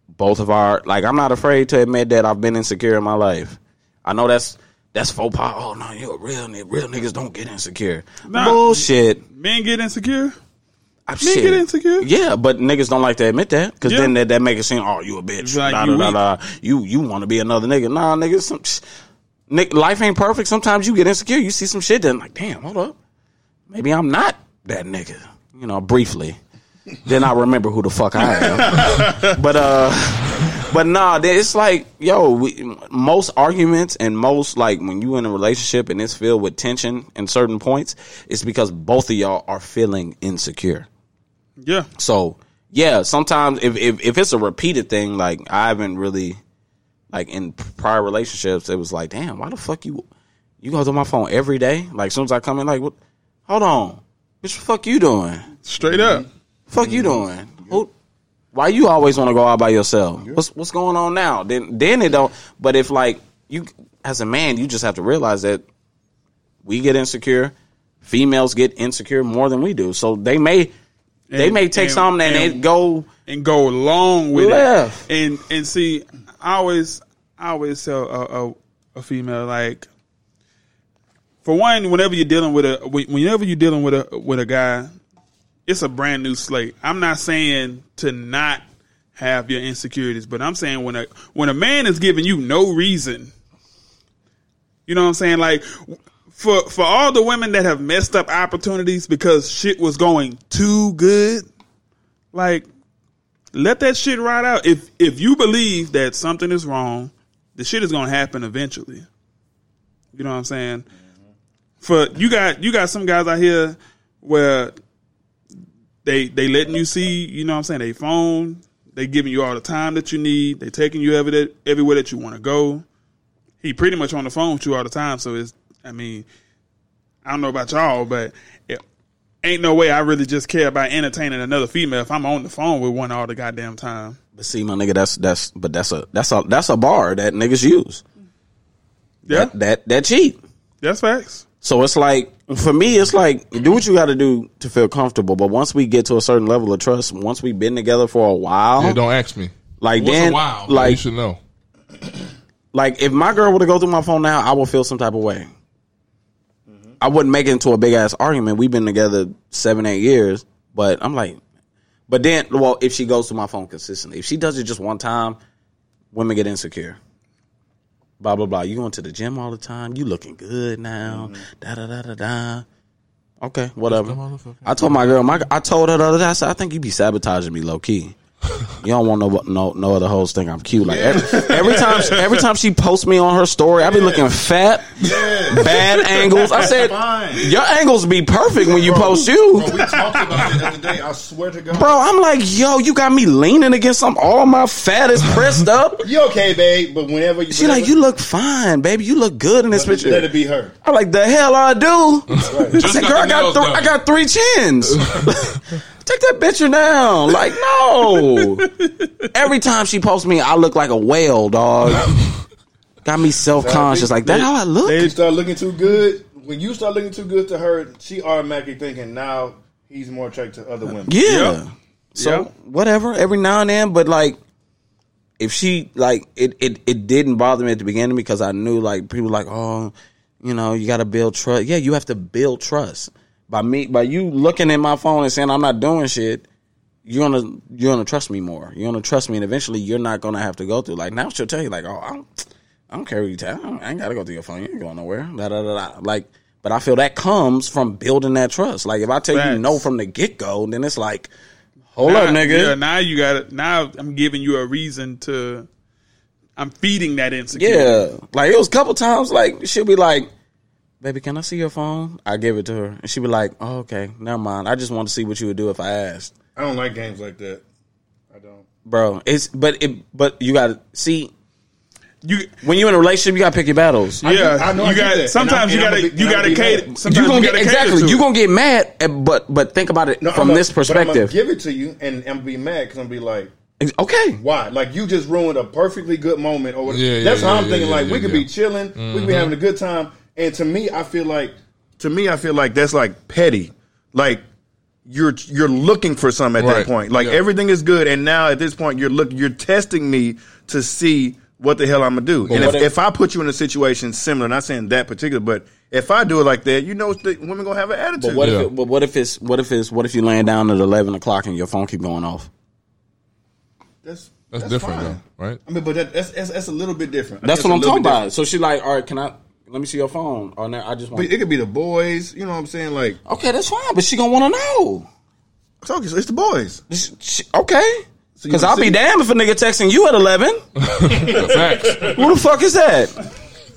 Speaker 8: both of our like I'm not afraid to admit that I've been insecure in my life. I know that's that's faux pas. Oh no, you're a real nigga. Real niggas don't get insecure.
Speaker 7: Nah.
Speaker 8: Bullshit.
Speaker 7: Men get insecure.
Speaker 8: I'm
Speaker 7: Men get insecure.
Speaker 8: Yeah, but niggas don't like to admit that because
Speaker 7: Yeah.
Speaker 8: then that, that make it seem, oh, you a bitch.
Speaker 7: It's like
Speaker 8: Da,
Speaker 7: you
Speaker 8: da,
Speaker 7: weak.
Speaker 8: da, da. You you want to be another nigga? Nah, nigga. Some, psh, nick, life ain't perfect. Sometimes you get insecure. You see some shit, then like, damn, hold up, maybe I'm not that nigga. You know, briefly. then I remember who the fuck I am. but uh, but nah, th- it's like yo, we, most arguments and most like when you in a relationship and it's filled with tension and certain points, it's because both of y'all are feeling insecure.
Speaker 7: Yeah.
Speaker 8: So yeah, sometimes if if, if it's a repeated thing, like I haven't really like in prior relationships, it was like, damn, why the fuck you you go to my phone every day? Like as soon as I come in, like, what? Hold on, bitch, what the fuck you doing?
Speaker 7: Straight up,
Speaker 8: fuck you doing? Who? Why you always want to go out by yourself? What's what's going on now? Then then it don't. But if like you as a man, you just have to realize that we get insecure. Females get insecure more than we do, so they may they
Speaker 7: And-
Speaker 8: may take
Speaker 7: and-
Speaker 8: something and,
Speaker 7: and-
Speaker 8: it go
Speaker 7: and go along with
Speaker 8: Left.
Speaker 7: it. And and see, I always I always tell a, a, a female like, for one, whenever you're dealing with a when- whenever you're dealing with a with a guy, it's a brand new slate. I'm not saying to not have your insecurities, but I'm saying when a when a man is giving you no reason, you know what I'm saying? Like for for all the women that have messed up opportunities because shit was going too good, like let that shit ride out. If if you believe that something is wrong, the shit is gonna happen eventually. You know what I'm saying? For you got you got some guys out here where they they letting you see, you know what I'm saying, they phone, they giving you all the time that you need, they taking you every that everywhere that you wanna go. He pretty much on the phone with you all the time, so it's I mean, I don't know about y'all, but it, ain't no way I really just care about entertaining another female if I'm on the phone with one all the goddamn time.
Speaker 8: But see, my nigga, that's that's but that's a that's a that's a bar that niggas use.
Speaker 7: Yeah.
Speaker 8: That that, that cheap.
Speaker 7: That's facts.
Speaker 8: So it's like for me, it's like do what you got to do to feel comfortable. But once we get to a certain level of trust, once we've been together for a while,
Speaker 4: Yeah, don't ask me.
Speaker 8: Like
Speaker 4: Once
Speaker 8: then,
Speaker 4: a while,
Speaker 8: like
Speaker 4: you should know.
Speaker 8: Like if my girl were to go through my phone now, I would feel some type of way. I wouldn't make it into a big ass argument. We've been together seven, eight years, but I'm like, but then, well, if she goes to my phone consistently, if she does it just one time, women get insecure. Blah blah blah. You going to the gym all the time? You looking good now? Da da da da da. Okay, whatever. I told my girl, my I told her the other day. I said, I think you be sabotaging me low key. You don't want no no no other hoes think I'm cute. Like every, every time every time she posts me on her story, I be looking fat, bad angles. I said, your angles be perfect when you post you.
Speaker 6: Bro, we talked about it the other day. I swear to God.
Speaker 8: Bro, I'm like, yo, you got me leaning against some all my fat is
Speaker 6: [laughs]
Speaker 8: pressed up.
Speaker 6: You okay, babe? But whenever you,
Speaker 8: She like, you look fine, baby. You look good in this picture.
Speaker 6: let it be her.
Speaker 8: I'm like, the hell I do? I said, girl, I got, th- I got three chins. [laughs] Take that picture down. Like, no. Every time she posts me, I look like a whale, dog. got me self conscious. Like, that how I look?
Speaker 6: They start looking too good. When you start looking too good to her, she automatically thinking now he's more attracted to other women.
Speaker 8: Yeah. So whatever, every now and then, but like if she like it, it it didn't bother me at the beginning because I knew like people like, oh, you know, you gotta build trust. Yeah, you have to build trust. By me by you looking at my phone and saying I'm not doing shit, you're gonna you're gonna trust me more. You're gonna trust me and eventually you're not gonna have to go through. Like now she'll tell you, like, oh, I don't I don't care what you tell. I, don't- I ain't gotta go through your phone. You ain't going nowhere. Da, da, da, da. Like but I feel that comes from building that trust. Like if I tell you no from the get go, then it's like Hold
Speaker 7: now,
Speaker 8: up, nigga.
Speaker 7: Yeah, now you got it. Now I'm giving you a reason to. I'm feeding that insecurity.
Speaker 8: Yeah. Like it was a couple times like she'll be like, Baby, can I see your phone? I give it to her. And she'd be like, Oh, okay, never mind. I just want to see what you would do if I asked.
Speaker 6: I don't like games like that. I don't.
Speaker 8: Bro, it's but it but you gotta see you when you're in a relationship, you gotta pick your battles.
Speaker 7: Yeah, I know- I know you I do gotta- that. sometimes And you I'm- gotta- and I'm a- you and I'm gotta a big cater- man. sometimes
Speaker 8: You gonna get
Speaker 7: you gotta cater
Speaker 8: exactly.
Speaker 7: to
Speaker 8: You
Speaker 7: it.
Speaker 8: gonna get mad, at, but but think about it
Speaker 6: No,
Speaker 8: from
Speaker 6: I'ma-
Speaker 8: this
Speaker 6: but I'ma
Speaker 8: perspective.
Speaker 6: give it to you, and I'm gonna be mad because I'm gonna be like,
Speaker 8: okay,
Speaker 6: why? Like you just ruined a perfectly good moment, or whatever.
Speaker 8: Yeah, yeah,
Speaker 6: that's how
Speaker 8: yeah,
Speaker 6: I'm
Speaker 8: yeah,
Speaker 6: thinking.
Speaker 8: yeah,
Speaker 6: like
Speaker 8: yeah,
Speaker 6: we could
Speaker 8: yeah.
Speaker 6: be chilling, we could be
Speaker 8: Mhm.
Speaker 6: having a good time, and to me, I feel like, to me, I feel like that's like petty. Like you're you're looking for something at
Speaker 3: Right.
Speaker 6: that point. Like
Speaker 3: Yeah.
Speaker 6: everything is good, and now at this point, you're look you're testing me to see what the hell I'm gonna do.
Speaker 3: But
Speaker 6: and if,
Speaker 3: what
Speaker 6: if,
Speaker 3: if-
Speaker 6: I put you in a situation similar, not saying that particular, but if I do it like that, you know, the women gonna have an attitude.
Speaker 8: But what if it, but what if it's what if it's what if you laying down at eleven o'clock and your phone keep going off?
Speaker 6: that's,
Speaker 8: That's different, though, right?
Speaker 6: I mean, but that, that's, that's that's a little bit different.
Speaker 8: That's
Speaker 6: It's a
Speaker 8: what I'm
Speaker 6: little
Speaker 8: talking
Speaker 6: bit
Speaker 8: about.
Speaker 6: different.
Speaker 8: So she like, all right, can I? Let me see your phone. Or now I just want.
Speaker 6: But it could be the boys. You know what I'm saying? Like,
Speaker 8: okay, that's fine. But she gonna want to know.
Speaker 6: It's okay, so it's the boys.
Speaker 8: okay.
Speaker 3: you
Speaker 8: Because I'll be
Speaker 3: see-
Speaker 8: damned if a nigga texting you at
Speaker 7: [laughs]
Speaker 8: 11. Who the fuck is that?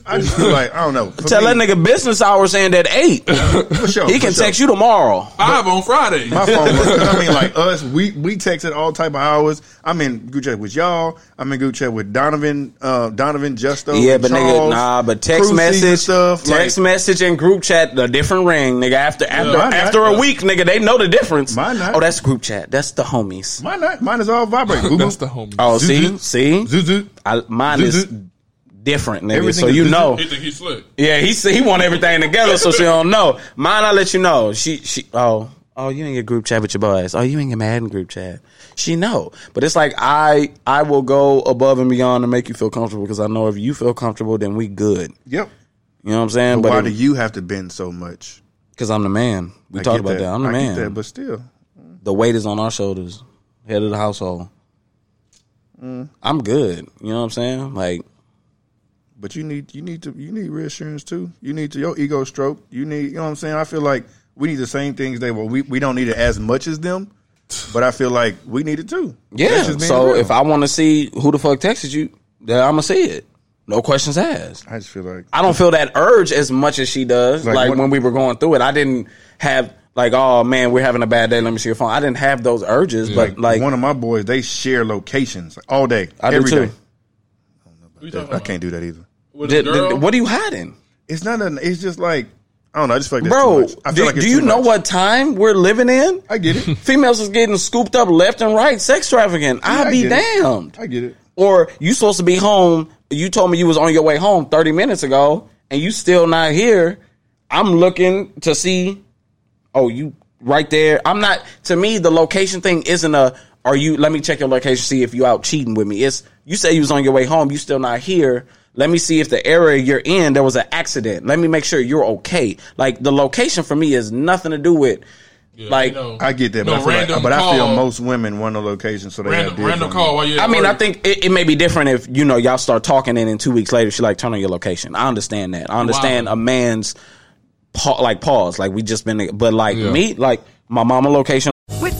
Speaker 6: I
Speaker 8: [laughs]
Speaker 6: just feel like I don't know.
Speaker 8: Tell that nigga business hours end at 8. he
Speaker 6: [laughs] for
Speaker 8: can
Speaker 6: sure.
Speaker 8: text you tomorrow.
Speaker 9: Five on Friday.
Speaker 6: My phone. was- 'cause I mean, like us, we we text at all type of hours. I'm in group chat with y'all. I'm in group chat with Donovan, uh, Donovan
Speaker 8: [laughs]
Speaker 6: Justo.
Speaker 8: yeah, but nigga,
Speaker 6: Charles,
Speaker 8: nah, but text
Speaker 6: Crucey and
Speaker 8: message,
Speaker 6: stuff.
Speaker 8: text message and group chat a different ring, nigga. After after
Speaker 6: Why not?
Speaker 8: after a week, nigga, they know the difference. Oh, that's group chat. That's the homies.
Speaker 6: Mine, not, mine is all vibrate. Google.
Speaker 8: That's the homies. Oh, see, see, I, mine
Speaker 6: Zoot,
Speaker 8: is
Speaker 6: zoot.
Speaker 8: different, nigga.
Speaker 6: Everything
Speaker 8: so
Speaker 6: is
Speaker 8: you
Speaker 6: zoot,
Speaker 8: know,
Speaker 9: He think he slick.
Speaker 8: yeah, he said he want everything together, so she [laughs] don't know. Mine, I let you know. She she oh oh you ain't get group chat with your boys. Oh you ain't get mad in group chat. She know, but it's like I I will go above and beyond to make you feel comfortable because I know if you feel comfortable, then we good.
Speaker 6: Yep.
Speaker 8: You know what I'm saying?
Speaker 6: But why do you have to bend so much?
Speaker 8: Because I'm the man. We
Speaker 6: I
Speaker 8: talked
Speaker 6: get
Speaker 8: about that.
Speaker 6: that.
Speaker 8: I'm the
Speaker 6: I get
Speaker 8: man.
Speaker 6: that, but still.
Speaker 8: the weight is on our shoulders. Head of the household.
Speaker 6: Mm.
Speaker 8: I'm good. You know what I'm saying? Like
Speaker 6: But you need you need to you need reassurance too. You need to your ego stroke. You need you know what I'm saying. I feel like we need the same things they were. We we don't need it as much as them, but I feel like we need it too.
Speaker 8: yeah.
Speaker 6: That's just being
Speaker 8: So
Speaker 6: real.
Speaker 8: if I want to see who the fuck texted you, then I'm gonna see it. No questions asked.
Speaker 6: I just feel like
Speaker 8: I don't feel that urge as much as she does. Like,
Speaker 6: Like what-
Speaker 8: when we were going through it, I didn't have like, oh man, we're having a bad day. Let me see your phone. I didn't have those urges, but like
Speaker 6: one of my boys, they share locations all day,
Speaker 8: I do
Speaker 6: every
Speaker 8: too.
Speaker 6: day. That- I can't do that either.
Speaker 9: With
Speaker 8: Did- did- what are you hiding?
Speaker 6: It's not. An, it's just like I don't know. I just feel like that's
Speaker 8: Bro,
Speaker 6: Too much. I feel
Speaker 8: do,
Speaker 6: like it's
Speaker 8: do you
Speaker 6: too
Speaker 8: know
Speaker 6: much.
Speaker 8: what time we're living in?
Speaker 6: I get it.
Speaker 8: [laughs] Females is getting scooped up left and right, sex trafficking.
Speaker 6: Yeah,
Speaker 8: I'd
Speaker 6: I
Speaker 8: be
Speaker 6: get it.
Speaker 8: damned.
Speaker 6: I get it.
Speaker 8: Or you supposed to be home. You told me you was on your way home 30 minutes ago, and you still not here. I'm looking to see. Oh, you right there. I'm not. To me, the location thing isn't a. Are you? Let me check your location. See if you out cheating with me. It's you say you was on your way home. You still not here. Let me see if the area you're in there was an accident. Let me make sure you're okay. Like the location for me is nothing to do with. like
Speaker 6: I get that, but, I, feel like, but I feel most women want a location, so they
Speaker 8: Random-
Speaker 6: have different.
Speaker 8: random call while I mean, I think it, it may be different if you know y'all start talking, and then two weeks later she like turn on your location. I understand that. I understand
Speaker 9: Wow.
Speaker 8: a man's pa- like pause, like we just been, but like
Speaker 9: Yeah.
Speaker 8: me, like my mama location.
Speaker 15: With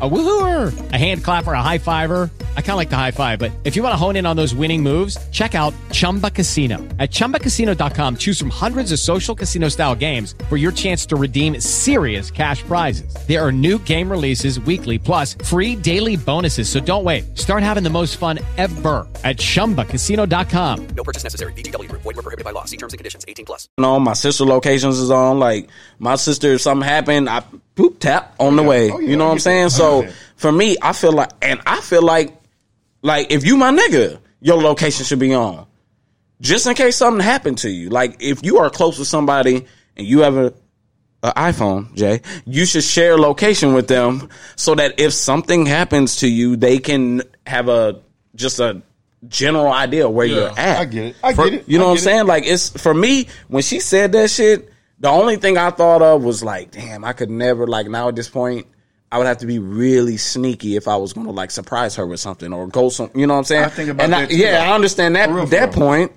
Speaker 16: A woohooer, a hand clapper, a high fiver. I kind of like the high five, but if you want to hone in on those winning moves, check out Chumba Casino. At chumbacasino.com, choose from hundreds of social casino style games for your chance to redeem serious cash prizes. There are new game releases weekly, plus free daily bonuses. So don't wait. Start having the most fun ever at chumbacasino.com.
Speaker 14: No purchase necessary. VGW Group. Void were prohibited by law. See terms and conditions. 18 plus.
Speaker 8: You know, my sister locations is on. Like my sister, if something happened, I poop tap on the way.
Speaker 6: Oh,
Speaker 8: you know what I'm saying? So for me, I feel like, and I feel like, like if you my nigga, your location should be on, just in case something happened to you. Like if you are close with somebody and you have a, a iPhone, Jay, you should share location with them so that if something happens to you, they can have a just a general idea where you're at.
Speaker 6: I get it. I
Speaker 8: For-
Speaker 6: get it.
Speaker 8: You know
Speaker 6: I
Speaker 8: what I'm
Speaker 6: get
Speaker 8: saying? Like it's for me when she said that shit. The only thing I thought of was like, damn, I could never like now at this point. I would have to be really sneaky if I was going to like surprise her with something or go some. You know what I'm saying?
Speaker 6: I think about
Speaker 8: and I-
Speaker 6: that, too.
Speaker 8: yeah, I understand that.
Speaker 6: For real, for
Speaker 8: that
Speaker 6: real.
Speaker 8: point,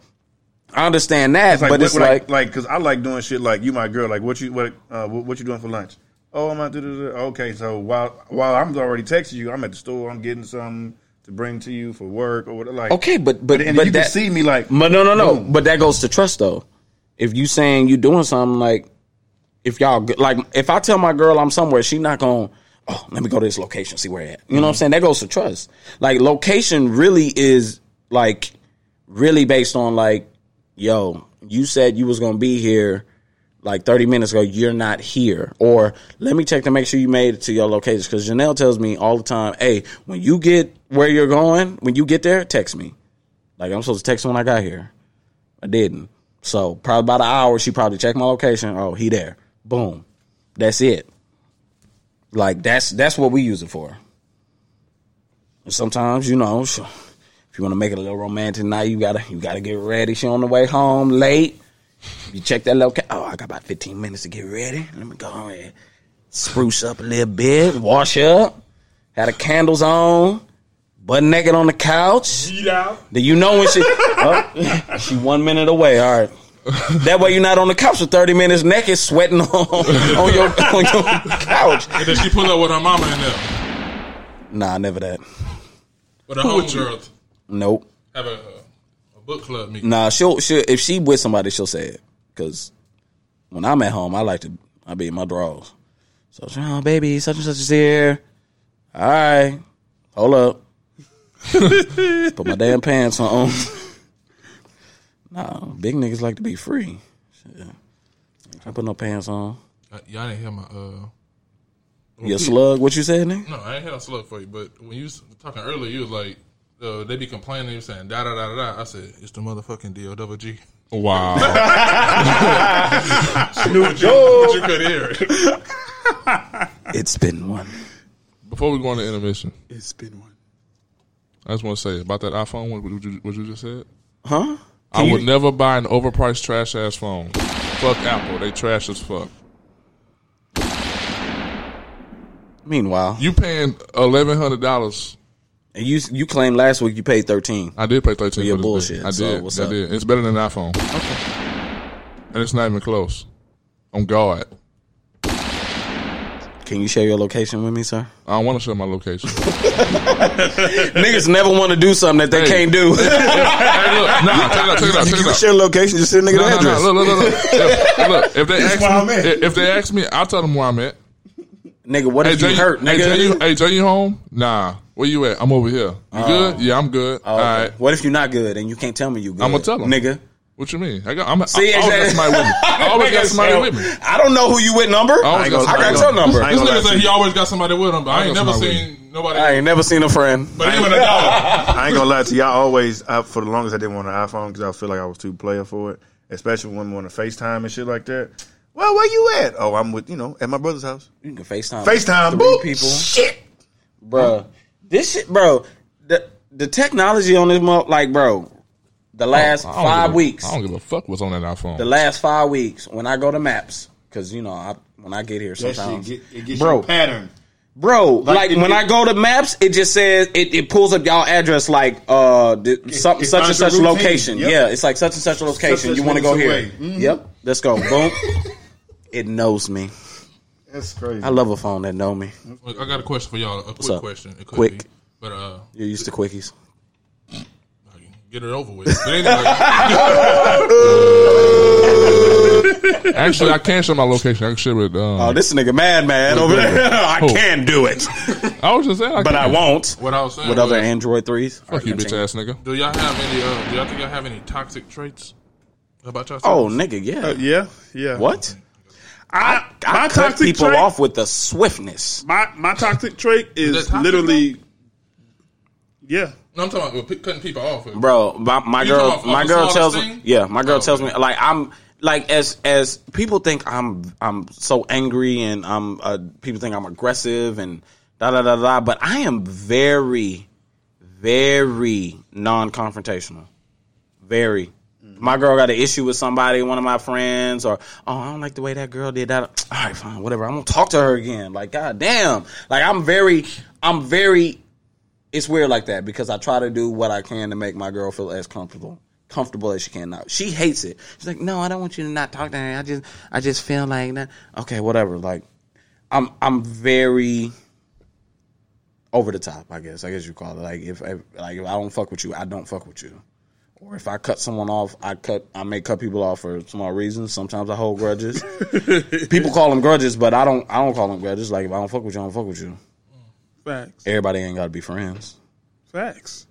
Speaker 8: I understand that,
Speaker 6: It's like,
Speaker 8: but
Speaker 6: what-
Speaker 8: it's
Speaker 6: what I-
Speaker 8: like,
Speaker 6: like because I like doing shit like you, my girl. Like what you what uh, what, what you doing for lunch? Oh, I'm out. da-da-da. Okay, so while while I'm already texting you, I'm at the store. I'm getting something to bring to you for work or whatever. Like
Speaker 8: okay, but but
Speaker 6: and
Speaker 8: but
Speaker 6: you
Speaker 8: that,
Speaker 6: can see me like
Speaker 8: but no no no.
Speaker 6: boom.
Speaker 8: But that goes to trust though. If you saying you doing something like, if y'all good- like, if I tell my girl I'm somewhere, she not going. to Oh, let me go to this location, see where it at. You know what I'm saying? That goes to trust. Like location really is like really based on like, yo, you said you was gonna be here like 30 minutes ago, you're not here. Or let me check to make sure you made it to your location. Cause Janelle tells me all the time, hey, when you get where you're going, when you get there, text me. Like I'm supposed to text her when I got here. I didn't. So probably about an hour, she probably checked my location. Oh, he there. Boom. That's it. Like that's that's what we use it for. And sometimes, you know, sh- if you want to make it a little romantic night, you gotta you gotta get ready. She on the way home late. You check that location. Oh, I got about fifteen minutes to get ready. Let me go ahead, spruce up a little bit, wash up. Had the candles on, butt naked on the couch. Then you know when she [laughs] oh, she one minute away. All right. That way you're not on the couch for 30 minutes naked sweating [laughs] on, on your on your [laughs] couch.
Speaker 9: And then she pulled up with her mama in there.
Speaker 8: Nah, never that.
Speaker 9: But her homegirls
Speaker 8: Nope.
Speaker 9: have a, a book club meeting.
Speaker 8: Nah, she'll she will if she with somebody she'll say it because when I'm at home I like to I be in my drawers. So she, oh baby, such and such is here. All right, hold
Speaker 4: [laughs]
Speaker 8: up. Put my damn pants on. nah, big niggas like to be free. Shit. I put no pants on.
Speaker 9: Uh, y'all didn't hear my uh.
Speaker 8: You a slug? What you said, nigga?
Speaker 9: No, I ain't had a slug for you. But when you was talking earlier, you was like, uh, they be complaining. You saying da da da da da. I said it's the motherfucking D O double G.
Speaker 7: [laughs]
Speaker 4: Wow.
Speaker 9: Snoop Dogg. But you could hear it.
Speaker 8: [laughs] It's been one.
Speaker 4: Before we go on to intermission,
Speaker 7: It's been one.
Speaker 4: I just want to say about that iPhone. What, what, you, what you just said?
Speaker 8: Huh?
Speaker 4: I
Speaker 8: Can
Speaker 4: would
Speaker 8: you-
Speaker 4: never buy an overpriced trash ass phone. Fuck Apple. They trash as fuck.
Speaker 8: Meanwhile,
Speaker 4: you paying uh, eleven hundred dollars.
Speaker 8: And you you claimed last week you paid thirteen.
Speaker 4: I did pay thirteen.
Speaker 8: You're
Speaker 4: for this
Speaker 8: bullshit.
Speaker 4: bitch. I did.
Speaker 8: So what's
Speaker 4: I
Speaker 8: up?
Speaker 4: did. It's better than an iPhone. And it's not even close. On God.
Speaker 8: Can you share your location with me, sir?
Speaker 4: I don't want to share my location.
Speaker 8: [laughs] Niggas never want to do something that they can't do.
Speaker 4: nah, check it out. Check it out. Check it out.
Speaker 8: Share location, just send nigga
Speaker 4: No,
Speaker 8: the
Speaker 4: no, no,
Speaker 8: address.
Speaker 4: Look, look, look,
Speaker 8: [laughs]
Speaker 4: look. If, look, if they
Speaker 8: That's where
Speaker 4: ask
Speaker 8: I'm
Speaker 4: me,
Speaker 8: at.
Speaker 4: if they ask me, I'll tell them where I'm at.
Speaker 8: Nigga, what
Speaker 4: hey,
Speaker 8: if you
Speaker 4: Jay,
Speaker 8: hurt,
Speaker 4: Hey,
Speaker 8: nigga?
Speaker 4: Jay, you, hey, Jay, you home? Nah. Where you at? I'm over here. You
Speaker 8: Oh.
Speaker 4: good? Yeah, I'm good. All right.
Speaker 8: What if you're not good and you can't tell me you good?
Speaker 4: I'm gonna tell them,
Speaker 8: nigga.
Speaker 4: What you mean? I got. I'm,
Speaker 8: See,
Speaker 4: I always got
Speaker 8: exactly. [laughs]
Speaker 4: somebody with me. I always got somebody with me.
Speaker 8: I don't know who you with number. I,
Speaker 4: always
Speaker 8: got your
Speaker 4: somebody with me.
Speaker 8: number.
Speaker 4: This nigga said he
Speaker 9: always got somebody with him, but I
Speaker 4: I
Speaker 9: ain't
Speaker 4: got
Speaker 9: never
Speaker 4: somebody
Speaker 9: seen nobody.
Speaker 8: I ain't never seen a friend.
Speaker 9: But even a dog.
Speaker 3: I ain't gonna lie to you. I always, I, for the longest, I didn't want an iPhone because I feel like I was too player for it, especially when we want to FaceTime and shit like that. Well, where you at? Oh, I'm with you know at my brother's house.
Speaker 8: You can FaceTime.
Speaker 3: FaceTime.
Speaker 8: three
Speaker 3: Boop.
Speaker 8: people.
Speaker 3: Shit.
Speaker 8: bro. This shit, bro. The the technology on this, mo- like, bro. The last
Speaker 4: Oh, I
Speaker 8: five
Speaker 4: don't give a-
Speaker 8: weeks,
Speaker 4: I don't give a fuck what's on that iPhone.
Speaker 8: the last five weeks, when I go to Maps, because you know, I, when I get here,
Speaker 4: shit
Speaker 8: sometimes
Speaker 4: get-
Speaker 3: it gets
Speaker 8: bro
Speaker 3: your pattern.
Speaker 8: Bro, like,
Speaker 3: it-
Speaker 8: when
Speaker 3: it-
Speaker 8: I go to maps, it just says it, it pulls up y'all address like uh the, some,
Speaker 3: it
Speaker 8: such and
Speaker 3: finds
Speaker 8: such
Speaker 3: your routine.
Speaker 8: location.
Speaker 3: Yep.
Speaker 8: Yeah, it's like such and such location.
Speaker 3: Such and
Speaker 8: you
Speaker 3: such
Speaker 8: want to go
Speaker 3: minutes
Speaker 8: here?
Speaker 3: away. Mhm.
Speaker 6: Mm-hmm.
Speaker 8: Yep, let's go. Boom. it knows me.
Speaker 3: That's crazy.
Speaker 8: I love a phone that know me.
Speaker 9: Look, I got a question for y'all. A
Speaker 8: What's
Speaker 9: quick
Speaker 8: up?
Speaker 9: question. It could
Speaker 8: Quick.
Speaker 9: Be, but uh,
Speaker 8: You're used to quickies.
Speaker 9: get it over
Speaker 4: [laughs]
Speaker 9: with. But
Speaker 7: [laughs]
Speaker 9: anyway.
Speaker 4: Actually, I can share my location. I can share it. Um,
Speaker 8: Oh, this nigga mad man over there. [laughs] I can do it,
Speaker 4: I was just saying, I
Speaker 8: but I
Speaker 4: can.
Speaker 8: won't.
Speaker 9: What I was saying
Speaker 8: with other
Speaker 9: was-
Speaker 8: Android threes.
Speaker 4: Fuck you, bitch ass nigga.
Speaker 9: do y'all have any? Uh, do y'all think y'all have any toxic traits about y'all?
Speaker 8: Oh, nigga, yeah,
Speaker 9: Uh,
Speaker 3: yeah, yeah.
Speaker 8: What?
Speaker 6: I,
Speaker 8: I
Speaker 6: my
Speaker 8: cut
Speaker 6: toxic
Speaker 8: people
Speaker 6: trait,
Speaker 8: off with the swiftness.
Speaker 6: My my toxic trait is literally yeah.
Speaker 9: No, I'm talking about pe- cutting people off.
Speaker 8: bro. My, my
Speaker 9: You talking
Speaker 8: girl,
Speaker 9: about
Speaker 8: my
Speaker 9: the
Speaker 8: girl
Speaker 9: smallest
Speaker 8: tells
Speaker 9: thing?
Speaker 8: me, yeah, my
Speaker 9: Oh,
Speaker 8: girl tells me like I'm like as as people think I'm I'm so angry and I'm uh, people think I'm aggressive and da da da da. But I am very, very non-confrontational. Very.
Speaker 9: Mm.
Speaker 8: My girl got an issue with somebody, one of my friends, or oh, I don't like the way that girl did that. All right, fine, whatever. I'm gonna talk to her again. Like, god damn. Like, I'm very, I'm very it's weird like that because I try to do what I can to make my girl feel as comfortable comfortable as she can now. She hates it. She's like, "No, I don't want you to not talk to her. I just I just feel like that." Okay, whatever. Like I'm I'm very over the top, I guess. I guess you call it. Like if, if like if I don't fuck with you, I don't fuck with you. Or if I cut someone off, I cut I may cut people off for small reasons. Sometimes I hold grudges. people call them grudges, but I don't I don't call them grudges. Like if I don't fuck with you, I don't fuck with you.
Speaker 7: Facts.
Speaker 8: Everybody ain't got to be friends.
Speaker 7: Facts.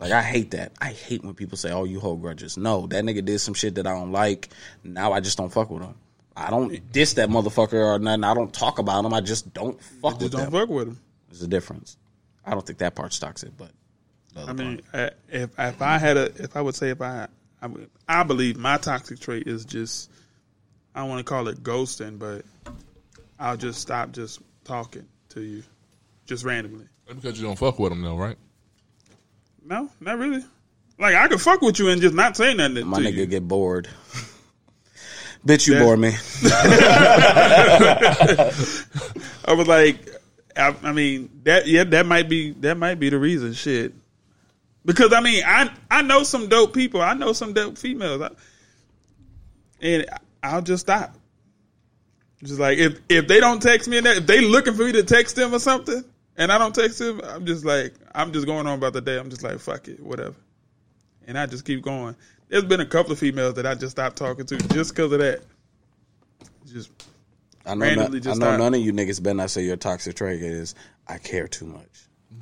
Speaker 8: Like I hate that. I hate when people say, "Oh, you hold grudges." No, that nigga did some shit that I don't like. Now I just don't fuck with him. I don't diss that motherfucker or nothing. I don't talk about him. I just don't fuck
Speaker 7: Just
Speaker 8: with
Speaker 7: don't
Speaker 8: them.
Speaker 7: fuck with them.
Speaker 8: There's a difference. I don't think that part stocks it, but
Speaker 7: I mean, I, if if I had a, if I would say if I, I, would- I believe my toxic trait is just, I don't want to call it ghosting, but I'll just stop just talking to you, just randomly.
Speaker 4: Because you don't fuck with them though, right?
Speaker 7: No, not really. Like I could fuck with you and just not say nothing.
Speaker 8: My
Speaker 7: to
Speaker 8: nigga
Speaker 7: you.
Speaker 8: get bored. Bitch, you bore me.
Speaker 7: I was like, I, I mean, that yeah, that might be that might be the reason. Shit, because I mean, I I know some dope people. I know some dope females, I, and I'll just stop. Just like if if they don't text me, and that, if they looking for me to text them or something, and I don't text them, I'm just like I'm just going on about the day. I'm just like fuck it, whatever, and I just keep going. There's been a couple of females that I just stopped talking to just because of that. Just
Speaker 8: I know,
Speaker 7: randomly
Speaker 8: none, I
Speaker 7: just
Speaker 8: know
Speaker 7: stop.
Speaker 8: none of you niggas better not say your toxic trait is I care too much.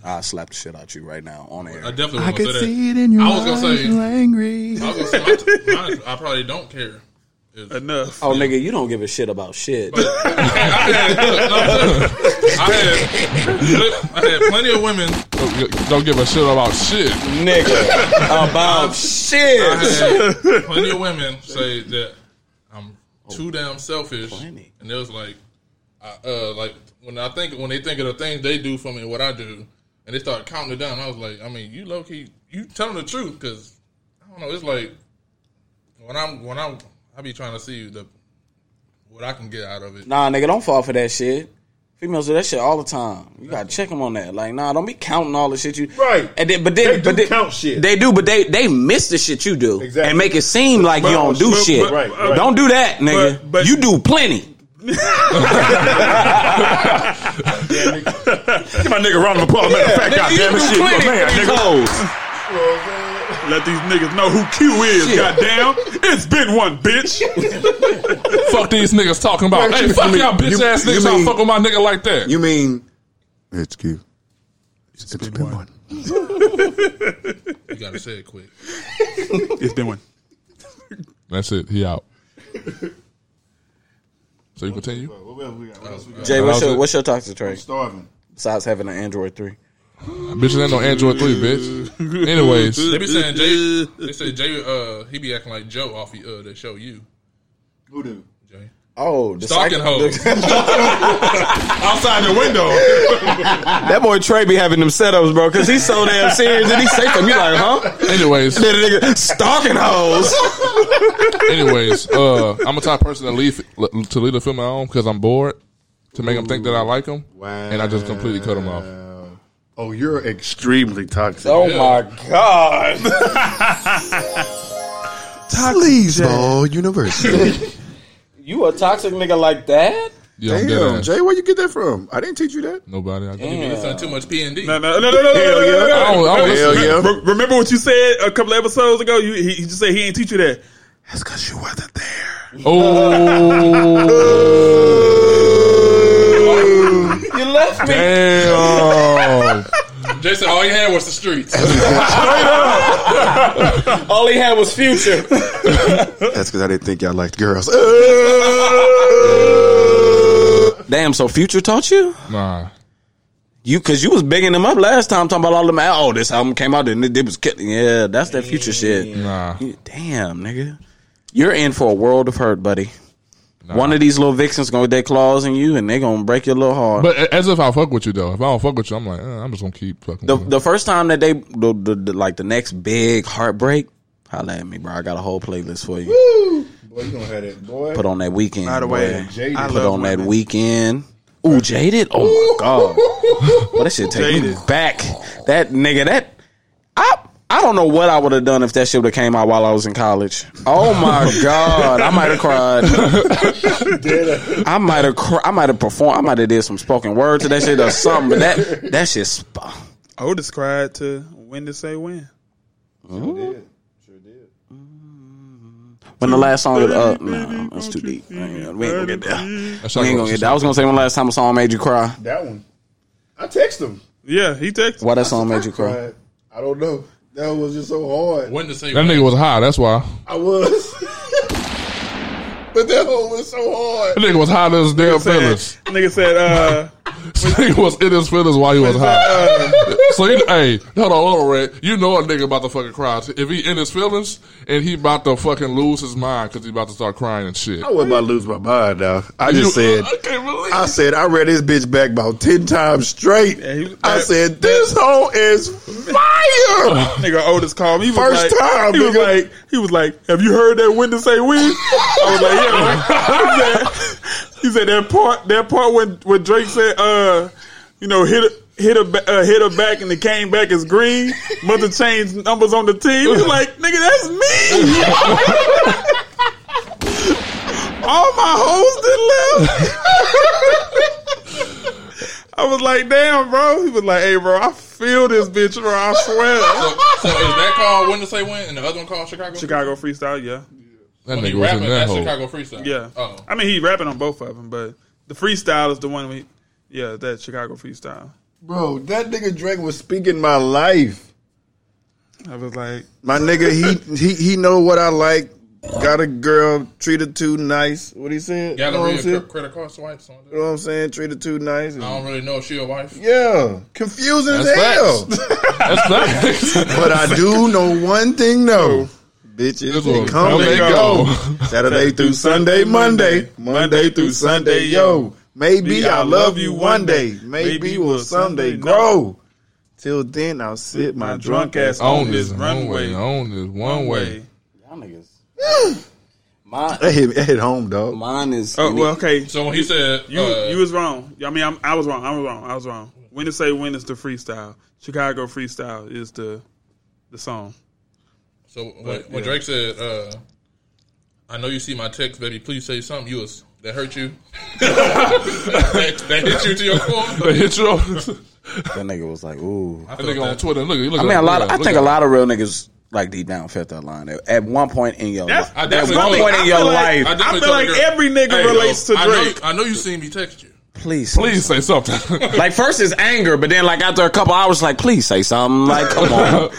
Speaker 8: I slap the shit out you right now on air.
Speaker 9: I definitely
Speaker 8: I
Speaker 9: wouldn't say that.
Speaker 6: Mm-hmm.
Speaker 9: I was gonna say, I was gonna say, my, my, I probably don't care.
Speaker 7: Enough.
Speaker 8: Oh, nigga, you don't give a shit about shit.
Speaker 9: [laughs] I had, I had plenty of women.
Speaker 4: Don't, don't give a shit about shit,
Speaker 9: [laughs]
Speaker 8: nigga.
Speaker 7: Oh,
Speaker 8: About shit.
Speaker 9: I
Speaker 7: [laughs]
Speaker 9: had plenty of women say that I'm too damn selfish, and it was like, I, uh, like when I think when they think of the things they do for me, and what I do, and they start counting it down. I was like, I mean, you low key, you telling the truth because I don't know. It's like when I'm when I'm I be trying to see the what I can get out of it.
Speaker 8: Nah, nigga, don't fall for that shit. Females do that shit all the time. You gotta check them on that. Like, nah, don't be counting all the shit you right. And then, but then, but then, count shit. They do, but they they miss the shit you do exactly. and make it seem like you don't do
Speaker 7: but-
Speaker 8: shit.
Speaker 7: but- Right, right.
Speaker 8: Don't do that, nigga. you do plenty.
Speaker 6: Give my [laughs] nigga round of applause. Matter of fact,
Speaker 7: nigga, you
Speaker 6: goddamn it,
Speaker 7: do
Speaker 6: shit, you a
Speaker 7: plenty
Speaker 6: man,
Speaker 7: for these
Speaker 8: nigga.
Speaker 7: Let these niggas know who Q is.
Speaker 4: Shit.
Speaker 7: Goddamn, it's been one bitch.
Speaker 4: fuck these niggas talking about.
Speaker 7: Right,
Speaker 4: Hey,
Speaker 7: you-
Speaker 4: fuck
Speaker 7: you
Speaker 4: y'all
Speaker 7: mean-
Speaker 4: bitch ass
Speaker 7: you
Speaker 4: niggas. Y'all
Speaker 7: mean-
Speaker 4: fuck with my nigga like that.
Speaker 8: You mean
Speaker 17: It's cute. It's been, one.
Speaker 7: [laughs]
Speaker 9: You gotta say it quick.
Speaker 6: [laughs]
Speaker 7: it's been one.
Speaker 4: That's it. He out. So you continue.
Speaker 6: What else we got? What else we got?
Speaker 8: Jay, what's
Speaker 4: How's
Speaker 8: your
Speaker 4: it?
Speaker 8: what's your toxic trait?
Speaker 6: I'm starving.
Speaker 8: Besides having an Android three.
Speaker 4: Bitches ain't no Android three,
Speaker 6: [laughs]
Speaker 4: bitch. Anyways,
Speaker 9: they be saying Jay. They say Jay. Uh, he be acting like Joe off the uh, the show. You
Speaker 6: Who do?
Speaker 9: Jay.
Speaker 8: Oh, the
Speaker 9: Stalking
Speaker 8: psych- [laughs]
Speaker 9: hoes.
Speaker 6: Outside the window.
Speaker 8: That boy Trey be having them setups, bro, because he's so
Speaker 4: [laughs]
Speaker 8: damn serious and he say them. You like, huh?
Speaker 4: Anyways,
Speaker 8: then the nigga stalking hoes.
Speaker 4: Anyways, uh, I'm a type of person to leave to leave the film at home because I'm bored to make them think that I like them, and I just completely cut them off.
Speaker 6: [laughs] Oh, you're extremely toxic.
Speaker 4: Oh my
Speaker 8: god.
Speaker 9: [laughs]
Speaker 17: Sleazeball
Speaker 8: [laughs]
Speaker 17: University.
Speaker 8: You a toxic nigga like that?
Speaker 4: Yeah, I'm
Speaker 6: Damn,
Speaker 4: dead
Speaker 6: Jay, where you get that from? I didn't teach you that.
Speaker 4: Nobody. I
Speaker 9: You be listening too much P and D.
Speaker 7: No, no, no, no, no, no,
Speaker 6: Hell
Speaker 7: no,
Speaker 6: yeah.
Speaker 7: no, no,
Speaker 6: I don't- I don't
Speaker 7: Remember-
Speaker 6: listen to that.
Speaker 7: re- Remember what you said a couple episodes ago? You, he, he just said he ain't teach you that. That's because you wasn't there.
Speaker 8: You left me. Oh.
Speaker 4: Damn.
Speaker 9: Jay said all he had was the streets.
Speaker 8: All he had was future.
Speaker 7: [laughs]
Speaker 6: That's because I didn't think y'all liked girls.
Speaker 8: Damn, so Future taught you?
Speaker 4: Nah.
Speaker 8: You cause you was bigging them up last time talking about all them oh this album came out and it, it was killing yeah that's that future shit
Speaker 4: nah
Speaker 8: damn nigga you're in for a world of hurt buddy one of these little vixens gonna get their claws in you and they gonna break your little heart
Speaker 4: But a- as if I fuck with you though. If I don't fuck with you, I'm like, eh, I'm just gonna keep fucking.
Speaker 8: The
Speaker 4: with
Speaker 8: the first time that they the, the, the- like the next big heartbreak, holla at me, bro. I got a whole playlist for you.
Speaker 6: boy, you gonna have that boy.
Speaker 8: Put on that weekend.
Speaker 6: By the
Speaker 8: boy.
Speaker 6: way, Jaded. I
Speaker 8: put
Speaker 6: love
Speaker 8: on that weekend. Ooh, jaded. Oh my god. Well, that shit take me back. That nigga. That I I don't know what I would have done if that shit would have came out while I was in college. Oh
Speaker 6: [laughs]
Speaker 8: my god, I might
Speaker 17: [laughs]
Speaker 8: have cried. I might have cri- I might have performed. I might have did some spoken word to that shit or something. But that that shit. Sp-
Speaker 7: Otis cried to when to say when.
Speaker 8: When the last song, uh, no, that's too deep. We ain't gonna get there.
Speaker 4: That's
Speaker 8: We ain't gonna get there. I was gonna say when the last time a song made you cry.
Speaker 6: That one. I text him.
Speaker 7: Yeah, he texted.
Speaker 8: Why that song made you cry?
Speaker 6: Right. I don't know. That was just so hard.
Speaker 9: When to say
Speaker 4: you. That nigga was high. That's why
Speaker 6: I was. [laughs] but that one was so hard.
Speaker 4: that nigga was high as damn fellas.
Speaker 7: Nigga said, uh,
Speaker 4: he was in his feelings while he was high. so you, hey, hold on, hold on, Red. You know a nigga about to fucking cry if he in his feelings and he about to fucking lose his mind because he about to start crying and shit.
Speaker 6: I was about to lose my mind, though. I just
Speaker 4: You-
Speaker 6: said, I, said, I read this bitch back about 10 times straight. I said, this hoe is [laughs] fire.
Speaker 7: [laughs] nigga Otis called me. He was
Speaker 6: First
Speaker 7: like,
Speaker 6: time,
Speaker 7: he was
Speaker 6: nigga.
Speaker 7: like, he was like, "Have you heard that window say we?" I was like, "Yeah." he, said, he said that part. That part when when Drake said, "Uh, you know, hit a, hit a ba- uh, hit her back and it came back as green." Mother changed numbers on the team. He was like, "Nigga, that's me." All my hoes did left. [laughs] I was like, "Damn, bro." He was like, "Hey, bro, I feel this bitch, bro. I swear."
Speaker 9: So is that called When to Say When and the other one called Chicago?
Speaker 7: Chicago freestyle, yeah.
Speaker 4: That
Speaker 9: When he nigga was rapping, in that that's hole. Chicago Freestyle.
Speaker 7: Yeah.
Speaker 9: Oh.
Speaker 7: I mean, he rapping on both of them, but the freestyle is the one we. Yeah, that Chicago freestyle.
Speaker 6: Bro, that nigga Drake was speaking my life.
Speaker 7: I was like,
Speaker 6: My nigga, he he he know what I like. Got a girl, treat her too nice. What he said? You know what I'm
Speaker 9: Galleria
Speaker 6: saying?
Speaker 9: cr- credit card swipes on
Speaker 6: You know what I'm saying? Treat her too nice.
Speaker 9: I don't really know if she a wife.
Speaker 6: Yeah, confusing as
Speaker 9: That's
Speaker 6: hell.
Speaker 4: That's
Speaker 9: facts.
Speaker 6: but I do know one thing though. Bitches, they come, they go. [laughs] Saturday through Sunday, Monday, Monday through Sunday, yo. Maybe I'll love you one day. Maybe we'll someday grow. Till then, I'll sit my [laughs] drunk ass on this runway.
Speaker 4: on this one way.
Speaker 8: Y'all niggas.
Speaker 7: Mine,
Speaker 6: That hit, that hit home, dog.
Speaker 8: Mine is.
Speaker 7: Oh well, okay.
Speaker 9: So when he said,
Speaker 7: you
Speaker 9: uh,
Speaker 7: you was wrong. I mean, I'm, I was wrong. I was wrong. I was wrong. When to say when is the freestyle? Chicago freestyle is the the song.
Speaker 9: So when,
Speaker 7: But,
Speaker 9: when
Speaker 7: yeah.
Speaker 9: Drake said, uh, "I know you see my text, baby. Please say something." You was that hurt you? [laughs] that, that hit you to your
Speaker 4: [laughs]
Speaker 9: core.
Speaker 8: that nigga was like, ooh.
Speaker 9: I
Speaker 4: That nigga on Twitter. Look, look
Speaker 8: I mean,
Speaker 4: at
Speaker 8: a
Speaker 4: that.
Speaker 8: lot.
Speaker 4: Look
Speaker 8: Of, I
Speaker 4: at
Speaker 8: think
Speaker 4: that.
Speaker 8: a lot of real niggas like deep down felt that line. At- At one point in your life,
Speaker 9: That's- I
Speaker 8: at
Speaker 9: definitely
Speaker 8: one
Speaker 9: told-
Speaker 8: point in
Speaker 9: I
Speaker 8: your
Speaker 9: feel like-
Speaker 8: life,
Speaker 9: I definitely told the girl, "Hey, yo, I know- I know you seen me text you.
Speaker 8: Please,
Speaker 4: please say something.
Speaker 8: [laughs]
Speaker 4: [laughs]
Speaker 8: like first is anger, but then like after a couple hours, like please say something. Like come on,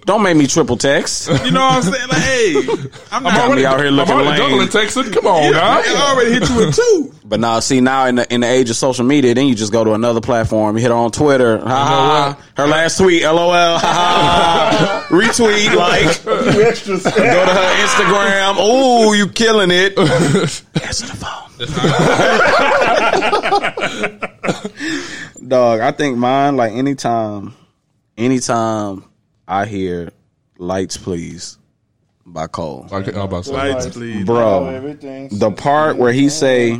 Speaker 8: [laughs] don't make me triple text.
Speaker 7: You know what I'm saying? Like, hey, I'm not
Speaker 8: already out here looking
Speaker 4: I'm already
Speaker 8: lame.
Speaker 4: juggling Texas. Come on,
Speaker 7: Yeah,
Speaker 4: guys.
Speaker 7: it already hit
Speaker 6: [laughs]
Speaker 7: you with two.
Speaker 8: But now, see, now in the in the age of social media, then you just go to another platform. You hit her on Twitter. Ha, ha, ha. her last tweet, lol. Ha, ha, ha. Retweet, like.
Speaker 7: [laughs]
Speaker 6: Extra go to [laughs]
Speaker 8: her Instagram. Oh, you killing it. Answer the phone. Dog, I think mine. Like anytime, anytime I hear "Lights Please" by Cole.
Speaker 6: to
Speaker 4: about
Speaker 6: say. Lights, please.
Speaker 8: bro.
Speaker 6: I know everything.
Speaker 8: The part where he say.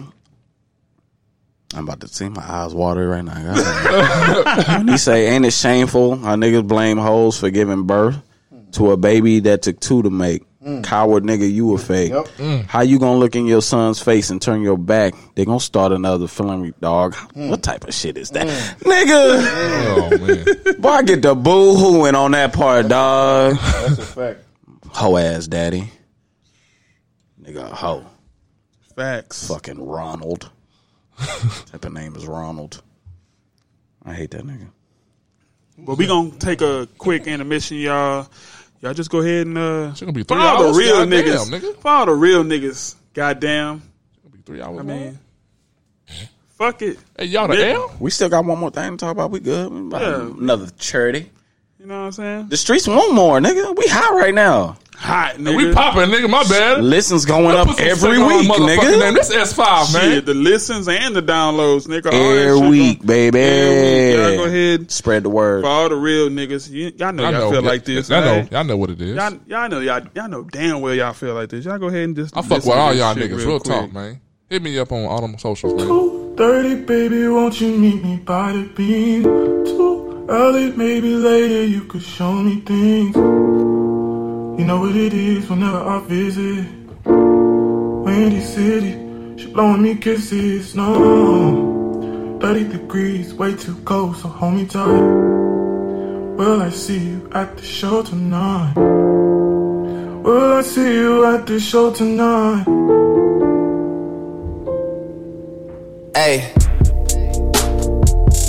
Speaker 8: I'm about to see my eyes water right now. God. When [laughs] he say, "Ain't it shameful? How niggas blame hoes for giving birth to a baby that took two to make? Coward nigga, you a fake.
Speaker 6: Mm. Yep. Mm.
Speaker 8: How you gonna look in your son's face and turn your back? They gonna start another film, dog.
Speaker 7: Hmm.
Speaker 8: What type of shit is that,
Speaker 4: Oh,
Speaker 8: nigga? [laughs] Boy, I get the boo hooing on that part, dog.
Speaker 6: That's a fact.
Speaker 8: Hoe ass daddy, nigga, a hoe.
Speaker 7: Facts.
Speaker 8: Fucking
Speaker 4: [laughs]
Speaker 8: Ronald. type of name is Ronald. I hate that nigga.
Speaker 7: But we gonna take a quick intermission, y'all. Y'all just go ahead and uh, gonna
Speaker 4: be
Speaker 7: for
Speaker 4: three
Speaker 7: all
Speaker 4: hours,
Speaker 7: the real
Speaker 4: goddamn,
Speaker 7: niggas,
Speaker 4: nigga.
Speaker 7: for all the real niggas. Goddamn,
Speaker 4: Three hours.
Speaker 7: I mean, fuck it.
Speaker 4: Hey, y'all the
Speaker 7: Nigga,
Speaker 4: L?
Speaker 8: We still got one more thing to talk about. We good. We about
Speaker 7: Yeah.
Speaker 8: Another charity.
Speaker 7: You know what I'm saying?
Speaker 8: The streets want more, nigga. We hot right now.
Speaker 7: Hot, nigga.
Speaker 4: we popping, nigga. My bad.
Speaker 8: Listens going up every week, nigga.
Speaker 7: Shit, the listens and the downloads, nigga. all that
Speaker 8: Every
Speaker 7: shit going-
Speaker 8: week, baby.
Speaker 7: Every week. Y'all go ahead.
Speaker 8: Spread the word.
Speaker 7: For all the real niggas, you, y'all know
Speaker 4: I
Speaker 7: y'all
Speaker 4: know.
Speaker 7: feel
Speaker 4: Yeah,
Speaker 7: like this.
Speaker 4: I know.
Speaker 7: right?
Speaker 4: Y'all know what it is.
Speaker 7: Y'all, y'all know y'all, y'all know damn well y'all feel like this. Y'all go ahead and just.
Speaker 4: I fuck with
Speaker 7: listen to
Speaker 4: all
Speaker 7: this
Speaker 4: y'all
Speaker 7: shit
Speaker 4: niggas. Real,
Speaker 7: quick.
Speaker 4: talk, man. Hit me up on all them socials, man.
Speaker 18: 30, baby, won't you meet me by the beam? Too early, maybe later, you could show me things. You know what it is whenever I visit. Windy City, she blowing me kisses. No, 30 degrees, way too cold, so hold me tight. Will I see you at the show tonight? Will I see you at the show tonight?
Speaker 19: Hey.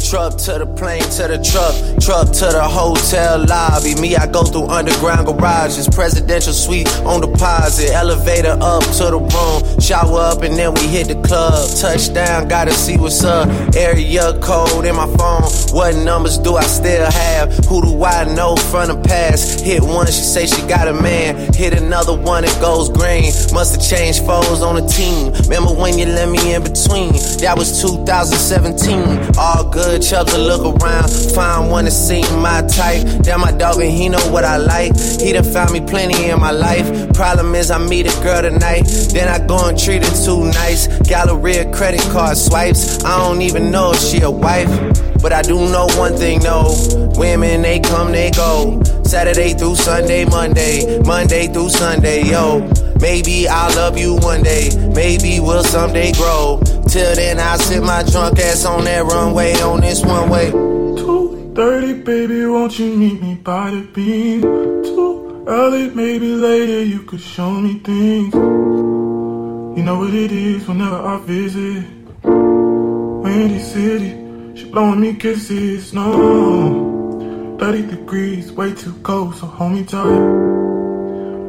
Speaker 1: Truck to the plane to the truck, truck to the hotel lobby. Me, I go through underground garages, presidential suite on deposit, elevator up to the room, shower up, and then we hit the club. Touchdown, gotta see what's up. Area code in my phone. What numbers do I still have? Who do I know from the past? Hit one, she say she got a man. Hit another one, it goes green. Must have changed foes on the team. Remember when you let me in between? That was 2017. All good, chubs to look around. Find one that seem my type. Damn, my dog, and he know what I like. He done found me plenty in my life. Problem is, I meet a girl tonight. Then I go and treat her too nice. Galleria credit card swipes. I don't even know if she a wife. But I do know one thing, though. Women, they come, they go. Saturday through Sunday, Monday. Monday through Sunday, yo. Maybe I'll love you one day. Maybe we'll someday grow. Till then, I'll sit my drunk ass on that runway on this one way.
Speaker 9: 2.30, baby, won't you meet me by the beam? Too early, maybe later, you could show me things. You know what it is whenever I visit. Windy City, she blowing me kisses, no. 30 degrees, way too cold, so hold me tight.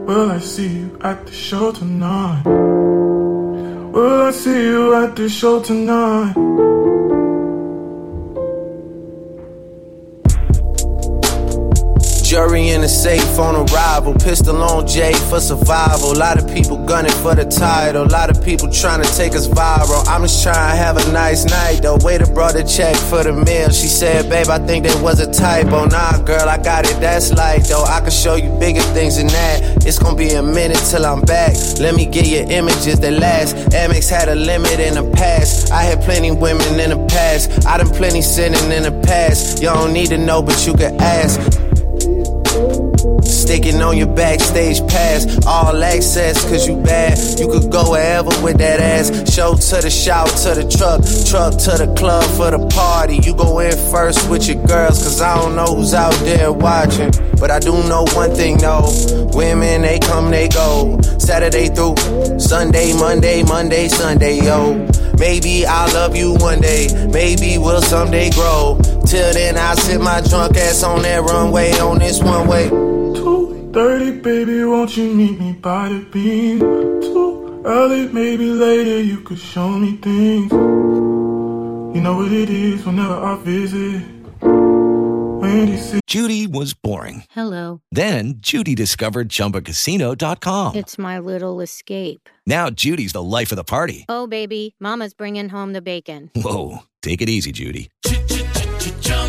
Speaker 9: Will I see you at the show tonight? Will I see you at the show tonight?
Speaker 1: Jury in the safe on arrival. Pistol on Jay for survival. A lot of people gunning for the title. A lot of people trying to take us viral. I'm just trying to have a nice night. The waiter brought a check for the meal. She said, Babe, I think there was a typo. Nah, girl, I got it. That's light, though. I can show you bigger things than that. It's gonna be a minute till I'm back. Let me get your images that last. Amex had a limit in the past. I had plenty women in the past. I done plenty sinning in the past. Y'all don't need to know, but you can ask. Sticking on your backstage pass, all access, cause you bad. You could go wherever with that ass. Show to the shout, to the truck, truck to the club for the party. You go in first with your girls, cause I don't know who's out there watching. But I do know one thing though women, they come, they go. Saturday through Sunday, Monday, Monday, Sunday, yo. Maybe I'll love you one day, maybe we'll someday grow. Till then, I'll sit my drunk ass on that runway on this one way.
Speaker 9: 2.30, baby, won't you meet me by the beam? Too early, maybe later, you could show me things. You know what it is whenever I visit. Windy City.
Speaker 19: Judy was boring.
Speaker 10: Hello.
Speaker 19: Then Judy discovered ChumbaCasino.com.
Speaker 10: Oh. It's my little escape.
Speaker 19: Now Judy's the life of the party.
Speaker 10: Oh, baby, Mama's bringing home the bacon.
Speaker 19: Whoa, take it easy, Judy.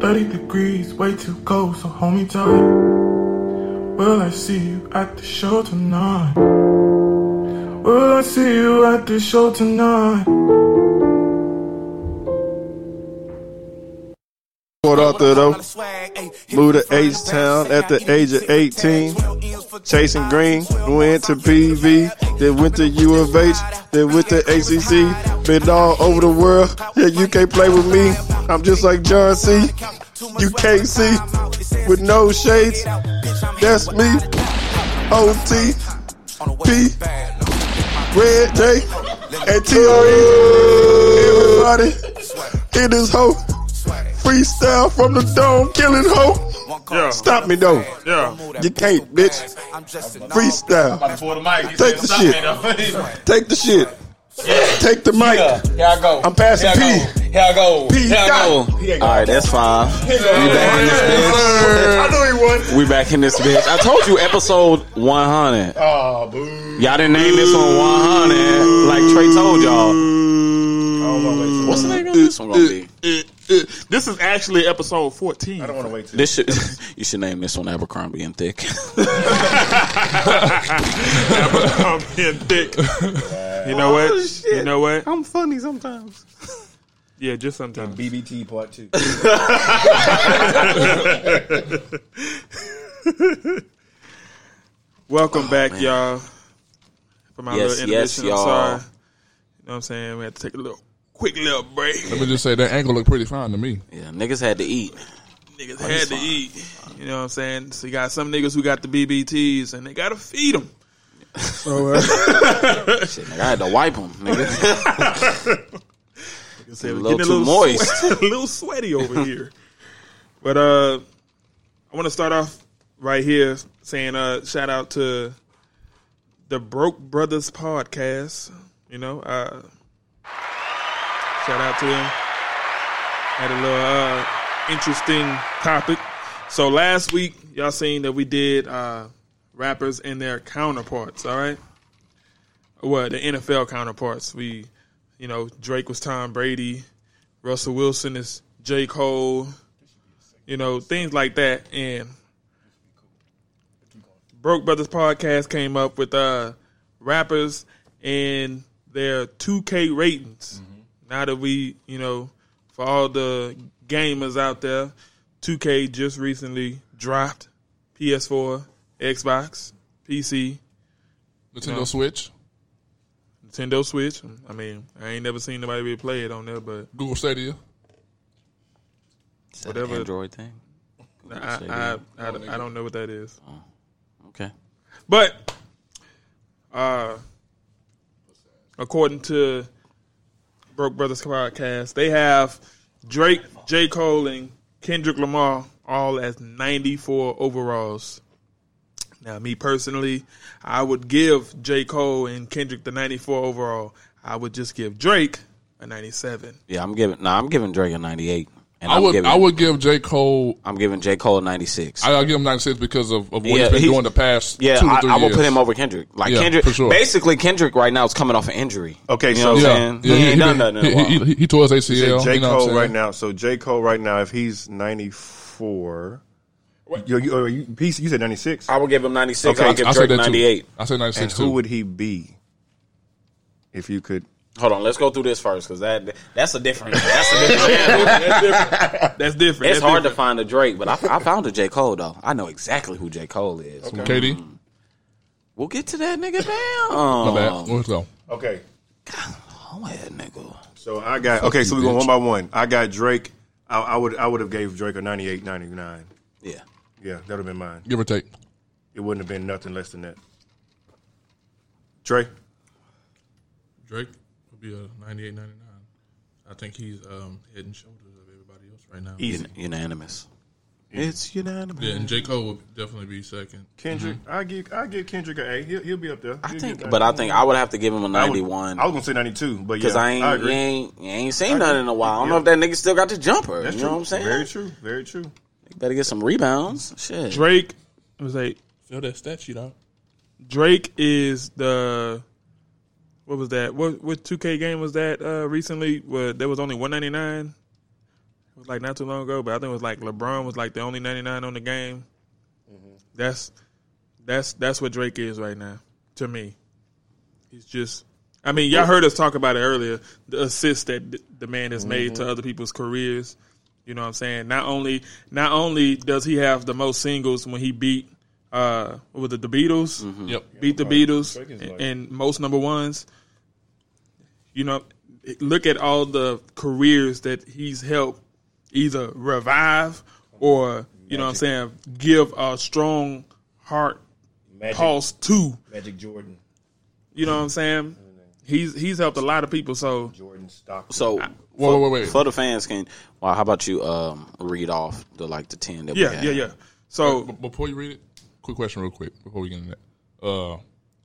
Speaker 9: 30 degrees, way too cold, so hold me tight. Will I see you at the show tonight? Will I see you at the show tonight?
Speaker 6: What out there though? Moved to H Town at the age of 18. Chasing Green, went to PV, then went to U of H, then went to ACC. Been all over the world. Yeah, you can't play with me. I'm just like John C. You can't see with no shades. That's me. OT, P, Red J, and E. TRE. Everybody in this hoe. Freestyle from the dome, killing hoe. Stop me though.
Speaker 7: Yeah.
Speaker 6: You can't, bitch. Freestyle.
Speaker 7: Before the mic, he
Speaker 6: Take
Speaker 7: said,
Speaker 6: the
Speaker 7: "Stop
Speaker 6: shit.
Speaker 7: me, though."
Speaker 6: Take the shit. Take the mic.
Speaker 7: Here I go.
Speaker 6: I'm passing
Speaker 7: Here I
Speaker 6: P.
Speaker 7: Here I go.
Speaker 6: P.
Speaker 7: Here I
Speaker 6: Dot.
Speaker 7: go.
Speaker 8: All right, that's five.
Speaker 6: I knew he boy.
Speaker 8: We back in this bitch. I told you episode 100.
Speaker 6: Oh, boo.
Speaker 8: Y'all didn't name this one 100 like Trey told y'all. What's the name of this one gonna
Speaker 7: Uh,
Speaker 8: be?
Speaker 7: This is actually episode 14. I don't
Speaker 6: want to wait
Speaker 7: [laughs]
Speaker 6: till
Speaker 8: This should [laughs] you should name this one Abercrombie and Thick.
Speaker 7: I'm being thick. You know what?
Speaker 8: Oh,
Speaker 7: You know what?
Speaker 6: I'm funny sometimes.
Speaker 7: Yeah,
Speaker 8: [laughs]
Speaker 7: just sometimes.
Speaker 6: BBT part two.
Speaker 7: Welcome back, y'all. For my
Speaker 8: Oh, Yes,
Speaker 7: little
Speaker 8: yes,
Speaker 7: intermission,
Speaker 8: y'all.
Speaker 7: I'm sorry. You know what I'm saying? We had to take a little quick little break.
Speaker 4: Let me just say that angle looked pretty fine to me.
Speaker 8: Yeah, niggas had to eat. Oh,
Speaker 7: Niggas had to eat. You know what I'm saying? So you got some niggas who got the BBTs and they gotta
Speaker 8: [laughs]
Speaker 7: feed them. So uh,
Speaker 8: Shit, nigga, I had to wipe them,
Speaker 7: [laughs]
Speaker 8: nigga.
Speaker 7: said,
Speaker 8: a
Speaker 7: we're
Speaker 8: little
Speaker 7: getting
Speaker 8: too moist.
Speaker 7: sweat- [laughs] a little
Speaker 8: [laughs]
Speaker 7: sweaty over here. But uh, I want to start off right here saying uh, shout out to the Broke Brothers podcast. You know, uh, shout out to them. Had a little uh, interesting topic. So last week, y'all seen that we did uh, rappers and their counterparts. All right, well, the NFL counterparts. We you know, Drake was Tom Brady, Russell Wilson is J. Cole, you know, things like that. And Broke Brothers Podcast came up with uh rappers and their 2K ratings.
Speaker 4: Mm-hmm.
Speaker 7: Now that we, you know, for all the gamers out there, 2K just recently dropped PS4, Xbox, PC,
Speaker 4: Nintendo Switch.
Speaker 7: Nintendo Switch. I mean, I ain't never seen nobody really play it on there, but
Speaker 4: Google Stadia.
Speaker 7: Whatever
Speaker 8: Android thing.
Speaker 7: Nah, I, I, I, I don't know what that is.
Speaker 8: Okay.
Speaker 7: But uh, according to Broke Brothers podcast, they have Drake, J. Cole, and Kendrick Lamar all as 94 overalls. Now, me personally, I would give J. Cole and Kendrick the 94 overall. I would just give Drake a 97.
Speaker 8: Yeah, I'm giving. Nah, I'm giving Drake a 98. And
Speaker 4: I
Speaker 8: I'm
Speaker 4: would-
Speaker 8: Giving,
Speaker 4: I would give J Cole.
Speaker 8: I'm giving J Cole a 96.
Speaker 4: I, I'll give him 96 because of, of what he's been doing the past
Speaker 8: Yeah,
Speaker 4: two to
Speaker 8: I,
Speaker 4: three
Speaker 8: I will
Speaker 4: years.
Speaker 8: put him over Kendrick. Like
Speaker 4: Yeah,
Speaker 8: Kendrick,
Speaker 4: for sure.
Speaker 8: basically Kendrick right now is coming off an injury.
Speaker 6: Okay,
Speaker 8: you
Speaker 6: so-
Speaker 8: know what
Speaker 6: Yeah,
Speaker 8: I'm saying?
Speaker 6: yeah,
Speaker 8: he
Speaker 6: he
Speaker 8: ain't done
Speaker 6: been-
Speaker 8: nothing. in a
Speaker 6: he-
Speaker 8: while.
Speaker 6: he-
Speaker 4: he, he tore his
Speaker 6: He said
Speaker 4: ACL.
Speaker 6: J.
Speaker 4: you know what I'm
Speaker 6: Cole
Speaker 4: saying?
Speaker 6: right now. So J. Cole right now, if he's 94. You, you, or you, he- you said 96?
Speaker 8: I would give him 96. I'll give I said Drake that too. 98. I said 96
Speaker 6: And who
Speaker 8: too.
Speaker 6: would he be if you could?
Speaker 8: Hold on, let's go through this first because that that's a different. That's a different. [laughs]
Speaker 7: That's different. That's different.
Speaker 8: It's
Speaker 7: That's
Speaker 8: hard
Speaker 7: different.
Speaker 8: to find a Drake, but I, I found a J Cole though. I know exactly who J Cole is. Mm.
Speaker 4: Okay. KD?
Speaker 8: We'll get to that nigga. Damn.
Speaker 4: My bad. Let's go.
Speaker 6: Okay.
Speaker 8: nigga.
Speaker 6: So I got okay. So we going one by one. I got Drake. I, I would I would have gave Drake a 98, 99.
Speaker 8: Yeah,
Speaker 6: yeah, that would have been mine.
Speaker 4: Give or take.
Speaker 6: It wouldn't have been nothing less than that. Trey,
Speaker 9: Drake would be a 98 99. I think he's um, head and shoulders of everybody else right now.
Speaker 8: Easy. Un- unanimous. It's unanimous.
Speaker 9: Yeah, and J. Cole would definitely be second.
Speaker 6: Kendrick, I give I give Kendrick a A. He'll, he'll be up there. I think,
Speaker 8: But I think I would have to give him a
Speaker 6: I would-
Speaker 8: 91.
Speaker 6: I was gonna say 92, but
Speaker 8: Because
Speaker 6: yeah,
Speaker 8: I ain't,
Speaker 6: I
Speaker 8: I
Speaker 6: agree.
Speaker 8: ain't, you ain't
Speaker 6: I
Speaker 8: seen nothing in a
Speaker 6: agree.
Speaker 8: while. I don't
Speaker 6: Yeah.
Speaker 8: know if that nigga still got the jumper.
Speaker 6: That's
Speaker 8: you
Speaker 6: true.
Speaker 8: know what I'm saying?
Speaker 6: Very true. Very true.
Speaker 8: Better get some rebounds. Shit.
Speaker 7: Drake was like,
Speaker 9: Fill that stat sheet out.
Speaker 7: Drake is the what was that? What what two K game was that uh, recently? Where there was only one ninety nine. It was like not too long ago, but I think it was like LeBron was like the only ninety nine on the game.
Speaker 8: Mm-hmm.
Speaker 7: That's that's that's what Drake is right now to me. He's just. I mean, y'all heard us talk about it earlier. The assists that th- the man has made
Speaker 6: Mm-hmm.
Speaker 7: to other people's careers. You know what I'm saying? Not only not only does he have the most singles when he beat uh what was it the Beatles?
Speaker 9: Yep.
Speaker 7: Beat the
Speaker 9: Oh,
Speaker 7: Beatles
Speaker 9: Drake is
Speaker 7: and, and most number ones. You know, it- look at all the careers that he's helped either revive or you know what I'm saying, give a strong heart pulse to.
Speaker 6: Magic Jordan.
Speaker 7: You know what I'm saying? He's he's helped a lot of people. So
Speaker 6: Jordan Stockton.
Speaker 8: So, for, for the fans, can well, how about you um, read off the like the ten that we
Speaker 7: Yeah,
Speaker 8: had?
Speaker 7: yeah, yeah. So
Speaker 4: before you read it, quick question, real quick, before we get into that. Uh,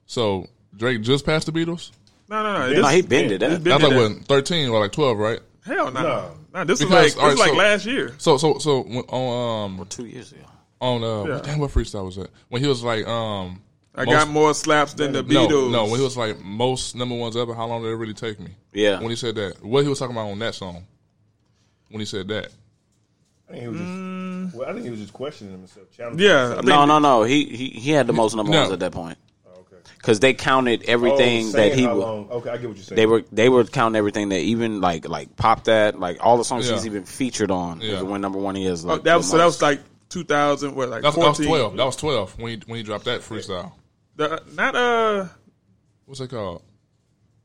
Speaker 4: so Drake just passed the Beatles.
Speaker 7: No, no, no. This- No, he been to that. He's been
Speaker 4: That's
Speaker 7: to
Speaker 4: like
Speaker 7: that.
Speaker 4: what thirteen or like twelve, right?
Speaker 7: Hell no.
Speaker 4: No.
Speaker 7: No, this was
Speaker 4: Because-
Speaker 7: like this
Speaker 4: all right,
Speaker 7: was like
Speaker 4: so-
Speaker 7: last year.
Speaker 4: So so so when, on um
Speaker 8: two years ago.
Speaker 4: on uh,
Speaker 7: Yeah.
Speaker 4: what damn what freestyle was that? When he was like, um,
Speaker 7: I got more slaps than the
Speaker 4: No,
Speaker 7: Beatles.
Speaker 4: No, when he was like most number ones ever. How long did it really take me?
Speaker 7: Yeah.
Speaker 4: when he said that, what he was talking about on that song, when he said that,
Speaker 6: I think he was just, well, I think he was just questioning himself. challenging
Speaker 7: Mm. Yeah,
Speaker 6: himself.
Speaker 8: no, no, no. He he, he had the most number
Speaker 6: No.
Speaker 8: ones at that point. Because they counted everything
Speaker 6: Oh, saying
Speaker 8: that he
Speaker 6: how
Speaker 8: wa-
Speaker 6: long. Okay, I get what you're saying.
Speaker 8: They were they were counting everything that even like like pop that like all the songs
Speaker 7: Yeah.
Speaker 8: he's even featured on
Speaker 4: Yeah.
Speaker 8: is the one number one he is.
Speaker 7: Oh,
Speaker 8: Like,
Speaker 7: that was
Speaker 8: the
Speaker 7: so that
Speaker 8: most.
Speaker 7: was like 2000 what like
Speaker 4: that was, that was
Speaker 7: 14
Speaker 4: twelve. That was twelve when he when he dropped that freestyle.
Speaker 7: The- not uh
Speaker 4: what's it called?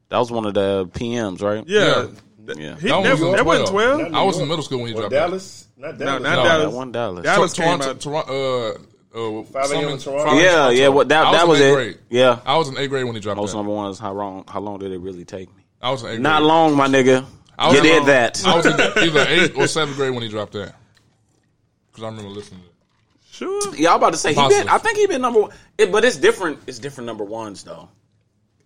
Speaker 8: that was one of the PMs, right?
Speaker 7: Yeah.
Speaker 8: yeah.
Speaker 7: He- that was- that wasn't 12?
Speaker 4: I was in middle school when he
Speaker 6: Or
Speaker 4: dropped
Speaker 6: Dallas? Not
Speaker 4: that.
Speaker 6: Dallas.
Speaker 8: No, not Dallas. that one Dallas. Dallas
Speaker 4: Tor-
Speaker 8: came
Speaker 4: Toronto,
Speaker 8: out-
Speaker 4: Toronto, uh, uh,
Speaker 8: 5 a.m.
Speaker 4: something-
Speaker 8: in Toronto.
Speaker 4: Friday,
Speaker 8: Yeah,
Speaker 4: Toronto.
Speaker 8: yeah, what- that-
Speaker 4: I
Speaker 8: that
Speaker 4: was
Speaker 8: was
Speaker 4: in eighth
Speaker 8: it.
Speaker 4: grade.
Speaker 8: Yeah.
Speaker 4: I was in eighth grade when he dropped
Speaker 8: most
Speaker 4: that.
Speaker 8: number one is how long how long did it really take me?
Speaker 4: I was in eighth
Speaker 8: Not
Speaker 4: grade.
Speaker 8: long, my nigga.
Speaker 4: I was
Speaker 8: you
Speaker 4: in-
Speaker 8: did that.
Speaker 4: I was in
Speaker 7: [laughs]
Speaker 4: either eighth or seventh grade when he dropped that. Because I remember listening. to it.
Speaker 7: Sure.
Speaker 8: Yeah, I'm about to say he
Speaker 4: Possibly.
Speaker 8: been. I think he been number one, it, but it's different. It's different number ones though.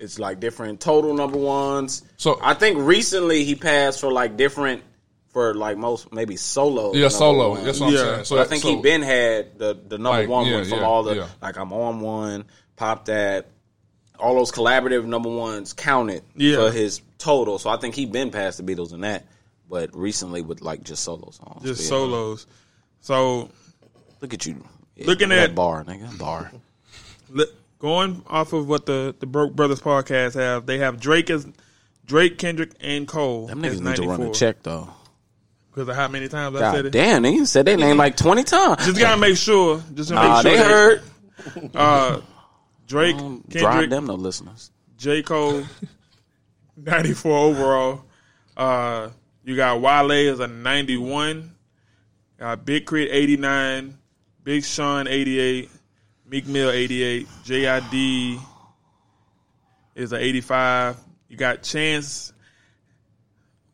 Speaker 8: It's like different total number ones.
Speaker 4: So
Speaker 8: I think recently he passed for like different for like most maybe solo.
Speaker 4: Yeah,
Speaker 8: number
Speaker 4: solo.
Speaker 8: ones.
Speaker 4: That's what I'm Yeah. saying. So-
Speaker 8: But I think he
Speaker 4: so-
Speaker 8: been had the the number
Speaker 4: Like,
Speaker 8: one
Speaker 4: yeah,
Speaker 8: one from
Speaker 4: yeah,
Speaker 8: all the
Speaker 4: yeah.
Speaker 8: like I'm on one, pop that. All those collaborative number ones counted
Speaker 7: Yeah.
Speaker 8: for his total. So I think he been past the Beatles in that, but recently with like just solo songs.
Speaker 7: just
Speaker 8: Yeah.
Speaker 7: solos. So
Speaker 8: look at you.
Speaker 7: Looking
Speaker 8: That
Speaker 7: at
Speaker 8: bar, nigga, bar.
Speaker 7: Li- going off of what the the Broke Brothers podcast have, they have Drake as Drake, Kendrick, and Cole.
Speaker 8: Them niggas need to run a check though.
Speaker 7: because of how many times I said
Speaker 8: God
Speaker 7: it.
Speaker 8: damn, they said their name like twenty times.
Speaker 7: Just gotta make sure. Just to
Speaker 8: Nah,
Speaker 7: make sure
Speaker 8: they heard.
Speaker 7: [laughs] Uh, Drake,
Speaker 8: Don't drive
Speaker 7: Kendrick,
Speaker 8: Um, them no listeners.
Speaker 7: J. Cole, 94 overall. Uh, you got Wale is a 91. Got Big Crit, 89. Big Sean, 88. Meek Mill, 88. J.I.D. is a 85. You got Chance.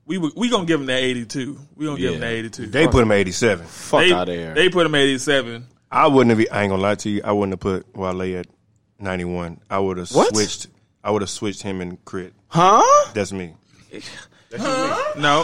Speaker 7: We w- we gonna give him that 82. We gonna give him that 82.
Speaker 6: They put him at 87. Fuck
Speaker 7: They- They put him at 87.
Speaker 6: I wouldn't have. I ain't gonna lie to you. I wouldn't have put Wale at ninety one. I would have
Speaker 7: What?
Speaker 6: switched. I would have switched him and Crit.
Speaker 8: Huh?
Speaker 6: That's me.
Speaker 7: No,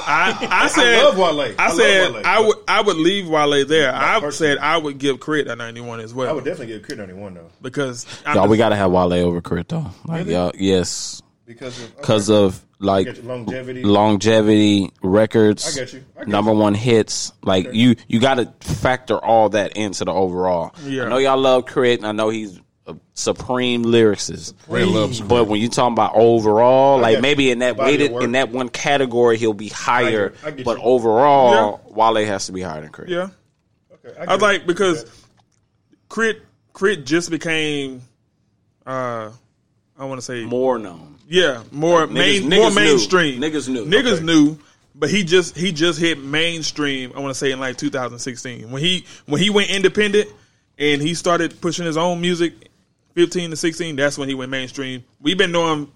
Speaker 7: I I
Speaker 6: I
Speaker 7: said
Speaker 6: love Wale. I
Speaker 7: I
Speaker 6: love
Speaker 7: said
Speaker 6: Wale.
Speaker 7: I would I would leave Wale there. I said I would give Crit a 91 as well.
Speaker 6: I would definitely give Crit ninety one though.
Speaker 7: because I'm
Speaker 8: Y'all, we
Speaker 7: just-
Speaker 8: gotta have Wale over Crit though. Like
Speaker 6: Really?
Speaker 8: y'all, yes,
Speaker 6: Because of-
Speaker 8: because
Speaker 6: okay.
Speaker 8: of like
Speaker 6: I get you. Longevity.
Speaker 8: longevity, records,
Speaker 6: I get you. I get
Speaker 8: number one hits. Like you, you gotta factor all that into the overall.
Speaker 7: Yeah.
Speaker 8: I know y'all love Crit. and I know he's a supreme lyricist.
Speaker 4: Ray loves
Speaker 8: but when you talking about overall,
Speaker 4: I
Speaker 8: like
Speaker 4: get
Speaker 8: maybe in that
Speaker 4: Body of
Speaker 8: weighted
Speaker 4: work.
Speaker 8: in that one category, he'll be higher.
Speaker 7: I get
Speaker 8: but
Speaker 7: you.
Speaker 8: overall, Wale has to be higher than Crit.
Speaker 7: Yeah. I, was like because Crit Crit just became uh I want to say
Speaker 8: more known.
Speaker 7: Yeah, more
Speaker 8: Like, niggas-
Speaker 7: main
Speaker 8: niggas
Speaker 7: more
Speaker 8: knew.
Speaker 7: mainstream.
Speaker 8: Niggas knew.
Speaker 7: Niggas
Speaker 8: Okay.
Speaker 7: knew, but he just he just hit mainstream, I want to say in like 2016. When he when he went independent and he started pushing his own music 15 to 16, that's when he went mainstream. We've been knowing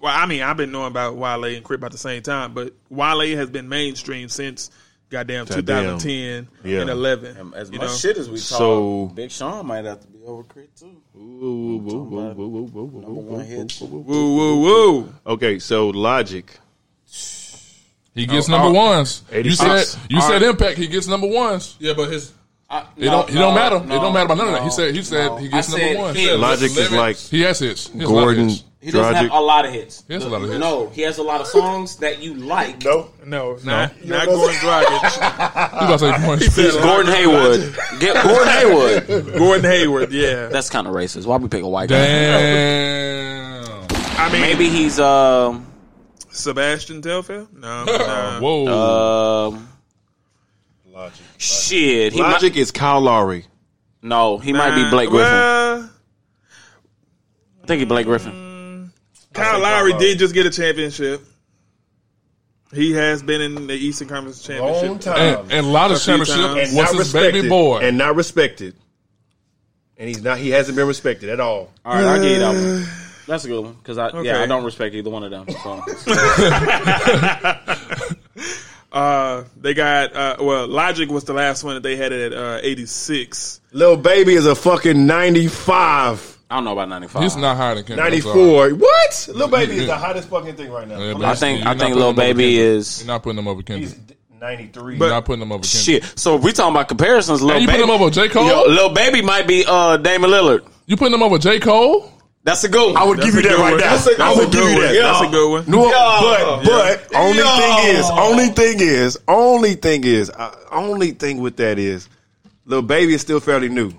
Speaker 7: well, I mean, I've been knowing about Wale and Crip about the same time, but Wale has been mainstream since goddamn
Speaker 6: Goddamn.
Speaker 7: 2010
Speaker 6: Yeah.
Speaker 7: and 11.
Speaker 8: As
Speaker 7: you
Speaker 8: much
Speaker 7: know?
Speaker 8: shit as we talk,
Speaker 6: So-
Speaker 8: Big Sean might have to be over Crit too.
Speaker 7: Woo woo woo.
Speaker 6: Okay, so Logic.
Speaker 4: He
Speaker 7: Oh,
Speaker 4: gets number ones. You said
Speaker 6: 86.
Speaker 4: you
Speaker 6: All
Speaker 4: said
Speaker 6: right.
Speaker 4: impact. He gets number ones. Yeah, but his it don't it don't matter. it don't matter about none of that. He said he said he gets number ones.
Speaker 6: Logic is like
Speaker 4: he has hits. He has a lot of
Speaker 6: Gordon.
Speaker 4: hits.
Speaker 8: He doesn't
Speaker 6: Logic.
Speaker 8: have a lot of hits.
Speaker 4: He has a lot of hits.
Speaker 8: No, he has a lot of songs that you like.
Speaker 6: No,
Speaker 7: no,
Speaker 4: not-
Speaker 7: not Gordon
Speaker 4: [laughs] You about to say
Speaker 7: [laughs]
Speaker 4: Gordon
Speaker 8: He said
Speaker 4: Street.
Speaker 8: Gordon Hayward. Get Gordon Hayward.
Speaker 7: Gordon Hayward. Yeah,
Speaker 8: that's kind of racist. Why we pick a white
Speaker 7: guy? I mean,
Speaker 8: maybe he's um.
Speaker 7: Sebastian Telfair?
Speaker 8: [laughs]
Speaker 7: No. no.
Speaker 8: Whoa. Um.
Speaker 6: Logic.
Speaker 8: Shit. He
Speaker 6: Logic
Speaker 8: might,
Speaker 6: is Kyle Lowry.
Speaker 8: no, he might be
Speaker 7: Nah,
Speaker 8: Blake Griffin.
Speaker 7: well,
Speaker 8: I think he Blake Griffin.
Speaker 7: Kyle Lowry did just get a championship. He has been in the Eastern Conference championship
Speaker 6: Long time.
Speaker 7: few times.
Speaker 6: And not respected. And not respected. And he's not. He hasn't been respected at all.
Speaker 8: All right, I'll give you that one. That's a good one because I
Speaker 7: Okay.
Speaker 8: yeah I don't respect either one of them. So.
Speaker 7: [laughs] Uh, they got uh, well, Logic was the last one that they had at uh, eighty six.
Speaker 6: [sighs] Lil Baby is a fucking ninety five.
Speaker 8: I don't know about ninety
Speaker 4: He's not higher than Kendrick. I'm
Speaker 6: Ninety four.
Speaker 4: sorry.
Speaker 6: What? Lil Baby is
Speaker 4: Yeah.
Speaker 8: [laughs]
Speaker 6: the hottest fucking thing right now.
Speaker 4: Yeah,
Speaker 6: I'm
Speaker 4: but
Speaker 6: not-
Speaker 4: you're not putting him over Kendrick. You're not putting him over Kendrick.
Speaker 6: 93.
Speaker 8: But
Speaker 4: not putting them over Kendrick.
Speaker 8: Shit. So if we talking about comparisons, little
Speaker 4: you put
Speaker 8: baby,
Speaker 4: him over J. Cole?
Speaker 8: little baby might be uh, Damon Lillard.
Speaker 4: You putting him over J. Cole?
Speaker 8: That's a good one.
Speaker 4: I would give
Speaker 8: That's
Speaker 4: you
Speaker 8: a
Speaker 4: that
Speaker 8: good
Speaker 4: right
Speaker 8: one.
Speaker 4: now.
Speaker 8: That's a-
Speaker 4: I
Speaker 8: that's
Speaker 4: would
Speaker 8: a
Speaker 4: give you
Speaker 8: good
Speaker 4: that.
Speaker 8: one.
Speaker 4: That's a
Speaker 8: Yeah.
Speaker 4: good one.
Speaker 6: No,
Speaker 8: Yeah.
Speaker 6: but but
Speaker 8: Yeah.
Speaker 6: only
Speaker 8: Yeah.
Speaker 6: thing is, only thing is, only thing is, uh, only thing with that is, little baby is still fairly new.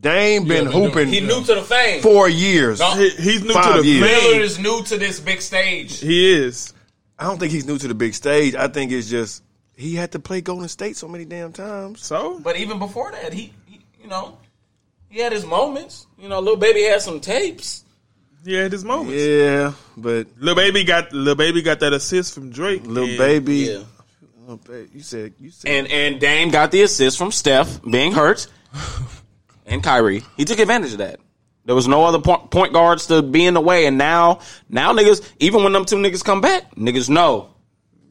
Speaker 6: Dame been hooping.
Speaker 20: He new to the fame.
Speaker 6: Four years.
Speaker 20: No.
Speaker 6: He- he's new Five to the years. fame.
Speaker 20: Lillard is new to this big stage.
Speaker 6: He is. I don't think he's new to the big stage. I think it's just he had to play Golden State so many damn times. So
Speaker 20: But even before that, he, he you know, he had his moments. You know, little baby had some tapes.
Speaker 7: Yeah, this moment.
Speaker 6: Yeah, but
Speaker 7: Lil Baby got Lil Baby got that assist from Drake.
Speaker 6: Lil
Speaker 7: and-
Speaker 6: Baby. Lil Baby, you said you said
Speaker 8: And and Dame got the assist from Steph being hurt, and Kyrie. He took advantage of that. There was no other point, point guards to be in the way, and now now niggas, even when them two niggas come back, niggas know,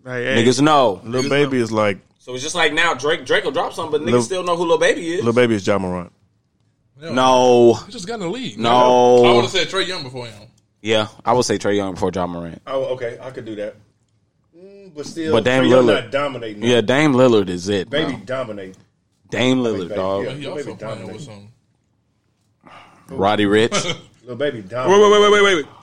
Speaker 8: niggas know.
Speaker 6: Little baby is like
Speaker 8: So it's just like now Drake Drake will drop something, but niggas
Speaker 6: Lil-
Speaker 8: still know who Lil Baby is.
Speaker 6: little baby is John Morant.
Speaker 8: No,
Speaker 9: He just got in the lead.
Speaker 8: No.
Speaker 9: I would have said Trey Young before him.
Speaker 8: yeah, I would say Trey Young before John Morant,
Speaker 6: Oh, okay, I could do that. Mm, but still,
Speaker 8: but Dame
Speaker 6: Trae Young
Speaker 8: Lillard
Speaker 6: not dominating.
Speaker 8: Yeah, Dame Lillard is it.
Speaker 6: baby
Speaker 8: bro.
Speaker 6: dominate.
Speaker 8: Dame Lillard, dog.
Speaker 6: Yeah, Lil baby dominate.
Speaker 8: Roddy Rich.
Speaker 6: [laughs] Little baby
Speaker 8: Oh.
Speaker 7: Wait,
Speaker 6: dominate.
Speaker 7: wait, wait, wait, wait, wait.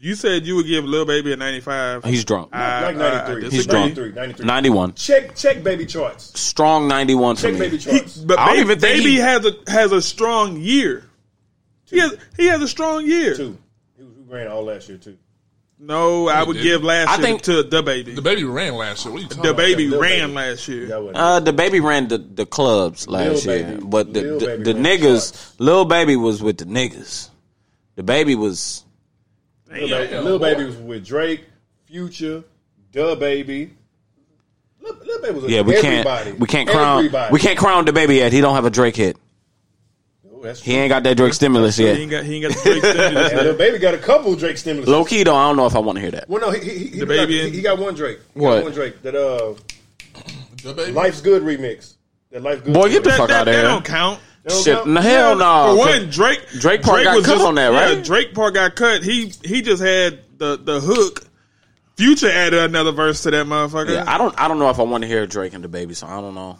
Speaker 7: You said you would give Lil Baby a ninety-five.
Speaker 8: He's drunk.
Speaker 7: I-
Speaker 6: Like
Speaker 7: I- I
Speaker 6: 93.
Speaker 8: He's
Speaker 7: disagree.
Speaker 8: drunk. 91.
Speaker 6: Check check baby charts.
Speaker 8: Strong 91 for
Speaker 6: Check
Speaker 8: me.
Speaker 6: baby charts.
Speaker 7: But
Speaker 8: I don't
Speaker 7: baby,
Speaker 8: even think
Speaker 7: baby
Speaker 8: he-
Speaker 7: has a has a strong year. He has he has a strong year. Two.
Speaker 6: Who ran all last year too?
Speaker 7: No, I would give last
Speaker 8: I
Speaker 7: year
Speaker 8: think-
Speaker 7: to the baby. The
Speaker 9: baby ran last year. What you talking
Speaker 7: The
Speaker 9: about?
Speaker 7: baby
Speaker 9: Yeah, Lil
Speaker 7: ran
Speaker 9: Baby.
Speaker 7: last year.
Speaker 8: Uh, the baby ran the, the clubs last
Speaker 7: Lil
Speaker 8: year,
Speaker 7: Baby.
Speaker 8: but the
Speaker 7: Lil
Speaker 8: the,
Speaker 7: Baby
Speaker 8: the
Speaker 7: ran
Speaker 8: niggas, little baby was with the niggas. The baby was
Speaker 6: Lil baby,
Speaker 7: Damn,
Speaker 6: Lil
Speaker 7: boy.
Speaker 6: baby was with Drake, Future, Da Baby. Lil, Lil baby was with
Speaker 8: yeah. We
Speaker 6: everybody.
Speaker 8: can't we can't crown
Speaker 6: Everybody.
Speaker 8: we can't crown the baby yet. He don't have a Drake hit.
Speaker 6: that's
Speaker 8: He ain't got that Drake stimulus
Speaker 7: He ain't
Speaker 8: yet.
Speaker 7: got he ain't got the Drake stimulus.
Speaker 6: And Lil baby got a couple Drake stimulus.
Speaker 8: Low key though, I don't know if I want to hear that.
Speaker 6: Well, no, he, he, he, he,
Speaker 8: The Baby
Speaker 6: got,
Speaker 8: and-
Speaker 6: he, he got one Drake. He
Speaker 8: What?
Speaker 6: Got one Drake that uh, Life's Good remix. That Life Good.
Speaker 8: Boy, get the
Speaker 6: remix.
Speaker 8: fuck out of here.
Speaker 6: That don't
Speaker 8: Shit,
Speaker 6: count?
Speaker 8: no, hell no.
Speaker 7: For one, Drake
Speaker 8: Drake part got
Speaker 7: was
Speaker 8: cut
Speaker 7: just-
Speaker 8: on that,
Speaker 7: yeah,
Speaker 8: right?
Speaker 7: Drake part got cut. He he just had the the hook. Future added another verse to that motherfucker.
Speaker 8: Yeah, I don't I don't know if I want to hear Drake and the baby. So I don't know.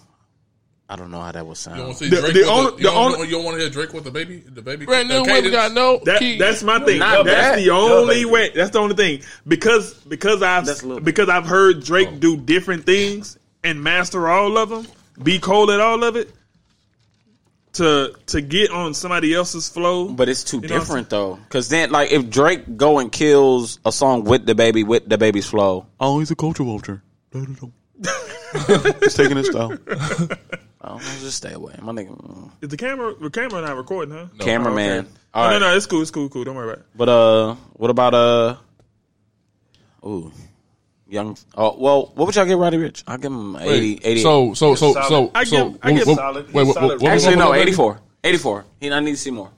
Speaker 8: I don't know how that would sound.
Speaker 9: You want to see Drake? The, only, the, you, don't, you don't want to hear Drake with the baby? The baby.
Speaker 7: Brand
Speaker 9: the
Speaker 7: new, we
Speaker 9: cadence?
Speaker 7: got That- that's my thing.
Speaker 9: Not that.
Speaker 7: that's the
Speaker 9: No,
Speaker 7: only
Speaker 9: baby.
Speaker 7: way. That's the only thing because because I've because I've heard
Speaker 8: Oh.
Speaker 7: Drake do different things and master all of them, be cold at all of it. To to get on somebody else's flow,
Speaker 8: But it's too
Speaker 7: You know what I'm
Speaker 8: different though, because then like if Drake go and kills a song with the baby with the baby's flow, oh he's a culture vulture. he's taking his [laughs] style. oh, just stay away, my nigga.
Speaker 7: Is the camera the camera not recording, huh?
Speaker 8: No. Cameraman.
Speaker 7: Oh,
Speaker 8: All
Speaker 7: okay.
Speaker 8: right.
Speaker 7: No, no, no, it's cool, it's cool, cool. Don't worry about it.
Speaker 8: But uh, what about uh, ooh, young? Oh well, what would y'all give Roddy Rich? I will give him 80,
Speaker 4: Wait,
Speaker 8: 80.
Speaker 4: so- so- so- Solid. so- I so give- I what- give what- solid. wait, He's what- solid. what-
Speaker 8: Actually,
Speaker 4: what-
Speaker 8: no,
Speaker 4: what-
Speaker 8: eighty four. Eighty four. He I need to see more.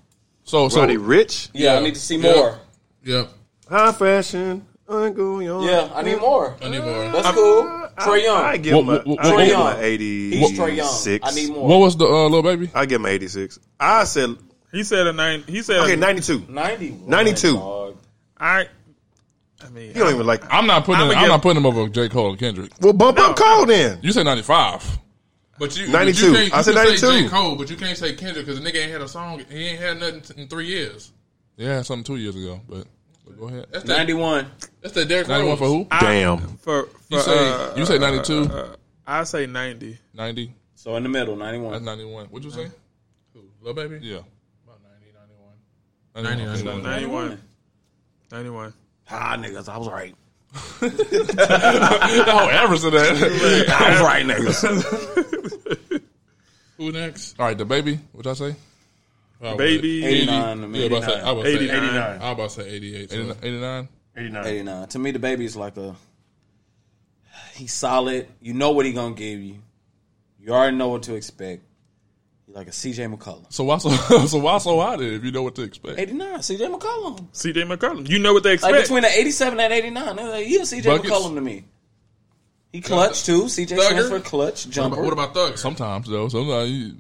Speaker 4: So, so
Speaker 8: Roddy
Speaker 6: Rich?
Speaker 8: Yeah, I
Speaker 6: Yeah.
Speaker 8: need to see
Speaker 6: Yeah.
Speaker 8: more.
Speaker 9: Yep.
Speaker 6: High fashion. Yeah,
Speaker 8: Yeah, I need more.
Speaker 9: I need more.
Speaker 8: That's cool. Trey Young.
Speaker 6: I give
Speaker 4: What-
Speaker 6: him a,
Speaker 4: what- what-
Speaker 6: I
Speaker 4: what-
Speaker 6: give him
Speaker 4: what-
Speaker 6: a 86.
Speaker 8: He's Trae Young. I need more.
Speaker 4: What was the uh, little baby?
Speaker 6: I give him 86. I said
Speaker 7: he said a nine. He said
Speaker 6: okay, 92.
Speaker 8: 91,
Speaker 6: 92.
Speaker 8: All
Speaker 7: right. I mean, you
Speaker 6: don't even like.
Speaker 4: I'm not putting.
Speaker 6: I'ma
Speaker 4: I'm,
Speaker 6: give-
Speaker 4: not putting him over J Cole and Kendrick.
Speaker 6: Well, bump up Cole then.
Speaker 4: You say 95.
Speaker 9: But you,
Speaker 4: 92.
Speaker 9: But you can't, you
Speaker 4: I said
Speaker 9: can Say J.
Speaker 4: 92.
Speaker 9: Cole, but you can't say Kendrick because the nigga ain't had a song. He ain't had nothing t- in three years.
Speaker 4: Yeah, something two years ago. But, but go ahead.
Speaker 9: That's that- 91. That's that Derrick
Speaker 4: 91 for who?
Speaker 9: Rose. I-
Speaker 4: Damn.
Speaker 7: For, for
Speaker 4: You say-
Speaker 7: uh,
Speaker 4: you say 92?
Speaker 7: uh, I say ninety.
Speaker 4: 90.
Speaker 8: So in the middle, 91.
Speaker 4: That's 91. What'd you say?
Speaker 9: Who? Lil Baby?
Speaker 4: Yeah. [laughs] About
Speaker 9: 90,
Speaker 4: 91.
Speaker 9: 91.
Speaker 7: 91. 91.
Speaker 8: Ah, niggas, I was
Speaker 9: [laughs]
Speaker 8: right.
Speaker 4: the
Speaker 9: Oh,
Speaker 4: whole average of that.
Speaker 8: [laughs] I was right,
Speaker 9: [laughs]
Speaker 4: [laughs]
Speaker 8: niggas.
Speaker 9: Who next?
Speaker 4: All right, the baby. What y'all say?
Speaker 9: The
Speaker 8: baby- 89 to me.
Speaker 4: Oh, Yeah, about to say- I was
Speaker 8: 89.
Speaker 4: 89. I was about to say 88. 89. 89?
Speaker 6: 89.
Speaker 8: 89. To me, the baby's like a. He's solid. You know what he gonna give you. You already know what to expect. He like a CJ McCollum.
Speaker 4: So why so so [laughs] why so hot if you know what to expect?
Speaker 8: 89. CJ McCollum.
Speaker 7: CJ McCollum. You know what they expect.
Speaker 8: Like between the 87 and 89. they're Like, you a CJ
Speaker 4: Buckets.
Speaker 8: McCollum to me. He clutch too. CJ stands for clutch jumper.
Speaker 9: What about, what about Thugger?
Speaker 4: Sometimes though, sometimes you,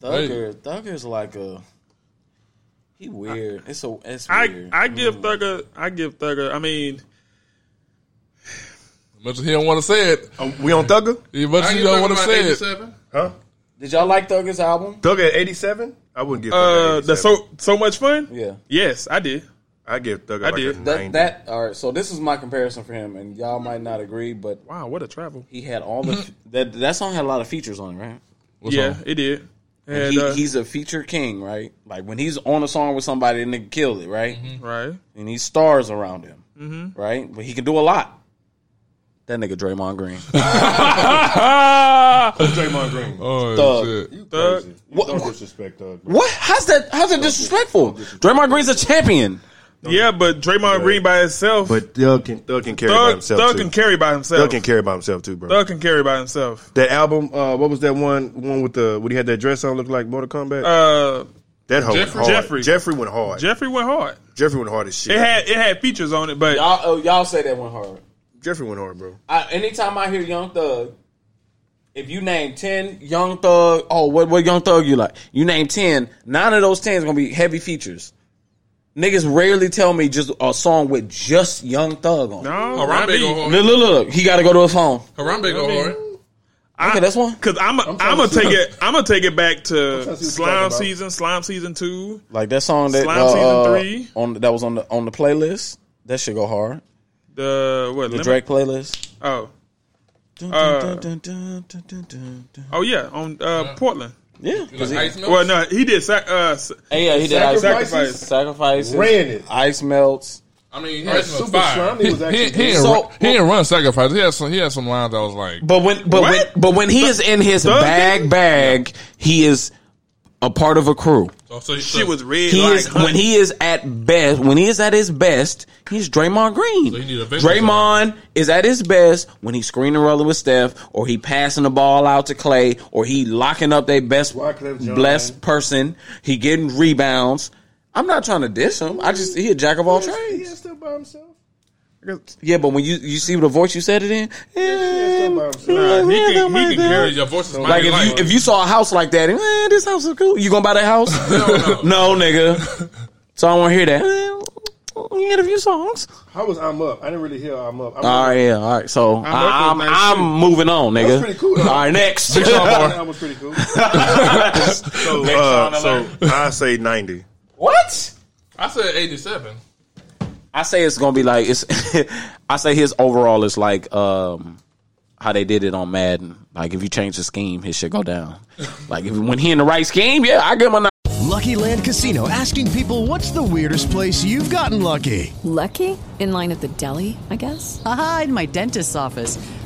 Speaker 8: Thugger. Thugger's like a. He weird. it's a. It's
Speaker 7: I
Speaker 8: weird.
Speaker 7: I give Thugger. I give Thugger. I mean,
Speaker 4: Much as he don't want to say it.
Speaker 6: we on Thugger?
Speaker 4: As much as you don't want to say it.
Speaker 6: Huh?
Speaker 8: Did y'all like Thugger's album?
Speaker 6: Thug at 87? I wouldn't give Thug
Speaker 7: Uh,
Speaker 6: at
Speaker 7: the
Speaker 6: 87.
Speaker 7: so so much fun.
Speaker 8: Yeah.
Speaker 7: Yes, I did.
Speaker 6: I give Thugger
Speaker 7: I
Speaker 6: like
Speaker 7: did.
Speaker 6: a
Speaker 8: That,
Speaker 6: 90.
Speaker 8: that all right. So this is my comparison for him, and y'all might not agree, but
Speaker 7: wow, what a travel!
Speaker 8: He had all
Speaker 7: [laughs]
Speaker 8: the that that song had a lot of features on it, right?
Speaker 7: What Yeah, song? it did.
Speaker 8: And
Speaker 7: Had,
Speaker 8: he,
Speaker 7: uh,
Speaker 8: he's a feature king, right? Like when he's on a song with somebody, and they kill it, right?
Speaker 7: Right.
Speaker 8: And he stars around him,
Speaker 7: Mhm.
Speaker 8: right? But he can do a lot. That nigga Draymond
Speaker 7: [laughs]
Speaker 8: Green.
Speaker 6: Draymond Green.
Speaker 4: Oh,
Speaker 8: Thug.
Speaker 7: Thug.
Speaker 6: What? Don't disrespect Thug.
Speaker 8: What? How's that? How's that disrespectful? Draymond Green's a champion.
Speaker 7: Yeah, but Draymond Green by himself.
Speaker 6: But Thug can, Thug can carry by
Speaker 7: Thug,
Speaker 6: himself.
Speaker 7: Thug
Speaker 6: too.
Speaker 7: can carry by himself.
Speaker 6: Thug can carry by himself too, bro.
Speaker 7: Thug can carry by himself.
Speaker 6: That album, uh, what was that one? One with the when he had that dress on, looked like Mortal Kombat.
Speaker 7: Uh,
Speaker 6: that whole
Speaker 7: Jeffrey-
Speaker 6: hard.
Speaker 7: Jeffrey.
Speaker 6: Jeffrey went hard.
Speaker 7: Jeffrey went hard.
Speaker 6: Jeffrey went hard as shit.
Speaker 7: It had it had features on it, but
Speaker 8: y'all oh, y'all say that went hard.
Speaker 6: Jeffrey went hard, bro.
Speaker 8: I, anytime I hear Young Thug, if you name ten Young Thug, oh what what Young Thug you like? You name ten, nine of those ten is gonna be heavy features. Niggas rarely tell me just a song with just Young Thug on. it.
Speaker 7: No,
Speaker 21: Harambe
Speaker 7: not me.
Speaker 21: go hard.
Speaker 8: Look, look, look, he got to go to a phone.
Speaker 21: Harambe go hard.
Speaker 7: I,
Speaker 8: okay, that's one.
Speaker 7: Cause I'm I'm gonna
Speaker 8: to see-
Speaker 7: take it. I'm gonna take it back
Speaker 8: I'm trying to
Speaker 7: to
Speaker 8: see what you're
Speaker 7: Slime
Speaker 8: talking about.
Speaker 7: Season, Slime Season Two.
Speaker 8: Like that song that
Speaker 7: Slime
Speaker 8: uh,
Speaker 7: Season
Speaker 8: uh,
Speaker 7: Three.
Speaker 8: on that was on the on the playlist. That should go hard.
Speaker 7: The what?
Speaker 8: The
Speaker 7: Lemon-
Speaker 8: Drake playlist.
Speaker 7: Oh.
Speaker 8: Dun, dun,
Speaker 7: Uh,
Speaker 8: dun, dun, dun, dun, dun, dun.
Speaker 7: oh yeah, on uh, Portland.
Speaker 8: Yeah, 'cause
Speaker 7: Like
Speaker 8: he-
Speaker 7: Ice Melts? well, no, he did. Sac- uh, s-
Speaker 8: Hey, yeah, he did Ice- sacrifices. Sacrifices. Ice melts.
Speaker 21: I mean, he
Speaker 8: Alright,
Speaker 21: had some
Speaker 8: Super
Speaker 21: fire.
Speaker 8: Slimy was [laughs]
Speaker 21: He-
Speaker 8: actually
Speaker 21: he- he
Speaker 8: good.
Speaker 21: ain't
Speaker 8: So-
Speaker 21: run- he didn't run sacrifice. He had some. He had some lines that was like,
Speaker 8: But when but
Speaker 21: What?
Speaker 8: when but when he is in his
Speaker 21: Thug
Speaker 8: bag bag, he is a part of a crew.
Speaker 7: Oh,
Speaker 21: so he-
Speaker 7: she was red.
Speaker 8: He
Speaker 7: like,
Speaker 8: is when he is at best. When he is at his best, he's Draymond Green.
Speaker 21: need a victim
Speaker 8: Draymond is at his best when he's screening rolling with Steph, or he passing the ball out to Clay, or he locking up their best
Speaker 6: Wyclef Jean.
Speaker 8: blessed person. He getting rebounds. I'm not trying to diss him. I just he a jack of all trades.
Speaker 6: He is still by himself.
Speaker 8: Yeah, but when you you see the voice you said it in,
Speaker 6: Nah,
Speaker 21: he
Speaker 8: yeah,
Speaker 21: can, he
Speaker 8: like
Speaker 21: can
Speaker 8: that.
Speaker 21: carry your voices.
Speaker 8: Like if you if you saw a house like that, and, eh, this house is cool. You gonna buy that house? no, nigga. So I want to hear that. Eh, He had a few songs.
Speaker 6: How was I'm up? I didn't really hear I'm up. I'm
Speaker 8: All right, yeah, all right. So I'm I'm,
Speaker 6: I'm working with nice shit.
Speaker 8: moving on,
Speaker 6: That
Speaker 8: nigga.
Speaker 6: was pretty cool, though.
Speaker 8: All right, next.
Speaker 6: Big Sean
Speaker 8: [laughs]
Speaker 6: Bar.
Speaker 8: That
Speaker 6: was pretty cool.
Speaker 8: so,
Speaker 7: [laughs]
Speaker 6: So, uh, so I say ninety.
Speaker 8: what?
Speaker 21: I said eighty-seven.
Speaker 8: I say it's gonna be like it's. [laughs] I say his overall is like um, how they did it on Madden. Like if you change the scheme, his shit go down. like if, when he in the right scheme, yeah, I give him a. nine.
Speaker 22: Lucky Land Casino asking people what's the weirdest place you've gotten lucky?
Speaker 15: Lucky? In line at the deli, I guess?
Speaker 23: Aha, in my dentist's office.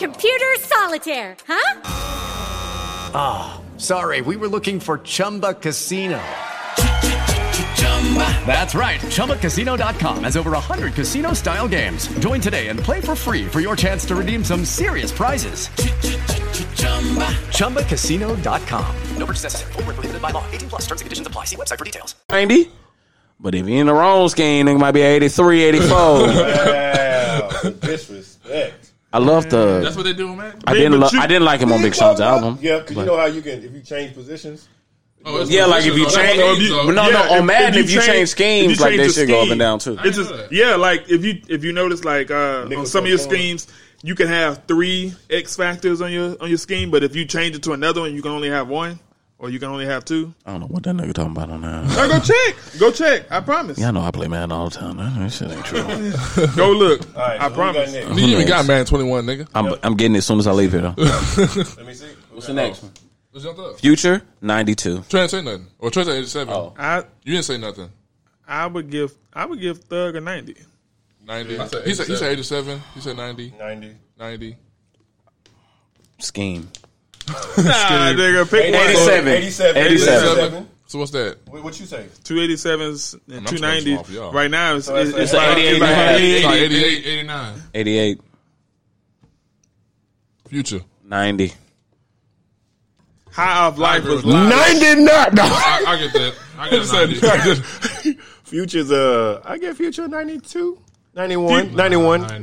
Speaker 24: Computer solitaire, huh?
Speaker 4: [laughs]
Speaker 25: Ah, sorry. We were looking for Chumba Casino. That's right. ChumbaCasino.com has over 100 casino-style games. Join today and play for free for your chance to redeem some serious prizes. ChumbaCasino.com. No purchase necessary. Void where prohibited by law. 18 plus. Terms and conditions apply. See website for details.
Speaker 8: 90. But if he in the wrong scheme, nigga might be 83, 84. [laughs]
Speaker 6: Disrespect.
Speaker 8: I love Thug.
Speaker 6: That's what they do, man.
Speaker 8: I didn't,
Speaker 6: Big
Speaker 8: lo-
Speaker 6: Mac-
Speaker 8: I didn't like him on Big Sean's album.
Speaker 6: Yeah, because you
Speaker 8: But-
Speaker 6: know how you can if you change positions. Oh,
Speaker 7: Oh,
Speaker 8: yeah, like if you change, but no, no, on Madden, if you change, schemes, like they
Speaker 7: the
Speaker 8: should go up
Speaker 7: scheme,
Speaker 8: and down too.
Speaker 7: It's just, yeah, like if you if you notice, like uh, on some of your schemes, you can have three X factors on your on your scheme, but if you change it to another one, you can only have one, or you can only have two.
Speaker 8: I don't know what that nigga talking about on that.
Speaker 7: No, go check, go check. I promise.
Speaker 8: Y'all know I play Madden all the time. That that shit ain't true.
Speaker 7: go look.
Speaker 6: right,
Speaker 7: I
Speaker 6: so who we got
Speaker 7: promise.
Speaker 6: next?
Speaker 8: You even got
Speaker 4: Madden 21, nigga.
Speaker 8: I'm, I'm getting it as soon as I leave here though.
Speaker 6: Let me see.
Speaker 8: What's the next one?
Speaker 21: Let's jump up.
Speaker 8: Future ninety two.
Speaker 4: Trent say nothing. Or Trent say eighty-seven.
Speaker 8: Oh.
Speaker 7: I,
Speaker 4: you didn't say nothing.
Speaker 7: I would give I would give Thug a ninety.
Speaker 4: 90.
Speaker 7: Yeah, I said
Speaker 4: he, said, he said
Speaker 7: 87.
Speaker 4: 87. He said 90.
Speaker 6: 90.
Speaker 4: 90.
Speaker 8: Scheme.
Speaker 7: Nah, nigga, pick one.
Speaker 8: 87.
Speaker 7: 87.
Speaker 4: 87. So what's that?
Speaker 6: What, what you say?
Speaker 7: Two eighty sevens and
Speaker 4: I'm
Speaker 7: two
Speaker 4: trying to
Speaker 7: nineties.
Speaker 4: swap y'all.
Speaker 7: Right now, it's
Speaker 4: So
Speaker 7: it's,
Speaker 4: that's
Speaker 7: it's
Speaker 4: like
Speaker 7: like
Speaker 4: 88,
Speaker 8: [laughs]
Speaker 7: it's like
Speaker 4: 88,
Speaker 7: 88,
Speaker 4: 88, 89.
Speaker 8: Eighty eight.
Speaker 9: Future.
Speaker 8: 90.
Speaker 7: High of life
Speaker 9: agree
Speaker 7: was
Speaker 9: with
Speaker 7: live.
Speaker 9: that.
Speaker 7: I- I
Speaker 9: get that.
Speaker 7: I get
Speaker 6: Future's uh, I get Future 92, 91, 91, 91, 91,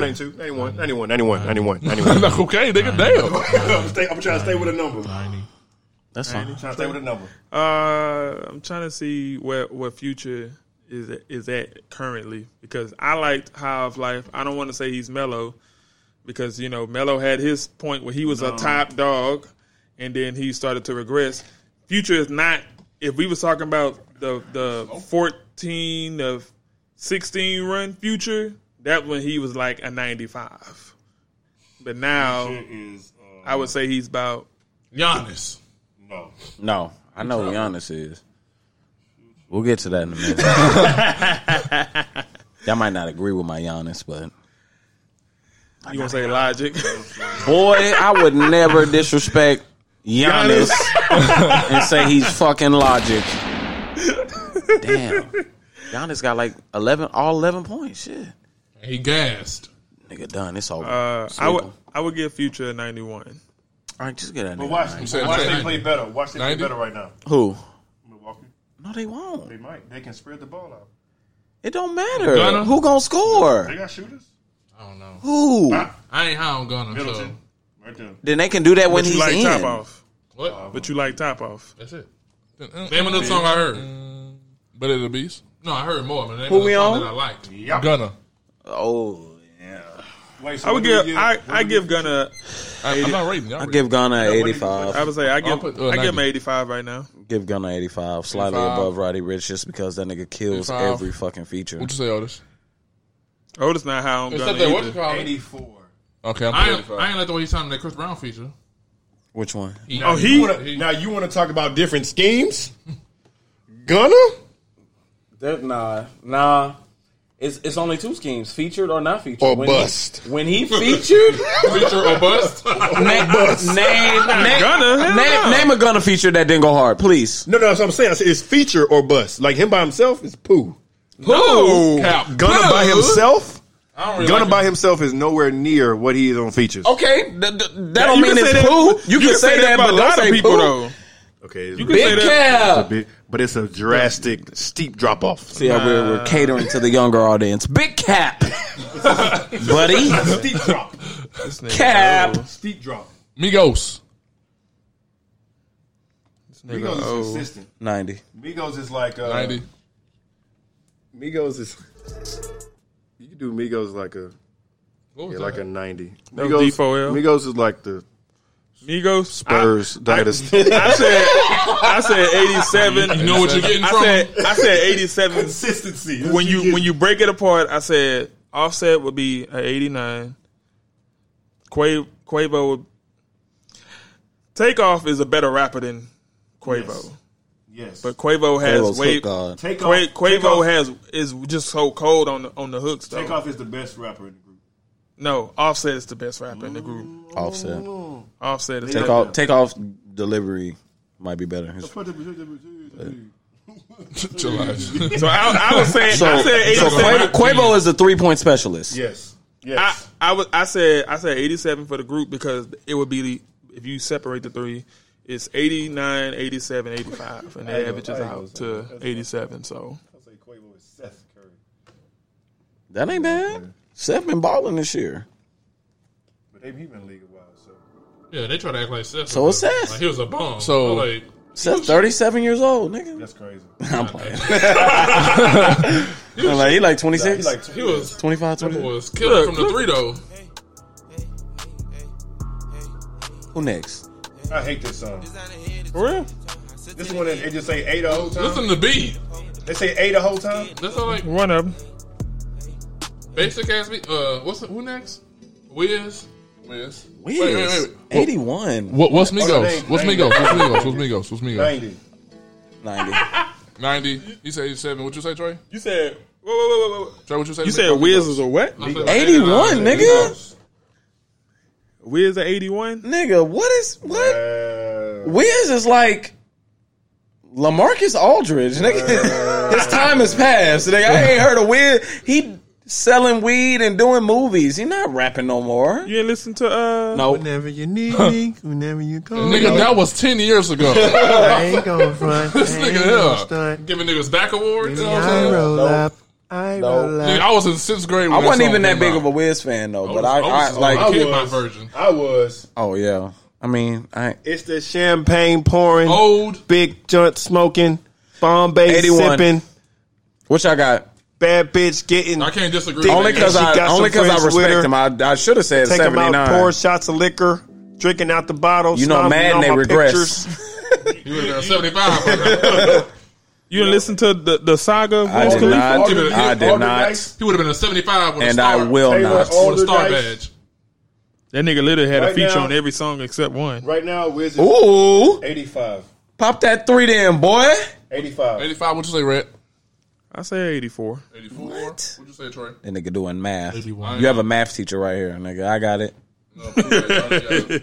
Speaker 6: 92, 91, 91,
Speaker 8: Uh,
Speaker 6: 91, 91, 91.
Speaker 9: Okay, nigga, damn.
Speaker 6: [laughs] I'm, stay, I'm trying to stay with a number. 90.
Speaker 8: That's
Speaker 6: fine. Trying to stay with a number.
Speaker 7: Uh, I'm trying to see where what future is is at currently because I liked High of Life. I don't want to say he's mellow because you know Mello had his point where he was
Speaker 26: No.
Speaker 7: a top dog and then he started to regress. Future is not. If we was talking about the the 14 of 16 run future, that when he was like a 95. But now I would say he's about
Speaker 4: Giannis.
Speaker 6: No.
Speaker 8: [laughs] No, I know who Giannis is. We'll get to that in a minute. [laughs] Y'all might not agree with my Giannis, but
Speaker 7: You want to say [laughs] logic?
Speaker 8: boy, I would never disrespect Giannis and say he's fucking logic. Damn. [laughs] Giannis got like 11, all 11 points. Shit.
Speaker 9: He gassed.
Speaker 8: Nigga done. It's over.
Speaker 7: Uh, I would I would give Future a 91.
Speaker 8: All right, just get that.
Speaker 6: But watch, watch they play better. Watch they play
Speaker 7: 90?
Speaker 6: better right now.
Speaker 8: Who?
Speaker 6: Milwaukee.
Speaker 8: No, they won't.
Speaker 6: They might. They can spread the ball out.
Speaker 8: It don't matter. Who gonna score?
Speaker 6: They got shooters.
Speaker 4: I don't know.
Speaker 8: Who?
Speaker 4: I ain't how I'm gonna.
Speaker 6: Middleton.
Speaker 8: Then they can do that when
Speaker 7: but you
Speaker 8: he's
Speaker 7: like
Speaker 8: in.
Speaker 7: top off.
Speaker 4: What?
Speaker 7: but you like top off.
Speaker 4: That's it. Name another song I heard.
Speaker 9: But it the beast.
Speaker 4: No, I heard more. But name
Speaker 9: Who
Speaker 4: another
Speaker 9: we
Speaker 4: song
Speaker 9: on?
Speaker 4: Oh, That I liked.
Speaker 9: Yep. Gunna.
Speaker 8: Oh.
Speaker 6: Wait,
Speaker 7: I would give I, I give Ghana.
Speaker 9: I, am not rating.
Speaker 8: I give Ghana
Speaker 7: Yeah, what do you-
Speaker 8: 85.
Speaker 7: I would say I give
Speaker 8: I'll put, uh,
Speaker 7: I give him
Speaker 8: 90.
Speaker 7: 85 right now.
Speaker 8: Give Gunna 85, slightly
Speaker 7: 85.
Speaker 8: above Roddy Rich, just because that nigga kills
Speaker 7: 85.
Speaker 8: every fucking feature.
Speaker 9: What you say, Otis?
Speaker 7: Otis not high on
Speaker 4: Except
Speaker 7: Gunna.
Speaker 4: that what's
Speaker 7: either.
Speaker 4: called
Speaker 9: Okay, I'm
Speaker 4: I
Speaker 9: putting
Speaker 4: ain't, I ain't like the way he sounded that Chris Brown feature.
Speaker 8: Which one?
Speaker 4: He-
Speaker 6: Now,
Speaker 4: Oh,
Speaker 6: you
Speaker 4: he-
Speaker 6: wanna- Now you want to talk about different schemes? Gunner?
Speaker 27: That, nah, nah. It's it's only two schemes: featured or not featured.
Speaker 6: Or
Speaker 27: he-
Speaker 6: bust.
Speaker 27: when he featured,
Speaker 6: [laughs]
Speaker 4: feature or bust.
Speaker 27: name,
Speaker 6: Bust.
Speaker 27: name,
Speaker 6: Not
Speaker 27: name,
Speaker 6: Gunna, hell
Speaker 27: name,
Speaker 6: no.
Speaker 8: Name a Gunna feature that didn't go hard, please.
Speaker 6: No, no, that's what I'm saying. I said it's feature or bust. Like him by himself is poo.
Speaker 8: Poo.
Speaker 6: Gunner by himself?
Speaker 4: Gunner
Speaker 8: really like
Speaker 6: by himself is nowhere near what he is on features.
Speaker 8: Okay, th- th- that
Speaker 6: Yeah,
Speaker 8: don't
Speaker 6: you
Speaker 8: mean
Speaker 6: can
Speaker 8: it's
Speaker 6: say that-
Speaker 8: poo. You, can, say, that,
Speaker 6: about
Speaker 8: but
Speaker 6: a
Speaker 8: don't
Speaker 6: lot of
Speaker 8: say
Speaker 6: people,
Speaker 8: poo.
Speaker 6: though. Okay,
Speaker 8: can say Big that. Cal.
Speaker 6: It's a bit- but it's a drastic, steep drop off.
Speaker 8: See how we're, we're catering to the [laughs] younger audience. Big cap, buddy.
Speaker 6: steep drop.
Speaker 8: Cap.
Speaker 6: Steep drop.
Speaker 9: Migos.
Speaker 6: Migos is consistent.
Speaker 8: Ninety.
Speaker 6: Migos is like uh,
Speaker 9: 90.
Speaker 6: Migos is. You can do Migos like a.
Speaker 9: What was
Speaker 6: yeah, like
Speaker 9: that?
Speaker 6: a ninety.
Speaker 7: That was
Speaker 6: Migos,
Speaker 7: D4L?
Speaker 6: Migos is like the
Speaker 7: Migos
Speaker 6: Spurs dynasty.
Speaker 7: [laughs] I said I said 87.
Speaker 6: You know what you're getting
Speaker 7: I
Speaker 6: from
Speaker 7: said
Speaker 6: them.
Speaker 7: I said 87
Speaker 6: consistency.
Speaker 7: When you when you break it apart, I said Offset would be a 89. Quavo, Quavo would Takeoff is a better rapper than Quavo.
Speaker 6: Yes. Yes.
Speaker 7: But Quavo has
Speaker 8: Quavo's
Speaker 7: way
Speaker 8: hook god.
Speaker 7: Qua-
Speaker 6: Takeoff-
Speaker 7: Quavo,
Speaker 6: Takeoff-
Speaker 7: has is just so cold on the on the hooks though.
Speaker 6: Takeoff is the best rapper in the group.
Speaker 7: No, Offset is the best rapper in the group.
Speaker 8: Offset.
Speaker 7: Offset is
Speaker 8: Take
Speaker 7: the-
Speaker 8: off. Take off. Delivery might be better. His
Speaker 7: So I, I was saying, I said 87.
Speaker 8: Quavo, Quavo is a three point specialist.
Speaker 6: Yes.
Speaker 7: I, I was I said I said 87 for the group because it would be if you separate the three, it's 89, 87, 85, and
Speaker 6: I
Speaker 7: that
Speaker 6: know,
Speaker 7: averages
Speaker 6: I know.
Speaker 7: out to 87. So
Speaker 6: Seth Curry.
Speaker 8: That ain't bad. Seth been balling this year.
Speaker 6: But they've been in the league a while, so.
Speaker 4: Yeah, they try to act like Seth.
Speaker 8: So
Speaker 4: was
Speaker 8: it's
Speaker 4: a-
Speaker 8: Seth.
Speaker 4: Like he was a bum.
Speaker 8: So-
Speaker 4: I'm like,
Speaker 8: Seth, thirty seven years old, nigga.
Speaker 6: That's crazy.
Speaker 8: [laughs] I'm playing.
Speaker 4: [laughs]
Speaker 8: I'm like, he like twenty six.
Speaker 4: Nah, he like 20. He was-
Speaker 8: 25,
Speaker 4: that
Speaker 8: 26.
Speaker 4: boy was killing from the three though.
Speaker 8: Who next?
Speaker 6: I hate this song.
Speaker 7: For real?
Speaker 6: This one, that- they just say eight the whole time.
Speaker 4: Listen to B.
Speaker 6: They say eight the whole time.
Speaker 4: That's all like
Speaker 7: one of them.
Speaker 4: basic ass. beat. Uh, what's who next? Wiz. Wiz.
Speaker 8: Wiz.
Speaker 4: Wait, wait, wait.
Speaker 8: Eighty one.
Speaker 9: What, what's Migos?
Speaker 4: Oh, dang,
Speaker 9: what's
Speaker 4: dang.
Speaker 9: Migos? What's Migos? What's Migos? What's Migos?
Speaker 4: Ninety.
Speaker 8: Ninety.
Speaker 9: Ninety. He said eighty-seven. What you say, Trey?
Speaker 7: You said whoa, whoa, whoa, whoa, whoa.
Speaker 9: Trey, what you say?
Speaker 7: You said Wiz was a what?
Speaker 9: I said-
Speaker 8: Eighty one, nigga.
Speaker 7: Wiz at 81.
Speaker 8: Nigga, what is what? Wiz is like [laughs] Lamarcus Aldridge. Nigga, his time has passed. Nigga, I ain't heard of Wiz. He selling weed and doing movies. He's not rapping no more.
Speaker 7: You ain't listen to uh
Speaker 8: no.
Speaker 6: Whenever you need me, whenever you go.
Speaker 4: [laughs] Nigga, that was 10 years ago.
Speaker 6: [laughs] I ain't gonna front.
Speaker 4: [laughs] This
Speaker 6: I ain't
Speaker 4: nigga
Speaker 6: gonna
Speaker 4: here.
Speaker 6: stunt.
Speaker 4: Giving niggas back awards. You know what
Speaker 6: I
Speaker 4: I'm saying?
Speaker 6: roll
Speaker 4: Nope.
Speaker 6: up. I
Speaker 4: Nope.
Speaker 6: roll up.
Speaker 4: Nigga, I was in sixth grade.
Speaker 8: I
Speaker 4: When
Speaker 8: wasn't
Speaker 4: that
Speaker 8: even
Speaker 4: song
Speaker 8: that
Speaker 4: came
Speaker 8: big
Speaker 4: out.
Speaker 8: of a Wiz fan though, but I,
Speaker 4: I was-
Speaker 8: I,
Speaker 4: I was
Speaker 8: like.
Speaker 4: a kid, my version.
Speaker 6: I was.
Speaker 8: Oh yeah, I mean, I
Speaker 6: It's the champagne pouring,
Speaker 4: old
Speaker 6: big joint smoking, Bombay
Speaker 8: 81.
Speaker 6: sipping.
Speaker 8: What y'all got?
Speaker 6: Bad bitch getting.
Speaker 4: I can't disagree. with
Speaker 8: only
Speaker 4: that.
Speaker 8: because
Speaker 6: She
Speaker 8: I
Speaker 6: got
Speaker 8: only
Speaker 6: some
Speaker 8: because I
Speaker 6: friends with
Speaker 8: respect
Speaker 6: her.
Speaker 8: him. I, I should have said
Speaker 6: Take them
Speaker 8: seventy
Speaker 6: out, pour
Speaker 8: nine.
Speaker 6: shots of liquor, drinking out the bottle.
Speaker 8: You know,
Speaker 6: smiling
Speaker 8: Madden
Speaker 6: on
Speaker 8: they
Speaker 6: my
Speaker 8: regress.
Speaker 6: pictures.
Speaker 4: You would have
Speaker 8: [laughs]
Speaker 4: been 75. by now.
Speaker 7: [laughs] You didn't listen to the, the saga of
Speaker 8: I
Speaker 7: Wiz
Speaker 8: did
Speaker 7: Khalifa?
Speaker 8: not.
Speaker 4: He would've-
Speaker 8: I
Speaker 4: he-
Speaker 8: did
Speaker 4: Alder
Speaker 8: not.
Speaker 4: Dice, He would have been a 75 with a
Speaker 8: And I
Speaker 4: star.
Speaker 8: will Taylor not. Alder
Speaker 4: With a star
Speaker 6: Dice.
Speaker 4: badge.
Speaker 7: That nigga literally had a
Speaker 6: Right
Speaker 7: feature
Speaker 6: now-
Speaker 7: on every song except one.
Speaker 6: Right now, Wiz is
Speaker 8: Ooh,
Speaker 6: 85.
Speaker 8: pop that three then, boy.
Speaker 6: 85.
Speaker 4: 85, what'd you say, Red?
Speaker 7: I say eighty four.
Speaker 4: 84? What? would you say, Troy?
Speaker 8: That nigga doing math.
Speaker 4: 81.
Speaker 8: You have a math teacher right here, nigga. I got it.
Speaker 4: No, cool, right, right,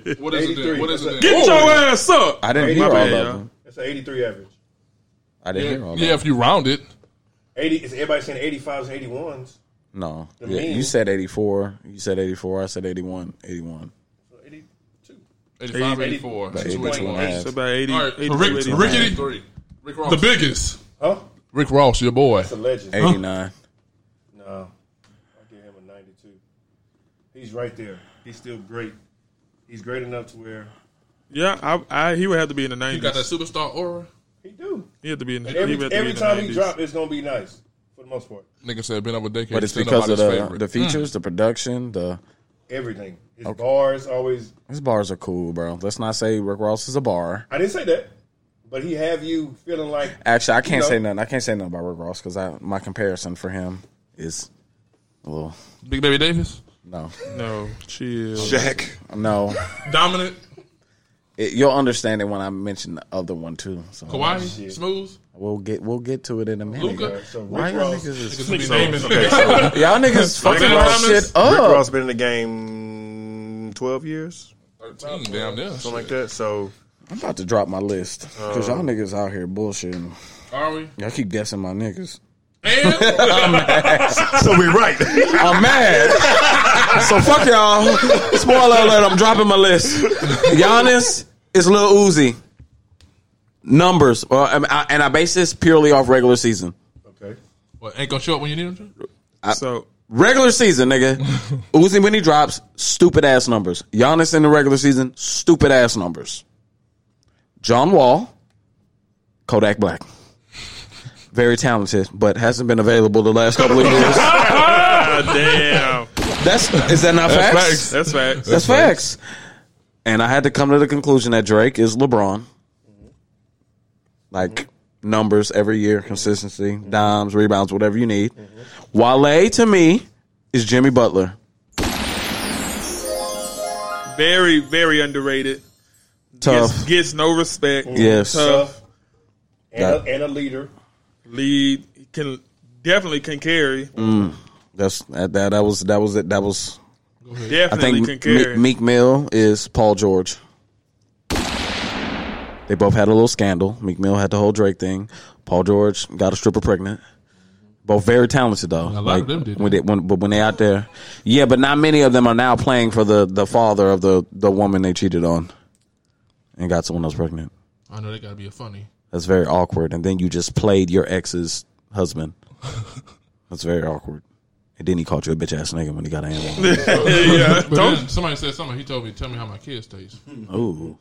Speaker 4: yeah. what is it then? What is it then?
Speaker 7: Get your ass up.
Speaker 8: I didn't
Speaker 6: Hey,
Speaker 8: hear
Speaker 6: my
Speaker 8: all
Speaker 6: bad,
Speaker 8: of
Speaker 7: y'all.
Speaker 8: them.
Speaker 6: That's an 83 average.
Speaker 8: [laughs] I didn't hear all of
Speaker 4: Yeah,
Speaker 8: them.
Speaker 4: if you round it.
Speaker 6: 80 is everybody saying 85s and 81s.
Speaker 8: No,
Speaker 6: The
Speaker 8: yeah,
Speaker 6: mean.
Speaker 8: you said eighty four. You said eighty four. I said 81. 81.
Speaker 6: 82.
Speaker 4: 85,
Speaker 6: 80.
Speaker 4: 84.
Speaker 8: About
Speaker 4: Two,
Speaker 8: 82
Speaker 4: 81.
Speaker 8: and a half.
Speaker 7: It's about 80,
Speaker 4: All right,
Speaker 7: 82,
Speaker 4: Rick,
Speaker 7: 83.
Speaker 4: Rickety, Rick Ross. the biggest.
Speaker 6: Huh?
Speaker 4: Rick Ross, your boy.
Speaker 6: That's a legend.
Speaker 8: Eighty nine.
Speaker 6: No. I'll give him a 92. He's right there. He's still great. He's great enough to where
Speaker 7: Yeah, I, I he would have to be in the
Speaker 4: You got that
Speaker 7: nineties.
Speaker 4: superstar aura.
Speaker 6: he do.
Speaker 7: He had to be in the
Speaker 6: And [laughs]
Speaker 7: he
Speaker 6: every
Speaker 7: would have to be
Speaker 6: every
Speaker 7: in the
Speaker 6: time he
Speaker 7: 90s.
Speaker 6: drop, it's going to be nice for the most part.
Speaker 4: Nigga said been up a decade.
Speaker 8: But it's
Speaker 4: still
Speaker 8: because of the
Speaker 4: nobody's favorite.
Speaker 8: the features, the production, the
Speaker 6: Everything. His bars always.
Speaker 8: his bars are cool, bro. Let's not say Rick Ross is a bar.
Speaker 6: I didn't say that. But he have you feeling like
Speaker 8: Actually, I can't
Speaker 6: No.
Speaker 8: say nothing. I can't say nothing about Rick Ross because I my comparison for him is a little
Speaker 4: Big Baby Davis,
Speaker 8: no,
Speaker 7: No, chill.
Speaker 6: Shaq.
Speaker 8: no.
Speaker 4: dominant,
Speaker 8: It, you'll understand it when I mention the other one too. So
Speaker 4: Kawhi, smooth.
Speaker 8: we'll get we'll get to it in a minute.
Speaker 4: Luka.
Speaker 6: So Rick
Speaker 8: Why y'all
Speaker 6: Ross,
Speaker 8: niggas is
Speaker 4: Niggas be
Speaker 6: So,
Speaker 4: naming-
Speaker 6: okay, so
Speaker 8: y'all niggas fucking
Speaker 4: Rick
Speaker 8: my
Speaker 4: Ross-
Speaker 8: shit
Speaker 6: Rick
Speaker 8: up?
Speaker 6: Ross been in the game twelve years,
Speaker 4: 13, damn near.
Speaker 6: something like that. So
Speaker 8: I'm about to drop my list because y'all niggas out here bullshitting.
Speaker 4: Uh, Are we?
Speaker 8: Y'all keep guessing my niggas. [laughs]
Speaker 4: And
Speaker 6: so we right.
Speaker 8: I'm mad. so fuck y'all. Spoiler alert, I'm dropping my list. Giannis is Lil Uzi. Numbers. Well, I- I- and I base this purely off regular season.
Speaker 6: okay.
Speaker 4: what, ain't gonna show up when you need him. to?
Speaker 7: So
Speaker 8: Regular season, nigga. Uzi when he drops, stupid ass numbers. Giannis in the regular season, stupid ass numbers. John Wall, Kodak Black. Very talented, but hasn't been available the last couple of years.
Speaker 7: [laughs]
Speaker 6: Ah,
Speaker 7: God damn.
Speaker 8: That's is that not
Speaker 7: That's
Speaker 8: facts?
Speaker 7: facts. That's facts.
Speaker 8: That's facts. And I had to come to the conclusion that Drake is LeBron. Like numbers every year, consistency, dimes, rebounds, whatever you need. Wale to me is Jimmy Butler.
Speaker 7: Very, very underrated.
Speaker 8: Tough.
Speaker 7: Gets, gets no respect.
Speaker 8: Yes.
Speaker 7: Tough.
Speaker 6: And, a, and a leader.
Speaker 7: Lead. Can definitely can carry.
Speaker 8: Mm. That's that, that that was that was it. That was I
Speaker 7: Definitely
Speaker 8: think
Speaker 7: can
Speaker 8: Me-
Speaker 7: carry.
Speaker 8: Meek Mill is Paul George. They both had a little scandal. Meek Mill had the whole Drake thing. Paul George got a stripper pregnant. Both very talented though.
Speaker 4: lot of them did
Speaker 8: When they, when, but when they out there, yeah, but not many of them are now playing for the the father of the the woman they cheated on, and got someone else pregnant.
Speaker 4: I know they gotta be a funny.
Speaker 8: That's very awkward. And then you just played your ex's
Speaker 4: [laughs]
Speaker 8: husband. That's very awkward. And then he called you a bitch ass nigga when he
Speaker 4: [laughs]
Speaker 8: got
Speaker 7: [laughs]
Speaker 8: angry.
Speaker 7: yeah.
Speaker 4: But then somebody said something. He told me, "Tell me how my kids taste."
Speaker 8: Ooh.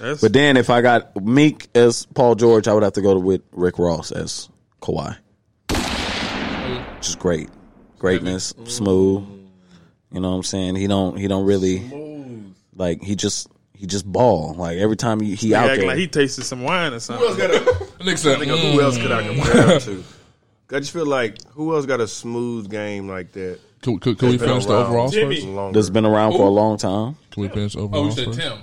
Speaker 7: That's,
Speaker 8: But then if I got Meek as Paul George, I would have to go to with Rick Ross as Kawhi. Just great. Greatness,
Speaker 4: Mm.
Speaker 8: smooth. You know what I'm saying? He don't he don't really like he just he just ball. Like every time he, he out
Speaker 7: acting
Speaker 8: there.
Speaker 7: like he tasted some wine or something.
Speaker 6: Who else got a,
Speaker 4: Nigga said,
Speaker 6: think of
Speaker 4: mm,
Speaker 6: who else could I compare him to? I just feel like who else got a smooth game like that?
Speaker 4: Could, could, could we finish the overall
Speaker 7: Jimmy.
Speaker 4: first?
Speaker 8: that's
Speaker 6: Longer.
Speaker 8: been around for a long time.
Speaker 4: Can we finish Oh, you overall said first? Tim.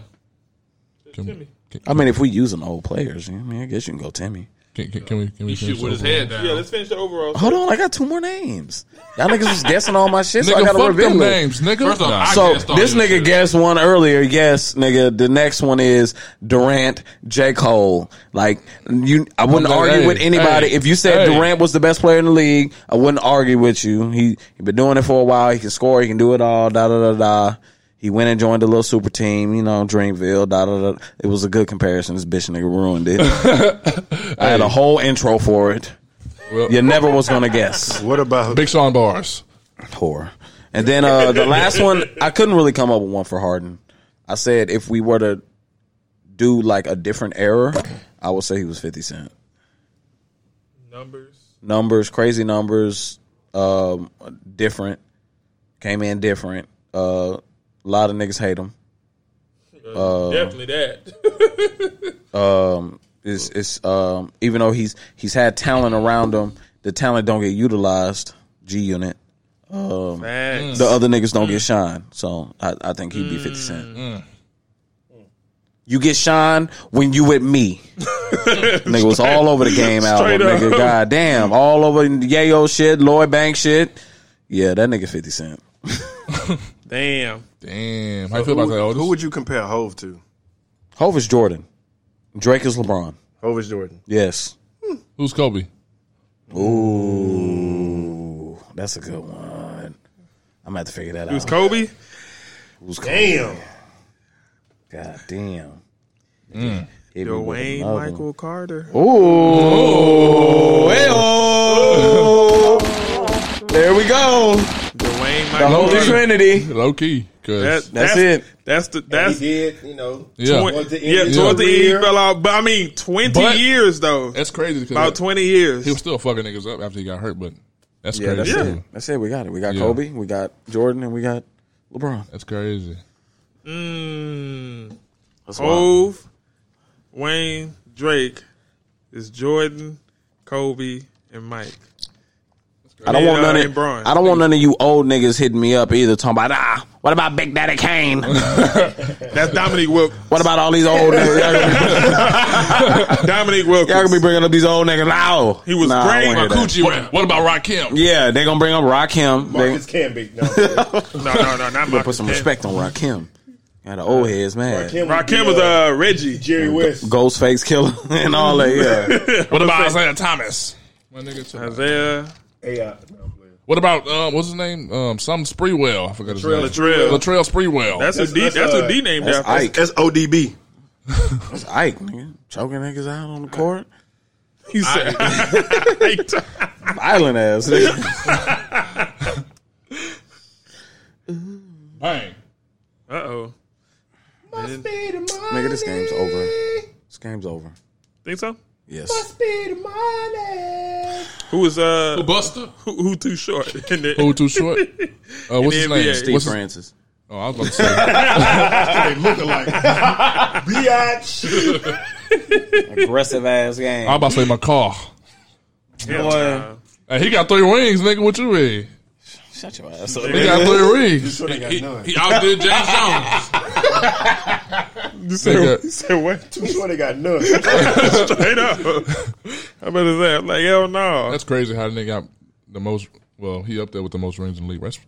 Speaker 8: I mean, if we using old players, I mean, I guess you can go Timmy.
Speaker 4: Can, can, can we? Can we
Speaker 9: He shoot
Speaker 4: finish
Speaker 9: with his
Speaker 4: over?
Speaker 9: head down.
Speaker 7: Yeah, let's finish the overall.
Speaker 8: Hold on, I got two more names. Y'all niggas was guessing all my shit, so
Speaker 4: Nigga,
Speaker 8: I gotta
Speaker 4: fuck
Speaker 8: reveal
Speaker 4: them
Speaker 8: it.
Speaker 4: names, nigga. First off, I
Speaker 8: so
Speaker 4: guessed all
Speaker 8: this
Speaker 4: your
Speaker 8: nigga guessed one earlier. Yes, nigga. The next one is Durant, J Cole. Like you, I wouldn't
Speaker 10: Well,
Speaker 8: argue
Speaker 10: hey,
Speaker 8: with anybody.
Speaker 10: hey,
Speaker 8: if you said
Speaker 10: hey.
Speaker 8: Durant was the best player in the league, I wouldn't argue with you. He he been doing it for a while. He can score. He can do it all. Da da da da. He went and joined the little super team, you know, Dreamville. Da da da. It was a good comparison. This bitch nigga ruined it.
Speaker 4: [laughs]
Speaker 8: I had a whole intro for it. you never was gonna [laughs] guess.
Speaker 6: What about
Speaker 8: Big Sean bars? Whore. And then uh, the last one, I couldn't really come up with one for Harden. I said if we were to do like a different era, I would say he was Fifty Cent.
Speaker 9: Numbers.
Speaker 8: Numbers, crazy numbers, um, different. Came in different. Uh, a lot of niggas hate him. Uh,
Speaker 9: Definitely that.
Speaker 8: um, it's it's um, even though he's he's had talent around him, the talent don't get utilized. G Unit, um,
Speaker 9: Facts.
Speaker 8: the other niggas don't get shine. So I, I think
Speaker 10: Mm.
Speaker 8: he'd be Fifty Cent. You get shine when you
Speaker 10: [laughs]
Speaker 8: with me. nigga was all over the game
Speaker 10: Straight
Speaker 8: album.
Speaker 10: up.
Speaker 8: Nigga, goddamn, all over Yayo shit, Lloyd Banks shit. Yeah, that nigga Fifty Cent.
Speaker 9: Damn.
Speaker 4: Damn.
Speaker 8: How you feel about that, Otis?
Speaker 6: Who would you compare Hove to?
Speaker 8: Hove is Jordan. Drake is LeBron.
Speaker 6: Hove is Jordan.
Speaker 8: Yes.
Speaker 4: Who's Kobe?
Speaker 8: Ooh, that's a good one. I'm gonna have to figure that
Speaker 7: Who's
Speaker 8: out.
Speaker 7: Kobe?
Speaker 8: Who's Kobe?
Speaker 7: Damn.
Speaker 8: God damn.
Speaker 4: Mm.
Speaker 8: Hit me with
Speaker 7: Dwayne
Speaker 8: another one.
Speaker 7: Michael Carter.
Speaker 4: Oh,
Speaker 8: Ooh.
Speaker 7: [laughs]
Speaker 8: hey-oh. oh, There we go.
Speaker 7: Dwayne
Speaker 8: The
Speaker 7: Michael
Speaker 8: Holy
Speaker 7: Carter.
Speaker 8: Trinity.
Speaker 4: Low key.
Speaker 7: That-
Speaker 4: Cause
Speaker 8: That's it.
Speaker 7: That's the that's
Speaker 13: he did, you know.
Speaker 4: Yeah.
Speaker 7: Twen-
Speaker 4: Towards the end
Speaker 7: yeah,
Speaker 4: of his
Speaker 7: towards the end he
Speaker 4: career.
Speaker 7: fell out. But I mean, twenty
Speaker 4: But-
Speaker 7: years though.
Speaker 4: That's crazy. 'cause
Speaker 7: About
Speaker 4: that-
Speaker 7: twenty years.
Speaker 4: He was still fucking niggas up after he got hurt, but that's
Speaker 8: yeah,
Speaker 4: crazy.
Speaker 8: that's it. That's it. We got it. We got
Speaker 4: Yeah.
Speaker 8: Kobe. We got Jordan, and we got LeBron.
Speaker 4: That's crazy.
Speaker 7: Mm.
Speaker 8: That's wild.
Speaker 7: Hove, Wayne, Drake is Jordan, Kobe, and Mike.
Speaker 8: I don't want
Speaker 7: Yeah,
Speaker 8: none
Speaker 7: and
Speaker 8: of
Speaker 7: Bron.
Speaker 8: I don't want none of you old niggas hitting me up either. Talking about ah, what about Big Daddy
Speaker 7: [laughs]
Speaker 8: Kane? That's
Speaker 7: Dominique Wilk.
Speaker 8: What about all these old niggas?
Speaker 7: [laughs] Dominique Wilkins.
Speaker 8: Y'all gonna be bringing up these old niggas? No, he
Speaker 7: was
Speaker 9: great. My coochie rap. What about Rakim?
Speaker 8: Yeah, they gonna bring up Rakim.
Speaker 13: Marcus
Speaker 8: They
Speaker 13: Camby. No,
Speaker 7: [laughs] no, no,
Speaker 8: [laughs]
Speaker 7: no, not
Speaker 8: gonna put some respect on Rakim. Got the old heads mad.
Speaker 13: Rakim was
Speaker 7: Rakim was uh, Reggie,
Speaker 13: Jerry West.
Speaker 8: Ghostface Killer [laughs] and all that.
Speaker 7: [laughs]
Speaker 8: Yeah.
Speaker 4: What about Isaiah Thomas? My nigga too.
Speaker 7: Isaiah.
Speaker 13: AI.
Speaker 4: What about um, what's his name? Um, some Spreewell. I forgot his
Speaker 13: Latrell.
Speaker 4: name.
Speaker 7: Latrell.
Speaker 4: Latrell Spreewell.
Speaker 7: That's a D. That's, a D name.
Speaker 8: Uh, that's
Speaker 7: after.
Speaker 8: Ike.
Speaker 6: That's ODB.
Speaker 8: That's Ike, nigga. Choking niggas out on the court.
Speaker 7: [laughs] He said, [laughs]
Speaker 8: Island ass. nigga.
Speaker 9: Bang.
Speaker 7: Uh oh.
Speaker 9: Must
Speaker 13: be tomorrow.
Speaker 8: Nigga, this game's over. This game's over.
Speaker 7: Think so?
Speaker 8: Yes.
Speaker 13: Speed of money.
Speaker 7: Who was uh?
Speaker 9: Who Buster?
Speaker 7: Who, who too short? in the-
Speaker 4: Who too
Speaker 7: [laughs]
Speaker 4: short? Uh,
Speaker 7: in
Speaker 4: what's
Speaker 7: the
Speaker 4: his
Speaker 7: NBA.
Speaker 4: name? What's his- Oh, I was about to say.
Speaker 13: they look alike. Biatch.
Speaker 8: Aggressive ass game.
Speaker 4: I was about to say McCall.
Speaker 8: Boy.
Speaker 4: Hey, he got three rings, nigga. What you mean?
Speaker 8: Shut your ass
Speaker 4: He got three rings.
Speaker 9: He, he outdid
Speaker 6: [laughs]
Speaker 9: James Jones.
Speaker 7: [laughs] You said,
Speaker 4: Nigga.
Speaker 7: you said
Speaker 6: [laughs]
Speaker 7: what?
Speaker 13: Too sure they got none.
Speaker 7: Straight up. I better say, I'm like, hell no.
Speaker 4: That's crazy how the nigga got the most. Well, he up there with the most rings in the league. That's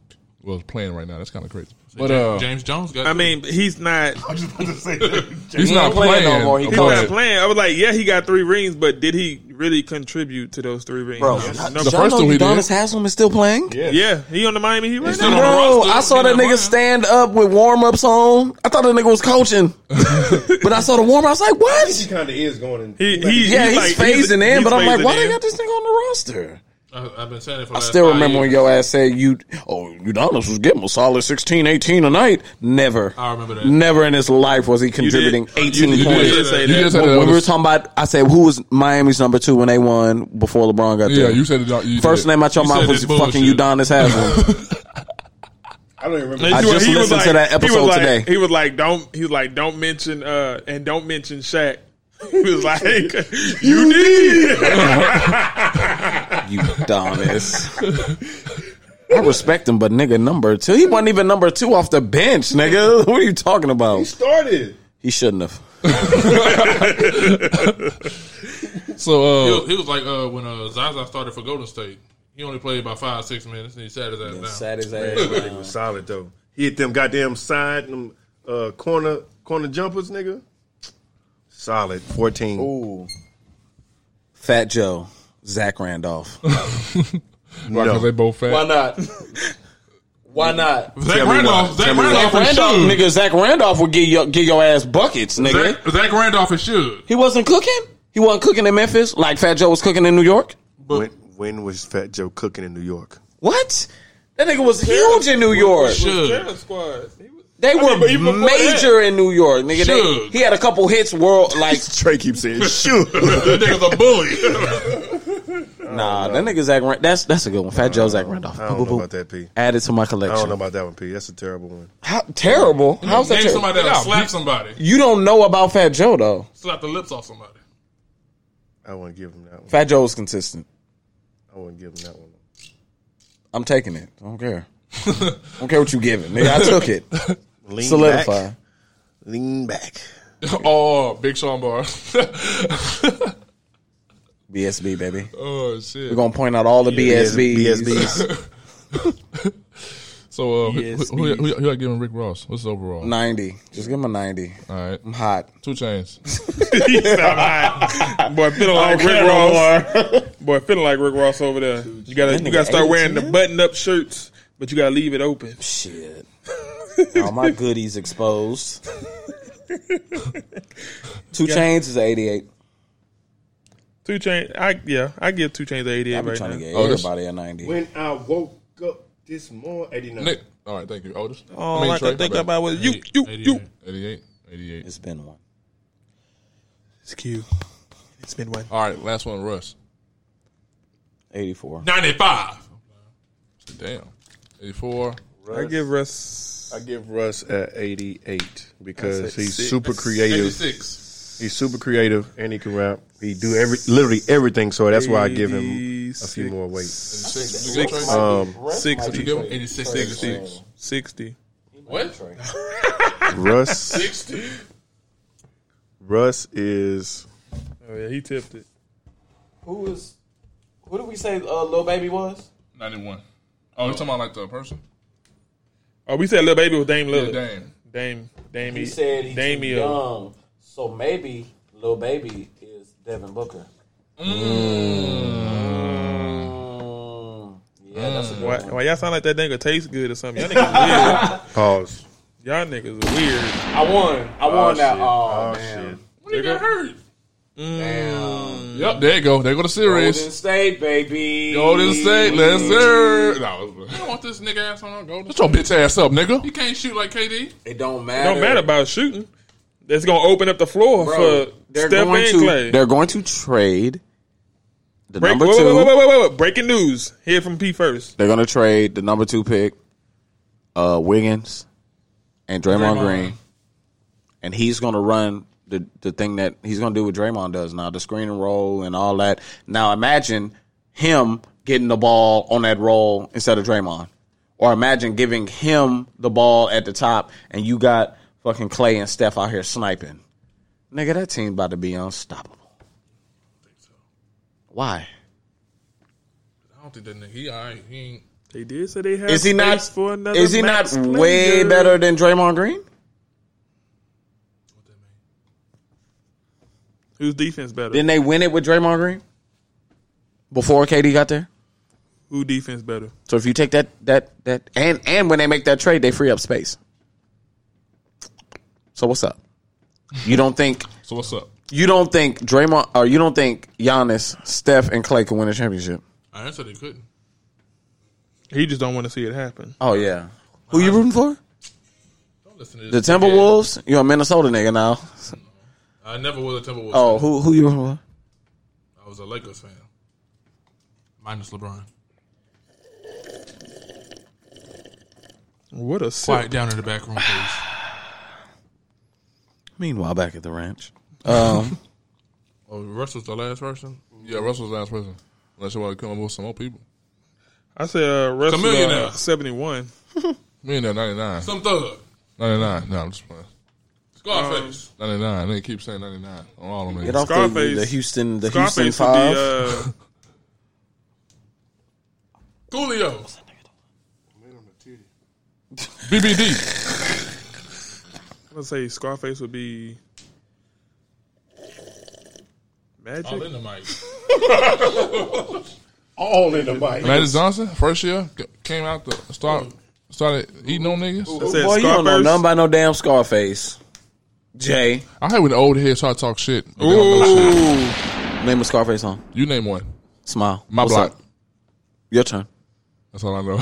Speaker 4: well playing right now. That's kind of crazy. But uh,
Speaker 9: James Jones got.
Speaker 7: I mean,
Speaker 6: [laughs]
Speaker 7: he's not.
Speaker 13: I'm just about to say.
Speaker 4: He's not playing no more. He
Speaker 7: He's
Speaker 4: got-
Speaker 7: not playing. I was like, yeah, he got three rings, but did he really contribute to those three rings?
Speaker 8: Bro,
Speaker 7: Yes.
Speaker 8: the first know Udonis Haslam is still playing.
Speaker 7: Yeah. he on the Miami Heat right now.
Speaker 8: Bro, I saw that nigga stand up with warm ups on. I thought that nigga was
Speaker 7: [laughs]
Speaker 8: coaching, but I saw the warm. up I was like,
Speaker 13: I think
Speaker 8: "What?"
Speaker 13: he kind of is going in.
Speaker 7: He,
Speaker 8: yeah, he's, phasing in, but I'm like, "Why they got this?"
Speaker 9: nigga
Speaker 8: on the
Speaker 6: uh,
Speaker 8: roster?
Speaker 9: I, I've been saying it for.
Speaker 8: I
Speaker 9: the last
Speaker 8: still
Speaker 9: five
Speaker 8: remember when
Speaker 9: years.
Speaker 8: your ass said you, oh, Udonis was getting a solid 16, 18 a night. Never,
Speaker 9: I remember that.
Speaker 8: Never in his life was he contributing
Speaker 9: You did-
Speaker 8: eighteen
Speaker 9: you did
Speaker 8: points.
Speaker 9: say that. You did say
Speaker 8: When,
Speaker 9: that.
Speaker 8: when we were talking about, I said who was Miami's number two when they won before LeBron got
Speaker 4: Yeah,
Speaker 8: there.
Speaker 4: you said it, you
Speaker 8: first
Speaker 4: did.
Speaker 8: name out your
Speaker 4: You
Speaker 8: mouth
Speaker 4: said
Speaker 8: was
Speaker 4: this
Speaker 8: fucking
Speaker 4: bullshit.
Speaker 8: Udonis Haslam.
Speaker 13: I don't even remember.
Speaker 8: I
Speaker 7: He was-
Speaker 8: just
Speaker 7: he was
Speaker 8: listened to that
Speaker 7: he was
Speaker 8: episode
Speaker 7: like-
Speaker 8: today.
Speaker 7: He was like, "Don't." He was like, "Don't mention uh and don't mention Shaq." [laughs] He was like, "You did."
Speaker 8: you Udonis. I respect him, but nigga, number two. He wasn't even number two off the bench, nigga. [laughs] What are you talking about?
Speaker 13: Started.
Speaker 4: [laughs]
Speaker 8: He shouldn't have.
Speaker 28: So, uh,
Speaker 4: he, was, he was like uh, when uh, Zaza started for Golden State, he only played about five six minutes and he sat his ass down.
Speaker 29: sat
Speaker 6: [laughs]
Speaker 4: [laughs]
Speaker 29: his
Speaker 6: ass
Speaker 29: down.
Speaker 6: It was solid though. He hit them goddamn side and them uh, corner corner jumpers, nigga.
Speaker 8: Solid. 14. Ooh. Fat Joe.
Speaker 28: [laughs]
Speaker 8: Zach Randolph.
Speaker 28: Why, 'cause they both fat?
Speaker 8: Why
Speaker 30: not? Why not?
Speaker 8: Zach Tell me Randolph- why. Zach Tell me why. Randolph
Speaker 30: Zach
Speaker 8: and
Speaker 30: Randolph,
Speaker 8: Suge.
Speaker 30: nigga. Zach Randolph would get your get your ass buckets, nigga.
Speaker 4: Zach, Zach Randolph and Suge.
Speaker 30: He wasn't cooking. He wasn't cooking in Memphis like Fat Joe was cooking in New York.
Speaker 6: When, when was Fat Joe cooking in New [laughs] York?
Speaker 30: What? That nigga was huge in New York. They were major in New York, nigga. They,
Speaker 8: Suge.
Speaker 30: he had a couple hits world like
Speaker 8: [laughs] Trey
Speaker 30: [laughs]
Speaker 8: keeps saying shoot.
Speaker 4: that nigga's a bully.
Speaker 30: Nah, that nigga Zach Rand- that's that's a good one. Fat Joe Zach Randolph.
Speaker 6: Uh, I don't
Speaker 30: Boo,
Speaker 6: know
Speaker 30: boo, boo.
Speaker 6: about that, P.
Speaker 30: Add it to my
Speaker 6: I don't
Speaker 30: collection.
Speaker 6: know about that one, P. That's a terrible one.
Speaker 30: How terrible. How's that
Speaker 4: Name
Speaker 30: terrible?
Speaker 4: somebody that'll slap somebody,
Speaker 30: You don't know about Fat Joe though.
Speaker 4: slap the lips off somebody.
Speaker 6: I wouldn't give him that one.
Speaker 30: Fat Joe was consistent.
Speaker 6: I wouldn't give him that one.
Speaker 30: I'm taking it. I don't
Speaker 4: [laughs]
Speaker 30: care. I don't care what you giving, nigga. I took
Speaker 8: [laughs]
Speaker 30: it.
Speaker 6: Lean
Speaker 30: Solidify.
Speaker 6: back. Lean
Speaker 28: [laughs]
Speaker 6: back.
Speaker 4: oh, Big Sean Bar.
Speaker 30: BSB baby.
Speaker 4: oh shit.
Speaker 30: We're gonna point out all the BSBs.
Speaker 28: [laughs] so uh, who,
Speaker 30: Yes,
Speaker 28: who, who, who, who y'all giving Rick Ross? What's his overall?
Speaker 4: [laughs]
Speaker 30: Ninety. Just give him a ninety.
Speaker 28: All right,
Speaker 30: I'm hot.
Speaker 28: Two chains.
Speaker 7: [laughs] [laughs] Boy, feeling
Speaker 28: I
Speaker 7: like
Speaker 28: don't care
Speaker 7: Rick
Speaker 28: no
Speaker 7: Ross. [laughs] Boy, feeling like Rick Ross over there. You gotta,
Speaker 30: That
Speaker 7: you
Speaker 30: nigga
Speaker 7: gotta start wearing the
Speaker 30: 18?
Speaker 7: button-up shirts, but you gotta leave it open.
Speaker 30: Shit. all my goodies
Speaker 4: [laughs]
Speaker 30: exposed. Two
Speaker 7: Yeah.
Speaker 30: chains is eighty eight.
Speaker 7: Two chain, I yeah, I give two chains eighty-eight
Speaker 30: I be
Speaker 7: right
Speaker 30: trying
Speaker 7: now.
Speaker 30: to get Oh, this- everybody a 90.
Speaker 6: When I woke up this morning, 89.
Speaker 28: Nick. All right, thank you, Otis.
Speaker 7: Oh, like I think about was you, you, you.
Speaker 28: 88, 88.
Speaker 30: It's been one.
Speaker 7: It's cute. It's been one.
Speaker 28: All right, last one, Russ.
Speaker 30: 84.
Speaker 4: 95.
Speaker 28: Damn. 84.
Speaker 7: I give Russ.
Speaker 6: I give Russ at 88
Speaker 7: I
Speaker 6: Uh, because
Speaker 7: said
Speaker 6: he's
Speaker 7: six.
Speaker 6: super creative.
Speaker 4: 86.
Speaker 6: He's super creative and he can rap. He do every literally everything. So that's why I give him a few more weights.
Speaker 7: Six.
Speaker 6: Um,
Speaker 7: Six.
Speaker 4: What'd you give him? 86.
Speaker 7: 60. 60.
Speaker 4: What?
Speaker 28: [laughs]
Speaker 6: Russ.
Speaker 4: 60.
Speaker 6: Russ is
Speaker 7: Oh, yeah, he tipped it.
Speaker 30: Who was who did we say uh, Lil Baby was?
Speaker 28: 91. Oh, you talking about like the person?
Speaker 7: Oh, we said little baby was Dame Lillard.
Speaker 28: Yeah, Dame.
Speaker 7: Dame. Dame.
Speaker 30: He said he's
Speaker 7: Dame.
Speaker 30: too young. So maybe Lil Baby is Devin Booker.
Speaker 7: Mm.
Speaker 30: Yeah, that's a good
Speaker 7: Why,
Speaker 30: one.
Speaker 7: why y'all sound like that nigga tastes good or something? Y'all niggas
Speaker 8: [laughs]
Speaker 7: weird.
Speaker 8: Oh.
Speaker 6: Pause.
Speaker 7: Y'all niggas are weird.
Speaker 30: I won. I won that. Oh, man.
Speaker 4: What do you got hurt?
Speaker 7: Mm.
Speaker 30: Damn.
Speaker 28: Yep, there you go. There go
Speaker 30: Golden
Speaker 28: the series.
Speaker 30: State, baby.
Speaker 28: Golden State, let's hear. No,
Speaker 4: You don't want this nigga ass on our golden.
Speaker 28: shut your bitch ass up, nigga.
Speaker 4: You can't shoot like KD.
Speaker 30: It don't
Speaker 7: It
Speaker 30: matter.
Speaker 7: don't matter about shooting. That's gonna open up the floor
Speaker 30: Bro,
Speaker 7: for
Speaker 30: they're
Speaker 7: Steph and
Speaker 30: going to
Speaker 7: Clay.
Speaker 8: They're going to trade the
Speaker 7: Break,
Speaker 8: number
Speaker 7: wait,
Speaker 8: two.
Speaker 7: wait, wait, wait, wait, wait, wait. Breaking news. Hear from P first.
Speaker 8: They're going to trade the number two pick, uh, Wiggins, and Draymond,
Speaker 7: Draymond.
Speaker 8: Green, and he's going to run the the thing that he's going to do what Draymond does now, the screen and roll and all that. Now imagine him getting the ball on that roll instead of Draymond, or imagine giving him the ball at the top, and you got fucking Clay and Steph out here sniping. Nigga, that team about to be unstoppable. Why?
Speaker 4: I don't think that nigga. He all right. He ain't.
Speaker 7: They did say they had.
Speaker 8: Is he not?
Speaker 7: space For another
Speaker 8: Is he
Speaker 7: max
Speaker 8: not way
Speaker 7: player.
Speaker 8: better than Draymond Green?
Speaker 7: Whose defense better?
Speaker 8: Didn't they win it with Draymond Green before KD got there?
Speaker 7: Who defense better?
Speaker 8: So if you take that that that and and when they make that trade, they free up space. So what's up? You don't think
Speaker 28: So what's up?
Speaker 8: you don't think Draymond or you don't think Giannis, Steph, and Clay can win a championship?
Speaker 4: I answered he couldn't.
Speaker 7: He just don't want to see it happen.
Speaker 8: Oh yeah. Who you rooting for?
Speaker 4: Don't listen to
Speaker 8: The
Speaker 4: this.
Speaker 8: Timberwolves? You're a Minnesota nigga now.
Speaker 4: I never was a Timberwolves.
Speaker 8: Oh,
Speaker 4: fan.
Speaker 8: who who you rooting for?
Speaker 4: I was a Lakers fan. Minus LeBron.
Speaker 7: What a
Speaker 4: Quiet down in the back room,
Speaker 7: [sighs]
Speaker 4: please.
Speaker 8: Meanwhile, back at the ranch. Um,
Speaker 28: Oh, Russell's the last person? Yeah, Russell's the last person. Unless you want to come up with some more people.
Speaker 7: I said uh, Russell
Speaker 4: millionaire.
Speaker 28: [laughs]
Speaker 7: uh, seventy one.
Speaker 28: Me and that 99.
Speaker 4: Some thug.
Speaker 28: 99. No, I'm just playing.
Speaker 4: Let's
Speaker 9: Scarface.
Speaker 7: Um,
Speaker 4: 99. They keep saying 99 on all of them.
Speaker 8: Get off the- Scarface- the Houston- the Scarface Houston
Speaker 9: would be,
Speaker 7: uh,
Speaker 8: Five.
Speaker 9: Coolio.
Speaker 7: BBD. I'm gonna say Scarface would be Magic.
Speaker 9: All in the mic.
Speaker 7: [laughs]
Speaker 13: All in the mic.
Speaker 4: Magic Johnson, first year, c- came out the start, started eating on niggas.
Speaker 8: Boy, you don't know nothing about no damn Scarface. Jay.
Speaker 4: I hate when the old heads start talk shit.
Speaker 8: Ooh. Name a Scarface song.
Speaker 4: You name one.
Speaker 8: Smile.
Speaker 4: My
Speaker 8: What's
Speaker 4: block.
Speaker 8: up? Your turn.
Speaker 4: That's all I know.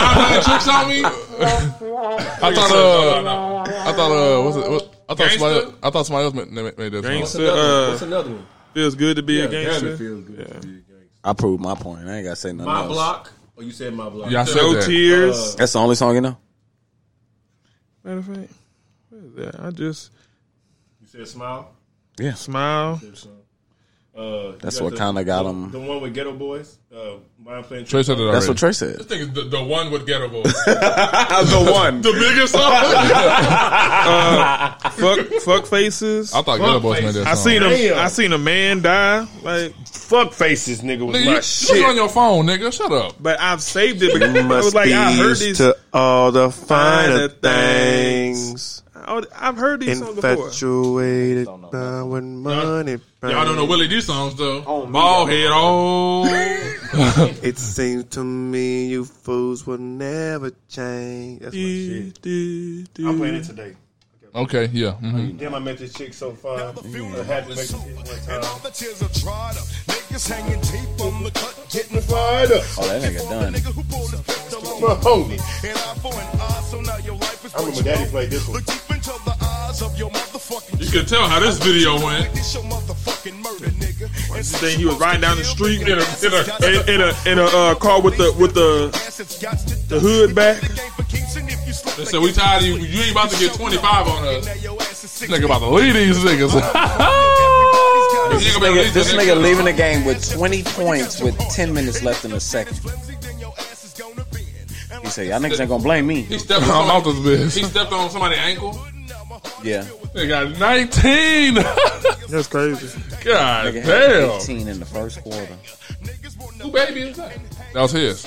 Speaker 4: Oh. [laughs] tricks on me. I thought, uh, I thought, uh, what's it? What, I thought somebody, I thought somebody else made, made- made that. song.
Speaker 7: Gangsta, uh, Feels good to be a gangster.
Speaker 8: I proved my point. I ain't got to say nothing
Speaker 13: My
Speaker 8: else.
Speaker 13: block. Oh, you said my block. Uh,
Speaker 8: Yeah, I said
Speaker 7: no
Speaker 8: that.
Speaker 7: tears.
Speaker 8: That's the only song you know?
Speaker 7: Matter of fact, what is that? I just
Speaker 13: You said smile.
Speaker 8: Yeah.
Speaker 7: smile.
Speaker 13: Uh, you
Speaker 8: That's
Speaker 13: got
Speaker 8: what
Speaker 13: the-
Speaker 8: kinda got
Speaker 13: the-
Speaker 8: 'em.
Speaker 13: The one with Ghetto Boys. Uh, mind playing.
Speaker 8: Trey said it That's what already. Trey said.
Speaker 9: This thing is the, the one with Ghetto Boy.
Speaker 8: [laughs] the one.
Speaker 9: the biggest
Speaker 8: [laughs]
Speaker 9: song.
Speaker 7: [laughs] Uh, fuck, fuck faces.
Speaker 4: I thought Ghetto Boys made that
Speaker 7: I
Speaker 4: song.
Speaker 7: seen him.
Speaker 4: Damn.
Speaker 7: I seen a man die. Like fuck faces, nigga.
Speaker 4: Nigga, you, shit. on your phone, nigga. Shut up.
Speaker 7: But I've saved it because
Speaker 4: You
Speaker 7: I was
Speaker 4: must
Speaker 7: like,
Speaker 4: be
Speaker 7: I heard
Speaker 4: used
Speaker 7: these.
Speaker 4: to
Speaker 6: all the finer
Speaker 7: finer things.
Speaker 6: things.
Speaker 7: Oh, I've heard these songs before.
Speaker 6: Infatuated by what money.
Speaker 9: Y'all don't know Willie D songs though. Ball head. Oh.
Speaker 6: [laughs] it seems to me you fools will never change. That's my shit.
Speaker 13: I'm playing it today.
Speaker 4: [laughs] Okay, yeah.
Speaker 8: Mm.
Speaker 4: mhm.
Speaker 13: Damn, I met this chick so fine. I had to make this one time.
Speaker 1: The tears are dried up. Niggas hanging deep on the cut, getting
Speaker 13: fired up.
Speaker 8: Oh, that nigga done.
Speaker 13: My homie. I remember Daddy played this one.
Speaker 9: You could tell how this video went.
Speaker 7: Then he was riding down the street in a in a in a, in a uh, car with the with the the hood back.
Speaker 9: They said we tired of you. You ain't about to get twenty five on us.
Speaker 4: Nigga about to leave these niggas.
Speaker 8: [laughs] This nigga, this nigga leaving the game with 20 points with 10 minutes left in the second. He said, y'all niggas ain't gonna blame me.
Speaker 9: He stepped on
Speaker 8: I'm out this
Speaker 9: somebody-
Speaker 8: bitch.
Speaker 9: He stepped on somebody's ankle.
Speaker 8: Yeah.
Speaker 9: They got nineteen.
Speaker 7: That's crazy.
Speaker 9: God
Speaker 8: Nigga had
Speaker 9: damn.
Speaker 8: 18 in the first quarter.
Speaker 9: Who baby is that?
Speaker 4: That was his.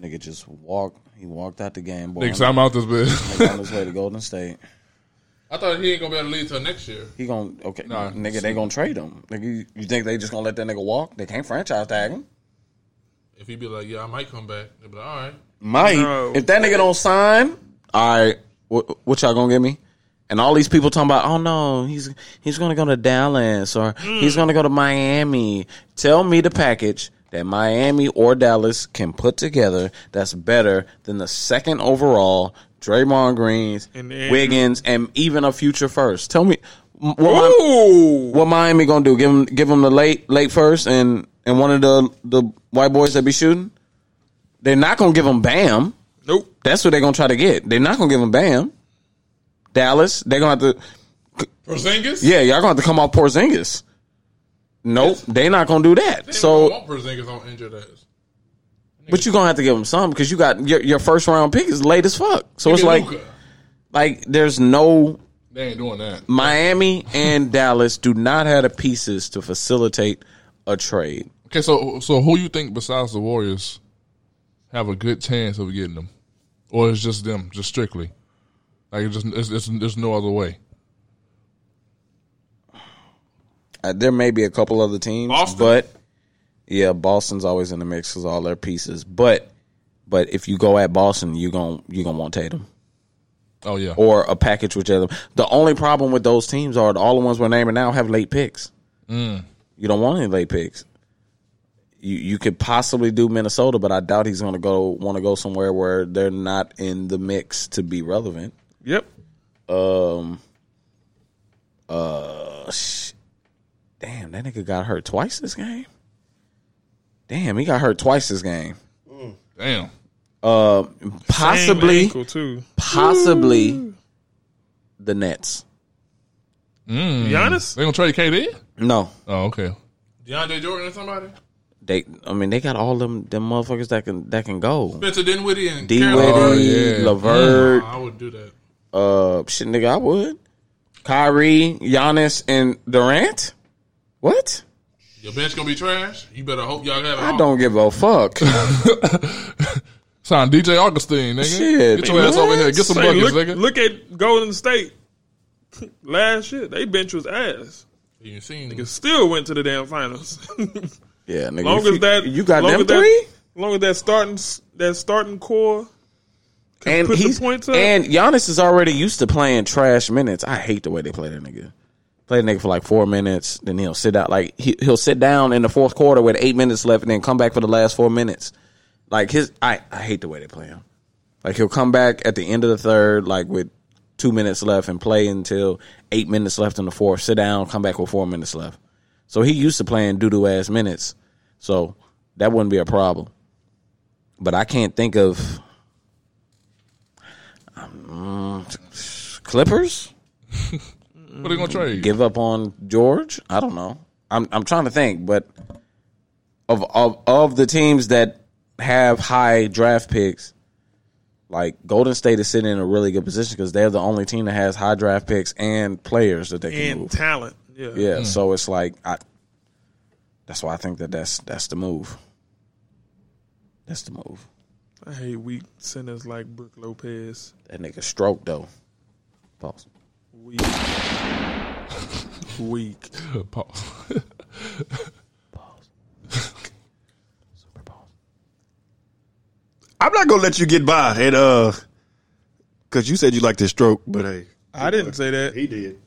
Speaker 8: Nigga just walked. He walked out the game, boy.
Speaker 4: Niggas, I'm out this bitch.
Speaker 8: Nigga on his way to Golden State.
Speaker 9: I thought he ain't gonna be able to leave till next year.
Speaker 8: He gon' okay,
Speaker 9: Nah.
Speaker 8: nigga. They gonna trade him. Nigga, you, you think they just gonna let that nigga walk? They can't franchise tag him.
Speaker 9: If he be like, yeah, I might come back. They be like, all right.
Speaker 8: Might if that nigga don't sign. All right, what, what y'all gonna give me? And all these people talking about, oh no, he's he's gonna go to Dallas or
Speaker 7: Hmm.
Speaker 8: he's gonna go to Miami. Tell me the package that Miami or Dallas can put together that's better than the second overall Draymond Greens,
Speaker 7: And then-
Speaker 8: Wiggins, and even a future first. Tell me m- what, Mi- what Miami gonna do? Give him give him the late late first and and one of the the white boys that be shooting. They're not gonna give him Bam.
Speaker 7: Nope.
Speaker 8: That's what they're gonna try to get. They're not gonna give him Bam. Dallas, they're gonna have to.
Speaker 9: Porzingis?
Speaker 8: Yeah, y'all gonna have to come off Porzingis. Nope, they're not gonna do that.
Speaker 9: I
Speaker 8: So,
Speaker 9: want Porzingis on injured ass.
Speaker 8: but you're gonna have to give him some because you got your, your first round pick is late as fuck. So
Speaker 9: Give
Speaker 8: it's
Speaker 9: me
Speaker 8: like,
Speaker 9: Luka.
Speaker 8: like there's no
Speaker 4: They ain't doing that.
Speaker 8: Miami and Dallas do not have the pieces to facilitate a trade.
Speaker 4: Okay, so so who you think besides the Warriors have a good chance of getting them, or it's just them, just strictly? Like it's just it's, it's, there's no other way.
Speaker 8: Uh, there may be a couple other teams,
Speaker 4: Boston.
Speaker 8: but yeah, Boston's always in the mix because all their pieces. But but if you go at Boston, you gon' you gonna want Tatum.
Speaker 4: Oh yeah,
Speaker 8: or a package with Jalen. The only problem with those teams are all the ones we're naming now have late picks.
Speaker 4: Mm.
Speaker 8: You don't want any late picks. You you could possibly do Minnesota, but I doubt he's going to go want to go somewhere where they're not in the mix to be relevant.
Speaker 7: Yep.
Speaker 8: Um. Uh. Sh- damn, that nigga got hurt twice this game. Damn, he got hurt twice this game.
Speaker 4: Damn. Mm.
Speaker 8: Uh, possibly,
Speaker 7: ankle, too.
Speaker 8: possibly the Nets.
Speaker 4: Mm.
Speaker 8: Giannis?
Speaker 4: They gonna trade KD?
Speaker 8: No.
Speaker 4: Mm. Oh okay.
Speaker 9: DeAndre Jordan or somebody?
Speaker 8: They, I mean, they got all them them motherfuckers that can that can go.
Speaker 9: Spencer Dinwiddie and
Speaker 8: D. Witty,
Speaker 9: Karen
Speaker 7: Oh,
Speaker 9: Love.
Speaker 8: Lavert.
Speaker 9: Mm, I would do that.
Speaker 8: Uh, shit, nigga, I would. Kyrie, Giannis, and Durant. What?
Speaker 9: Your bench gonna be trash. You better hope y'all have.
Speaker 8: I don't give a fuck.
Speaker 4: [laughs] Sign DJ Augustine, nigga.
Speaker 8: Shit,
Speaker 4: Get your ass over here. Get some
Speaker 7: Say,
Speaker 4: buckets,
Speaker 7: look,
Speaker 4: nigga.
Speaker 7: Look at Golden State. [laughs] Last year, they bench was ass.
Speaker 9: You seen
Speaker 7: Niggas still went to the damn finals. [laughs]
Speaker 8: Yeah, nigga.
Speaker 7: long
Speaker 8: if
Speaker 7: as
Speaker 8: you-
Speaker 7: that
Speaker 8: you got
Speaker 7: long
Speaker 8: them
Speaker 7: as that-
Speaker 8: three,
Speaker 7: long as that starting s- that starting core can
Speaker 8: and
Speaker 7: put
Speaker 8: he's
Speaker 7: the points up.
Speaker 8: and Giannis is already used to playing trash minutes. I hate the way they play that nigga. Play the nigga for like four minutes, then he'll sit out. Like he, he'll sit down in the fourth quarter with eight minutes left, and then come back for the last four minutes. Like his, I I hate the way they play him. Like he'll come back at the end of the third, like with two minutes left, and play until eight minutes left in the fourth. Sit down, come back with four minutes left. So he used to playing doo doo ass minutes. So that wouldn't be a problem. But I can't think of um, Clippers.
Speaker 4: [laughs] What they gonna trade?
Speaker 8: Give up on George? I don't know. I'm I'm trying to think, but of of of the teams that have high draft picks, like Golden State is sitting in a really good position because they're the only team that has high draft picks and players that they can
Speaker 7: And
Speaker 8: move.
Speaker 7: talent. Yeah.
Speaker 8: yeah.
Speaker 7: Mm.
Speaker 8: So it's like I. That's why I think that that's that's the move. That's the move.
Speaker 7: I hate weak centers like Brooke Lopez.
Speaker 8: That nigga stroke though. Pause.
Speaker 7: Weak. Weak.
Speaker 4: Pause.
Speaker 6: I'm not gonna let you get by at uh, cause you said you like to stroke, but hey,
Speaker 7: I didn't say that.
Speaker 6: He did.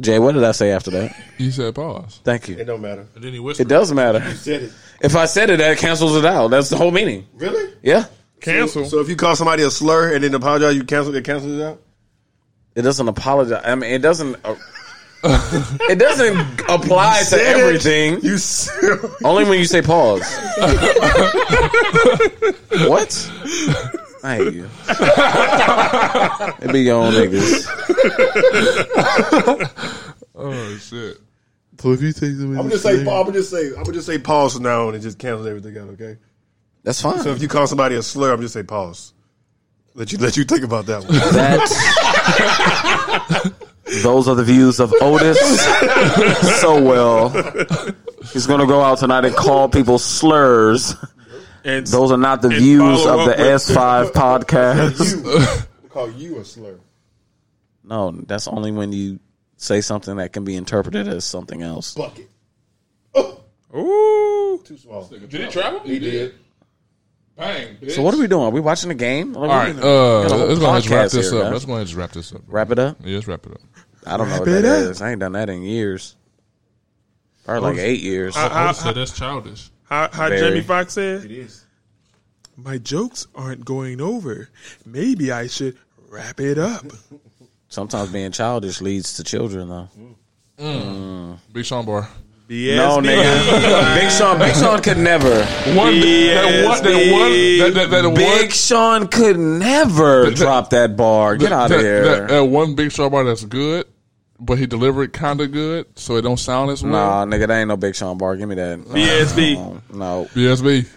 Speaker 8: Jay, what did I say after that?
Speaker 4: You said pause.
Speaker 8: Thank you.
Speaker 6: It don't matter.
Speaker 9: And then he
Speaker 8: It does matter.
Speaker 6: said it.
Speaker 8: If I said it, that cancels it out. That's the whole meaning.
Speaker 6: Really?
Speaker 8: Yeah.
Speaker 6: Cancel. So, so if you call somebody a slur and then apologize, you cancel it cancels it out.
Speaker 8: It doesn't apologize. I mean, it doesn't.
Speaker 6: [laughs]
Speaker 8: Uh, it doesn't apply
Speaker 6: You
Speaker 8: to
Speaker 6: said it.
Speaker 8: everything.
Speaker 6: You
Speaker 8: only when you say
Speaker 6: [laughs]
Speaker 8: pause. what? I hate you.
Speaker 7: [laughs]
Speaker 10: Mm.
Speaker 8: it
Speaker 10: [laughs]
Speaker 8: be your own niggas.
Speaker 4: Oh shit.
Speaker 6: So if you take I'm
Speaker 4: somebody,
Speaker 6: gonna just say, I'm gonna just say, I'm gonna just say pause from now on and just cancel everything out. Okay,
Speaker 8: that's fine.
Speaker 6: So if you call somebody a slur, I'm just say pause. Let you let you think about that one.
Speaker 8: Those are the views of Otis. so well, he's gonna go out tonight and call people slurs.
Speaker 7: And
Speaker 8: Those are not the views
Speaker 6: follow
Speaker 8: of
Speaker 6: up
Speaker 8: the
Speaker 6: with- [laughs]
Speaker 8: S5 podcast.
Speaker 6: We call you a slur.
Speaker 8: no, that's only when you say something that can be interpreted as something else.
Speaker 6: Bucket.
Speaker 7: Ooh.
Speaker 6: Too small. Did
Speaker 9: he travel? He did. Bang. Bitch.
Speaker 8: So what are we doing? Are we watching a game? All
Speaker 4: right, uh, let's go ahead and wrap this up. Let's go ahead and just wrap this up.
Speaker 8: Wrap it up.
Speaker 4: Yeah, let's wrap it up.
Speaker 8: I don't know
Speaker 4: Wrap
Speaker 8: what that
Speaker 4: it up.
Speaker 8: is. I ain't done that in years. Probably like eight years.
Speaker 7: I- I- I-
Speaker 9: Oh, that's childish.
Speaker 7: How, how
Speaker 8: Very.
Speaker 7: Jamie Foxx said?
Speaker 6: It is.
Speaker 7: My jokes aren't going over. Maybe I should wrap
Speaker 4: [laughs]
Speaker 7: it up.
Speaker 8: Sometimes being childish leads to children, though. Mm.
Speaker 4: Big Sean Bar.
Speaker 8: No,
Speaker 4: [laughs]
Speaker 7: [laughs]
Speaker 8: nigga. Big Sean. Big Sean could never.
Speaker 4: One, that one, that one, that, that, that
Speaker 8: Big
Speaker 4: one,
Speaker 8: Sean could never drop that bar. Get out of
Speaker 4: that-
Speaker 8: here.
Speaker 4: That, that one Big Sean Bar that's good, but he delivered kind of good, so it don't sound as
Speaker 8: Nah,
Speaker 4: well.
Speaker 8: nigga, that ain't no Big Sean bar. Give me that.
Speaker 7: BSB.
Speaker 8: No, No.
Speaker 4: BSB.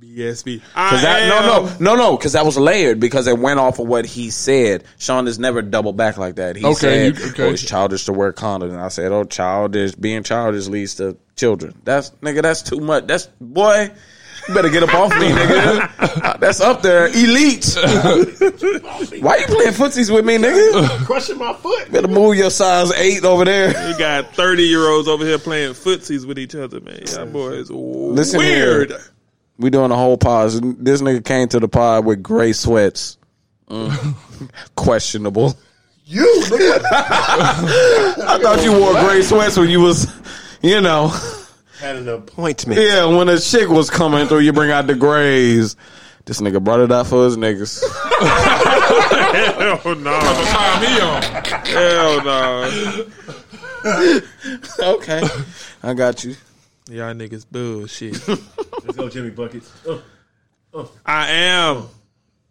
Speaker 7: BSB.
Speaker 8: Cause that, no, no, no, no, because that was layered because it went off of what he said. Sean has never doubled back like that. He
Speaker 4: Okay,
Speaker 8: said,
Speaker 4: you- okay.
Speaker 8: "Oh, it's childish to wear condoms," and I said, "Oh, childish. Being childish leads to children. That's nigga. That's too much. That's boy. You better get up off me,
Speaker 4: [laughs]
Speaker 8: nigga. Uh, That's up there, elite. Why you playing footsies with me, nigga?
Speaker 6: Crushing my foot.
Speaker 8: Better move your size eight over there.
Speaker 7: You got 30 year olds over here playing footsies with each other, man. Y'all boys
Speaker 8: Listen
Speaker 7: weird.
Speaker 8: here. We doing a whole pause. This nigga came to the pod with gray sweats. Mm. [laughs] Questionable.
Speaker 6: You. Look at
Speaker 8: I thought you wore gray sweats when you was, you know.
Speaker 6: Had an appointment.
Speaker 8: Yeah, when a chick was coming through, you bring out the grays. This nigga brought it out for his niggas.
Speaker 7: Hell no. Hell no.
Speaker 8: okay. I got you.
Speaker 7: Y'all niggas bullshit.
Speaker 6: Let's go, Jimmy Buckets. Uh, uh.
Speaker 7: I am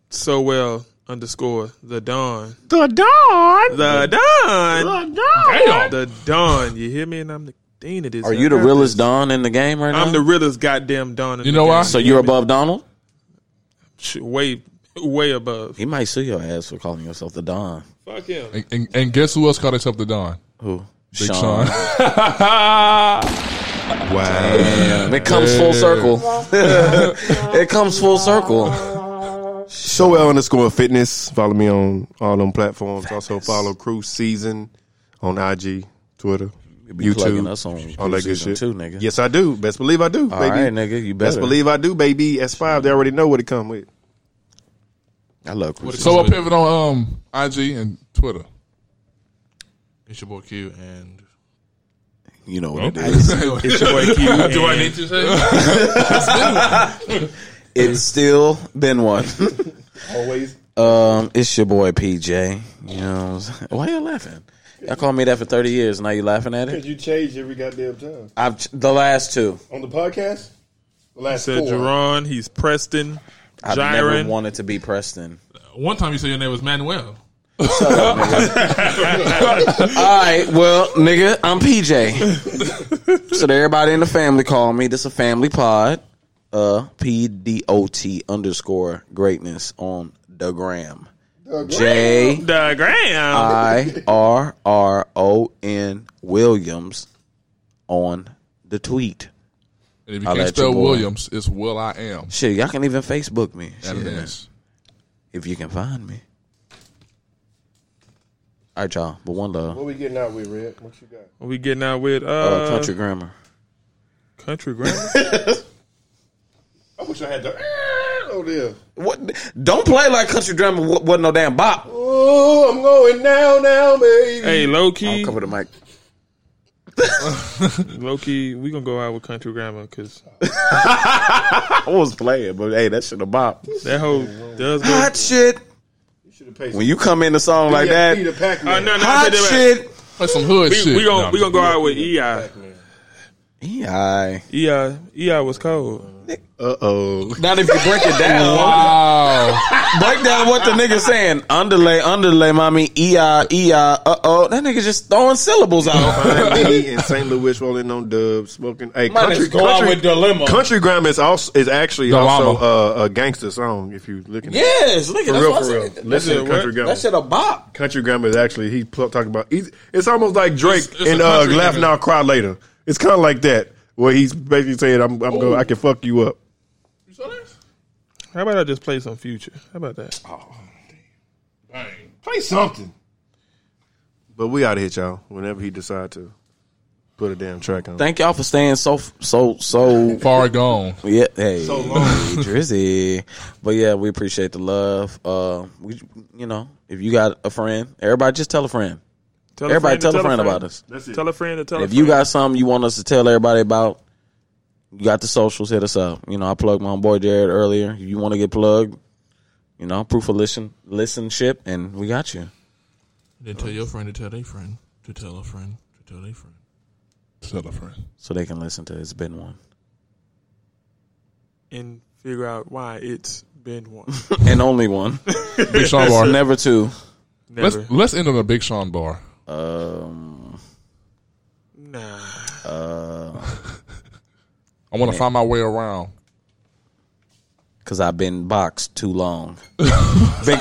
Speaker 7: so well underscore the dawn.
Speaker 8: The Don.
Speaker 7: The dawn.
Speaker 8: The Don.
Speaker 7: The dawn. You hear me? And I'm the Dean it is.
Speaker 8: Are you the realest Don in the game right now?
Speaker 7: I'm the realest goddamn Don. In the game.
Speaker 8: So you're above Donald?
Speaker 7: Sh- Way, way above.
Speaker 8: He might sue your ass for calling yourself the [laughs] Don.
Speaker 7: Fuck him.
Speaker 4: And, and, and guess who else called himself the Don?
Speaker 8: Who?
Speaker 4: Big
Speaker 8: Sean.
Speaker 4: Sean. [laughs]
Speaker 7: [laughs]
Speaker 8: Damn. It comes full [laughs] circle. it comes full circle.
Speaker 3: So well underscore fitness. Follow me on all them platforms. Also follow Cruise Season on IG, Twitter,
Speaker 8: be plugging
Speaker 3: YouTube,
Speaker 8: us on
Speaker 3: all that
Speaker 8: Cruise
Speaker 3: good
Speaker 8: Season
Speaker 3: shit.
Speaker 8: too, nigga.
Speaker 3: Yes, I do. Best believe I do,
Speaker 8: All
Speaker 3: baby.
Speaker 8: right, nigga, you
Speaker 3: Best
Speaker 8: better.
Speaker 3: believe I do, baby. S five, they already know what it come with.
Speaker 8: I love Cruise
Speaker 4: So I pivot on um, IG and Twitter.
Speaker 9: It's your boy Q and
Speaker 8: You know what it
Speaker 9: Okay.
Speaker 8: is.
Speaker 9: It's your boy Q Do I and- need to say that? It's been one.
Speaker 8: [laughs] It's still been one.
Speaker 3: Always.
Speaker 8: Um, it's your boy PJ. You know, what I'm saying? why you laughing? Y'all called me that for thirty years. Now you laughing at it?
Speaker 6: Because you change every goddamn time.
Speaker 8: I've ch- the last two.
Speaker 6: On the podcast? The
Speaker 7: He
Speaker 6: last
Speaker 7: said
Speaker 6: four.
Speaker 7: Jerron. He's Preston.
Speaker 8: I've
Speaker 7: Jiren.
Speaker 8: never wanted to be Preston.
Speaker 9: uh, One time you said your name was Manuel.
Speaker 7: [laughs]
Speaker 8: All right, well, nigga, I'm PJ. so that everybody in the family call me. This a family pod. Uh, P D O T underscore greatness on the gram. J
Speaker 7: the gram.
Speaker 8: I R R O N Williams on the tweet.
Speaker 4: And if you
Speaker 8: I'll
Speaker 4: can't
Speaker 8: let your
Speaker 4: spell
Speaker 8: boy.
Speaker 4: Williams, it's Will I Am.
Speaker 8: Shit, y'all can even Facebook me.
Speaker 4: That
Speaker 8: Shit.
Speaker 4: is.
Speaker 8: If you can find me. All right, y'all. But one love.
Speaker 6: What we getting out with, Red? What you got?
Speaker 7: What we getting out with? Uh,
Speaker 8: Uh, country grammar. [laughs]
Speaker 7: Country grammar.
Speaker 6: I wish I had the. [laughs] Oh, there.
Speaker 8: What? Don't play like country drama wa- wasn't no damn bop.
Speaker 6: Oh, I'm going now, now, baby.
Speaker 7: hey, low key.
Speaker 8: I'll cover the mic. [laughs]
Speaker 7: low key, we gonna go out with country grammar because
Speaker 8: I was playing, but hey, that should have bop.
Speaker 7: that whole does go.
Speaker 8: Hot shit. When you come in the song like that,
Speaker 7: Uh, no, no,
Speaker 8: hot
Speaker 7: take that back.
Speaker 8: shit.
Speaker 4: That's some hood
Speaker 7: we,
Speaker 4: shit.
Speaker 7: We gonna
Speaker 4: No,
Speaker 7: we gonna go out with E EI.
Speaker 8: EI.
Speaker 7: EI. EI E was cold.
Speaker 3: Uh oh.
Speaker 8: Not if you break it down. wow. Break down what the nigga saying. Underlay, underlay, mommy. E EI, EI. Uh oh. That nigga just throwing syllables out.
Speaker 3: Find me in St. Louis rolling on dubs, smoking. Hey,
Speaker 8: Might
Speaker 3: country,
Speaker 8: as well
Speaker 3: country,
Speaker 8: with Dilemma.
Speaker 3: country grime is also is actually
Speaker 8: Dilemma.
Speaker 3: also uh, a gangster song. If you looking, at it.
Speaker 8: Yes, look at-
Speaker 3: for
Speaker 8: that's
Speaker 3: real,
Speaker 8: what
Speaker 3: for
Speaker 8: I
Speaker 3: real.
Speaker 8: said.
Speaker 3: Listen,
Speaker 8: That
Speaker 3: to
Speaker 8: shit-
Speaker 3: country
Speaker 8: that
Speaker 3: grime.
Speaker 8: shit a bop.
Speaker 3: Country grime is actually he pl- talking about. He's, it's almost like Drake
Speaker 9: it's a
Speaker 3: in uh,
Speaker 9: country
Speaker 3: "Laugh
Speaker 9: grime.
Speaker 3: Now, Cry Later." It's kind of like that, where he's basically saying, "I'm, I'm going, I can fuck you up."
Speaker 7: How about I just play some future? How about that?
Speaker 8: Oh.
Speaker 6: Play something.
Speaker 3: But we ought to hit y'all whenever he decide to put a damn track on.
Speaker 8: Thank y'all for staying so so so
Speaker 4: far gone.
Speaker 8: Yeah, hey,
Speaker 3: So long.
Speaker 8: Drizzy. But yeah, we appreciate the love. Uh, we, you know, if you got a friend, everybody just tell a friend.
Speaker 7: Tell
Speaker 8: everybody
Speaker 7: to
Speaker 8: tell, a friend, about us.
Speaker 7: Tell a friend to tell.
Speaker 8: And
Speaker 7: a
Speaker 8: if you
Speaker 7: friend.
Speaker 8: got something you want us to tell everybody about, you got the socials. Hit us up. You know, I plugged my boy Jared earlier. If you want to get plugged, you know, proof of listen listenship, and we got you.
Speaker 9: Then tell your friend to tell their friend to tell a friend to tell their friend.
Speaker 4: Tell a friend.
Speaker 8: So they can listen to It's Been One.
Speaker 7: and figure out why it's been one.
Speaker 8: [laughs] and only
Speaker 7: [laughs]
Speaker 4: [laughs]
Speaker 8: one.
Speaker 4: Big Sean bar.
Speaker 8: Never two.
Speaker 7: Never.
Speaker 4: Let's let's end on a Big Sean bar.
Speaker 8: Um.
Speaker 7: Nah.
Speaker 4: I want
Speaker 8: Man.
Speaker 4: to find my way around.
Speaker 8: Cause I've been boxed too long. [laughs] Big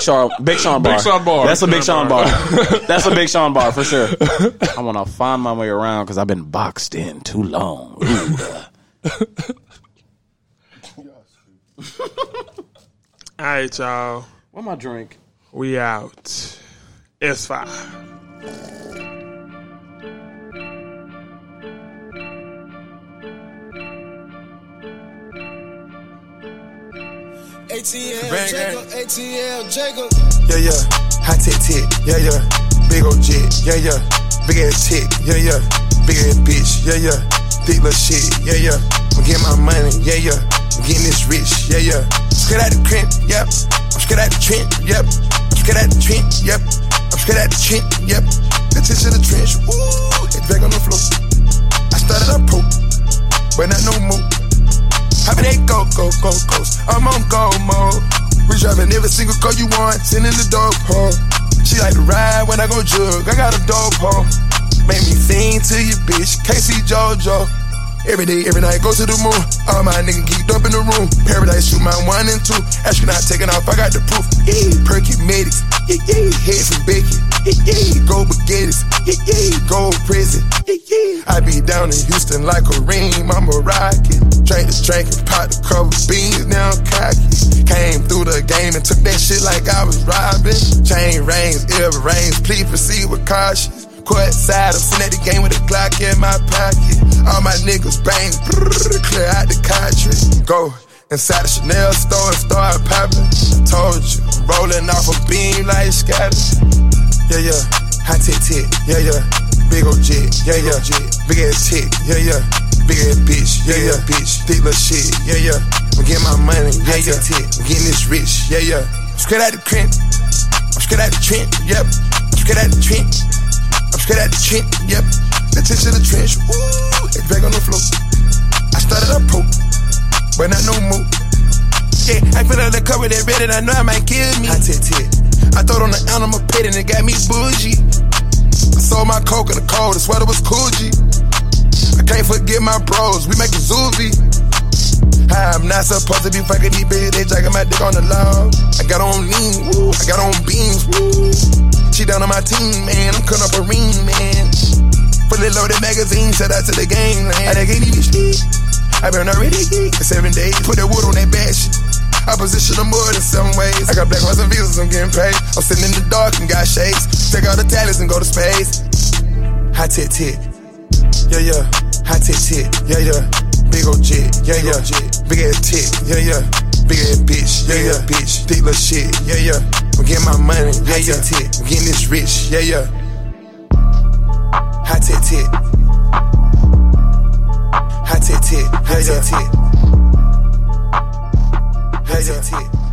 Speaker 8: Sean, Big Sean bar.
Speaker 4: Big Sean bar.
Speaker 8: That's a Big Sean
Speaker 4: Sean
Speaker 8: bar.
Speaker 4: bar. [laughs]
Speaker 8: That's a Big Sean bar for sure. I want to find my way around because I've been boxed in too long. Ooh. uh.
Speaker 7: All right, y'all.
Speaker 8: What my drink?
Speaker 7: We out. S five.
Speaker 2: ATL,
Speaker 16: Bang,
Speaker 2: Jacob, ATL, Jacob.
Speaker 16: Yeah, yeah. Hot tit tit. Yeah, yeah. Big old jet. Yeah, yeah. Big ass chick. Yeah, yeah. Big ass bitch. Yeah, yeah. Thick little shit. Yeah, yeah. I'm getting my money. Yeah, yeah. I'm getting this rich. Yeah, yeah. Straight out the crib. Yep. I'm straight out the trench. Yep. I'm straight out the trench. Yep. I'm straight out the trench. Yep. Let's into the trench. Ooh. It's back on the floor. I started up pro, but not no more. How many go, go, go, goes? I'm on go mode. We driving every single car you want, sending the dope hole. She like to ride when I go jug, I got a dope hole. Make me sing to you, bitch. KC JoJo. Every day, every night, go to the moon. All my niggas geeked up in the room. Paradise, shoot my one and two. Astronaut taking off, I got the proof. Yeah, perky medics. Yeah, yeah, head from Becky. Yeah, yeah, go baguettes. Yeah, yeah, go prison. Yeah, yeah. I be down in Houston like a ream. I'm a rocket. Drink the drink and pop the cover beans. Now I'm cocky. Came through the game and took that shit like I was robbing. Chain rings, ear rings. Please proceed with caution. Court side, I'm sitting at the game with a Glock in my pocket. All my niggas bang, brrr, clear out the country. Go inside the Chanel store and start popping. Told you, rolling off a beam like scatter. Yeah, yeah, hot tit tit. Yeah, yeah, big ol' jit. Yeah, yeah, big ass tit. Yeah, yeah, big ass bitch. Yeah, yeah, bitch. Thick little shit. Yeah, yeah, I'm getting my money. Yeah, yeah, I'm getting this rich. Yeah, yeah, straight out the crib. I'm straight out the trench. Yep, straight out the trench. I'm straight out the trench, yep. Let's into the trench, ooh, it's back on the floor. I started up poop, but not no more. Yeah, I feel like the cover that red and I know I might kill me. I tit tit. I thought on the animal pit and it got me bougie. I sold my coke in the cold, the sweater was coogee. I can't forget my bros, we make a zoovie. I'm not supposed to be fucking these bitches, they jacking my dick on the law. I got on lean, woo, I got on beans, woo. She down on my team, man, I'm cutting up a ring, man. Fully loaded magazine, shout out to the game, man. I done gave these shit, I been already hit for seven days. Put that wood on that bad shit. I position them more in some ways. I got black ones and visas, I'm getting paid. I'm sitting in the dark and got shades. Take out the tallies and go to space. Hot tit tit, yeah yeah. Hot tit tit, yeah yeah. Big ol' jit, yeah yeah. Big ass tit, yeah yeah. Big ass bitch, yeah yeah. Bitch, thick little shit, yeah yeah. I'm getting my money, yeah yeah. I'm getting this rich, yeah yeah. Hot tit tit, hot tit tit, yeah yeah. Hot tit tit, yeah yeah.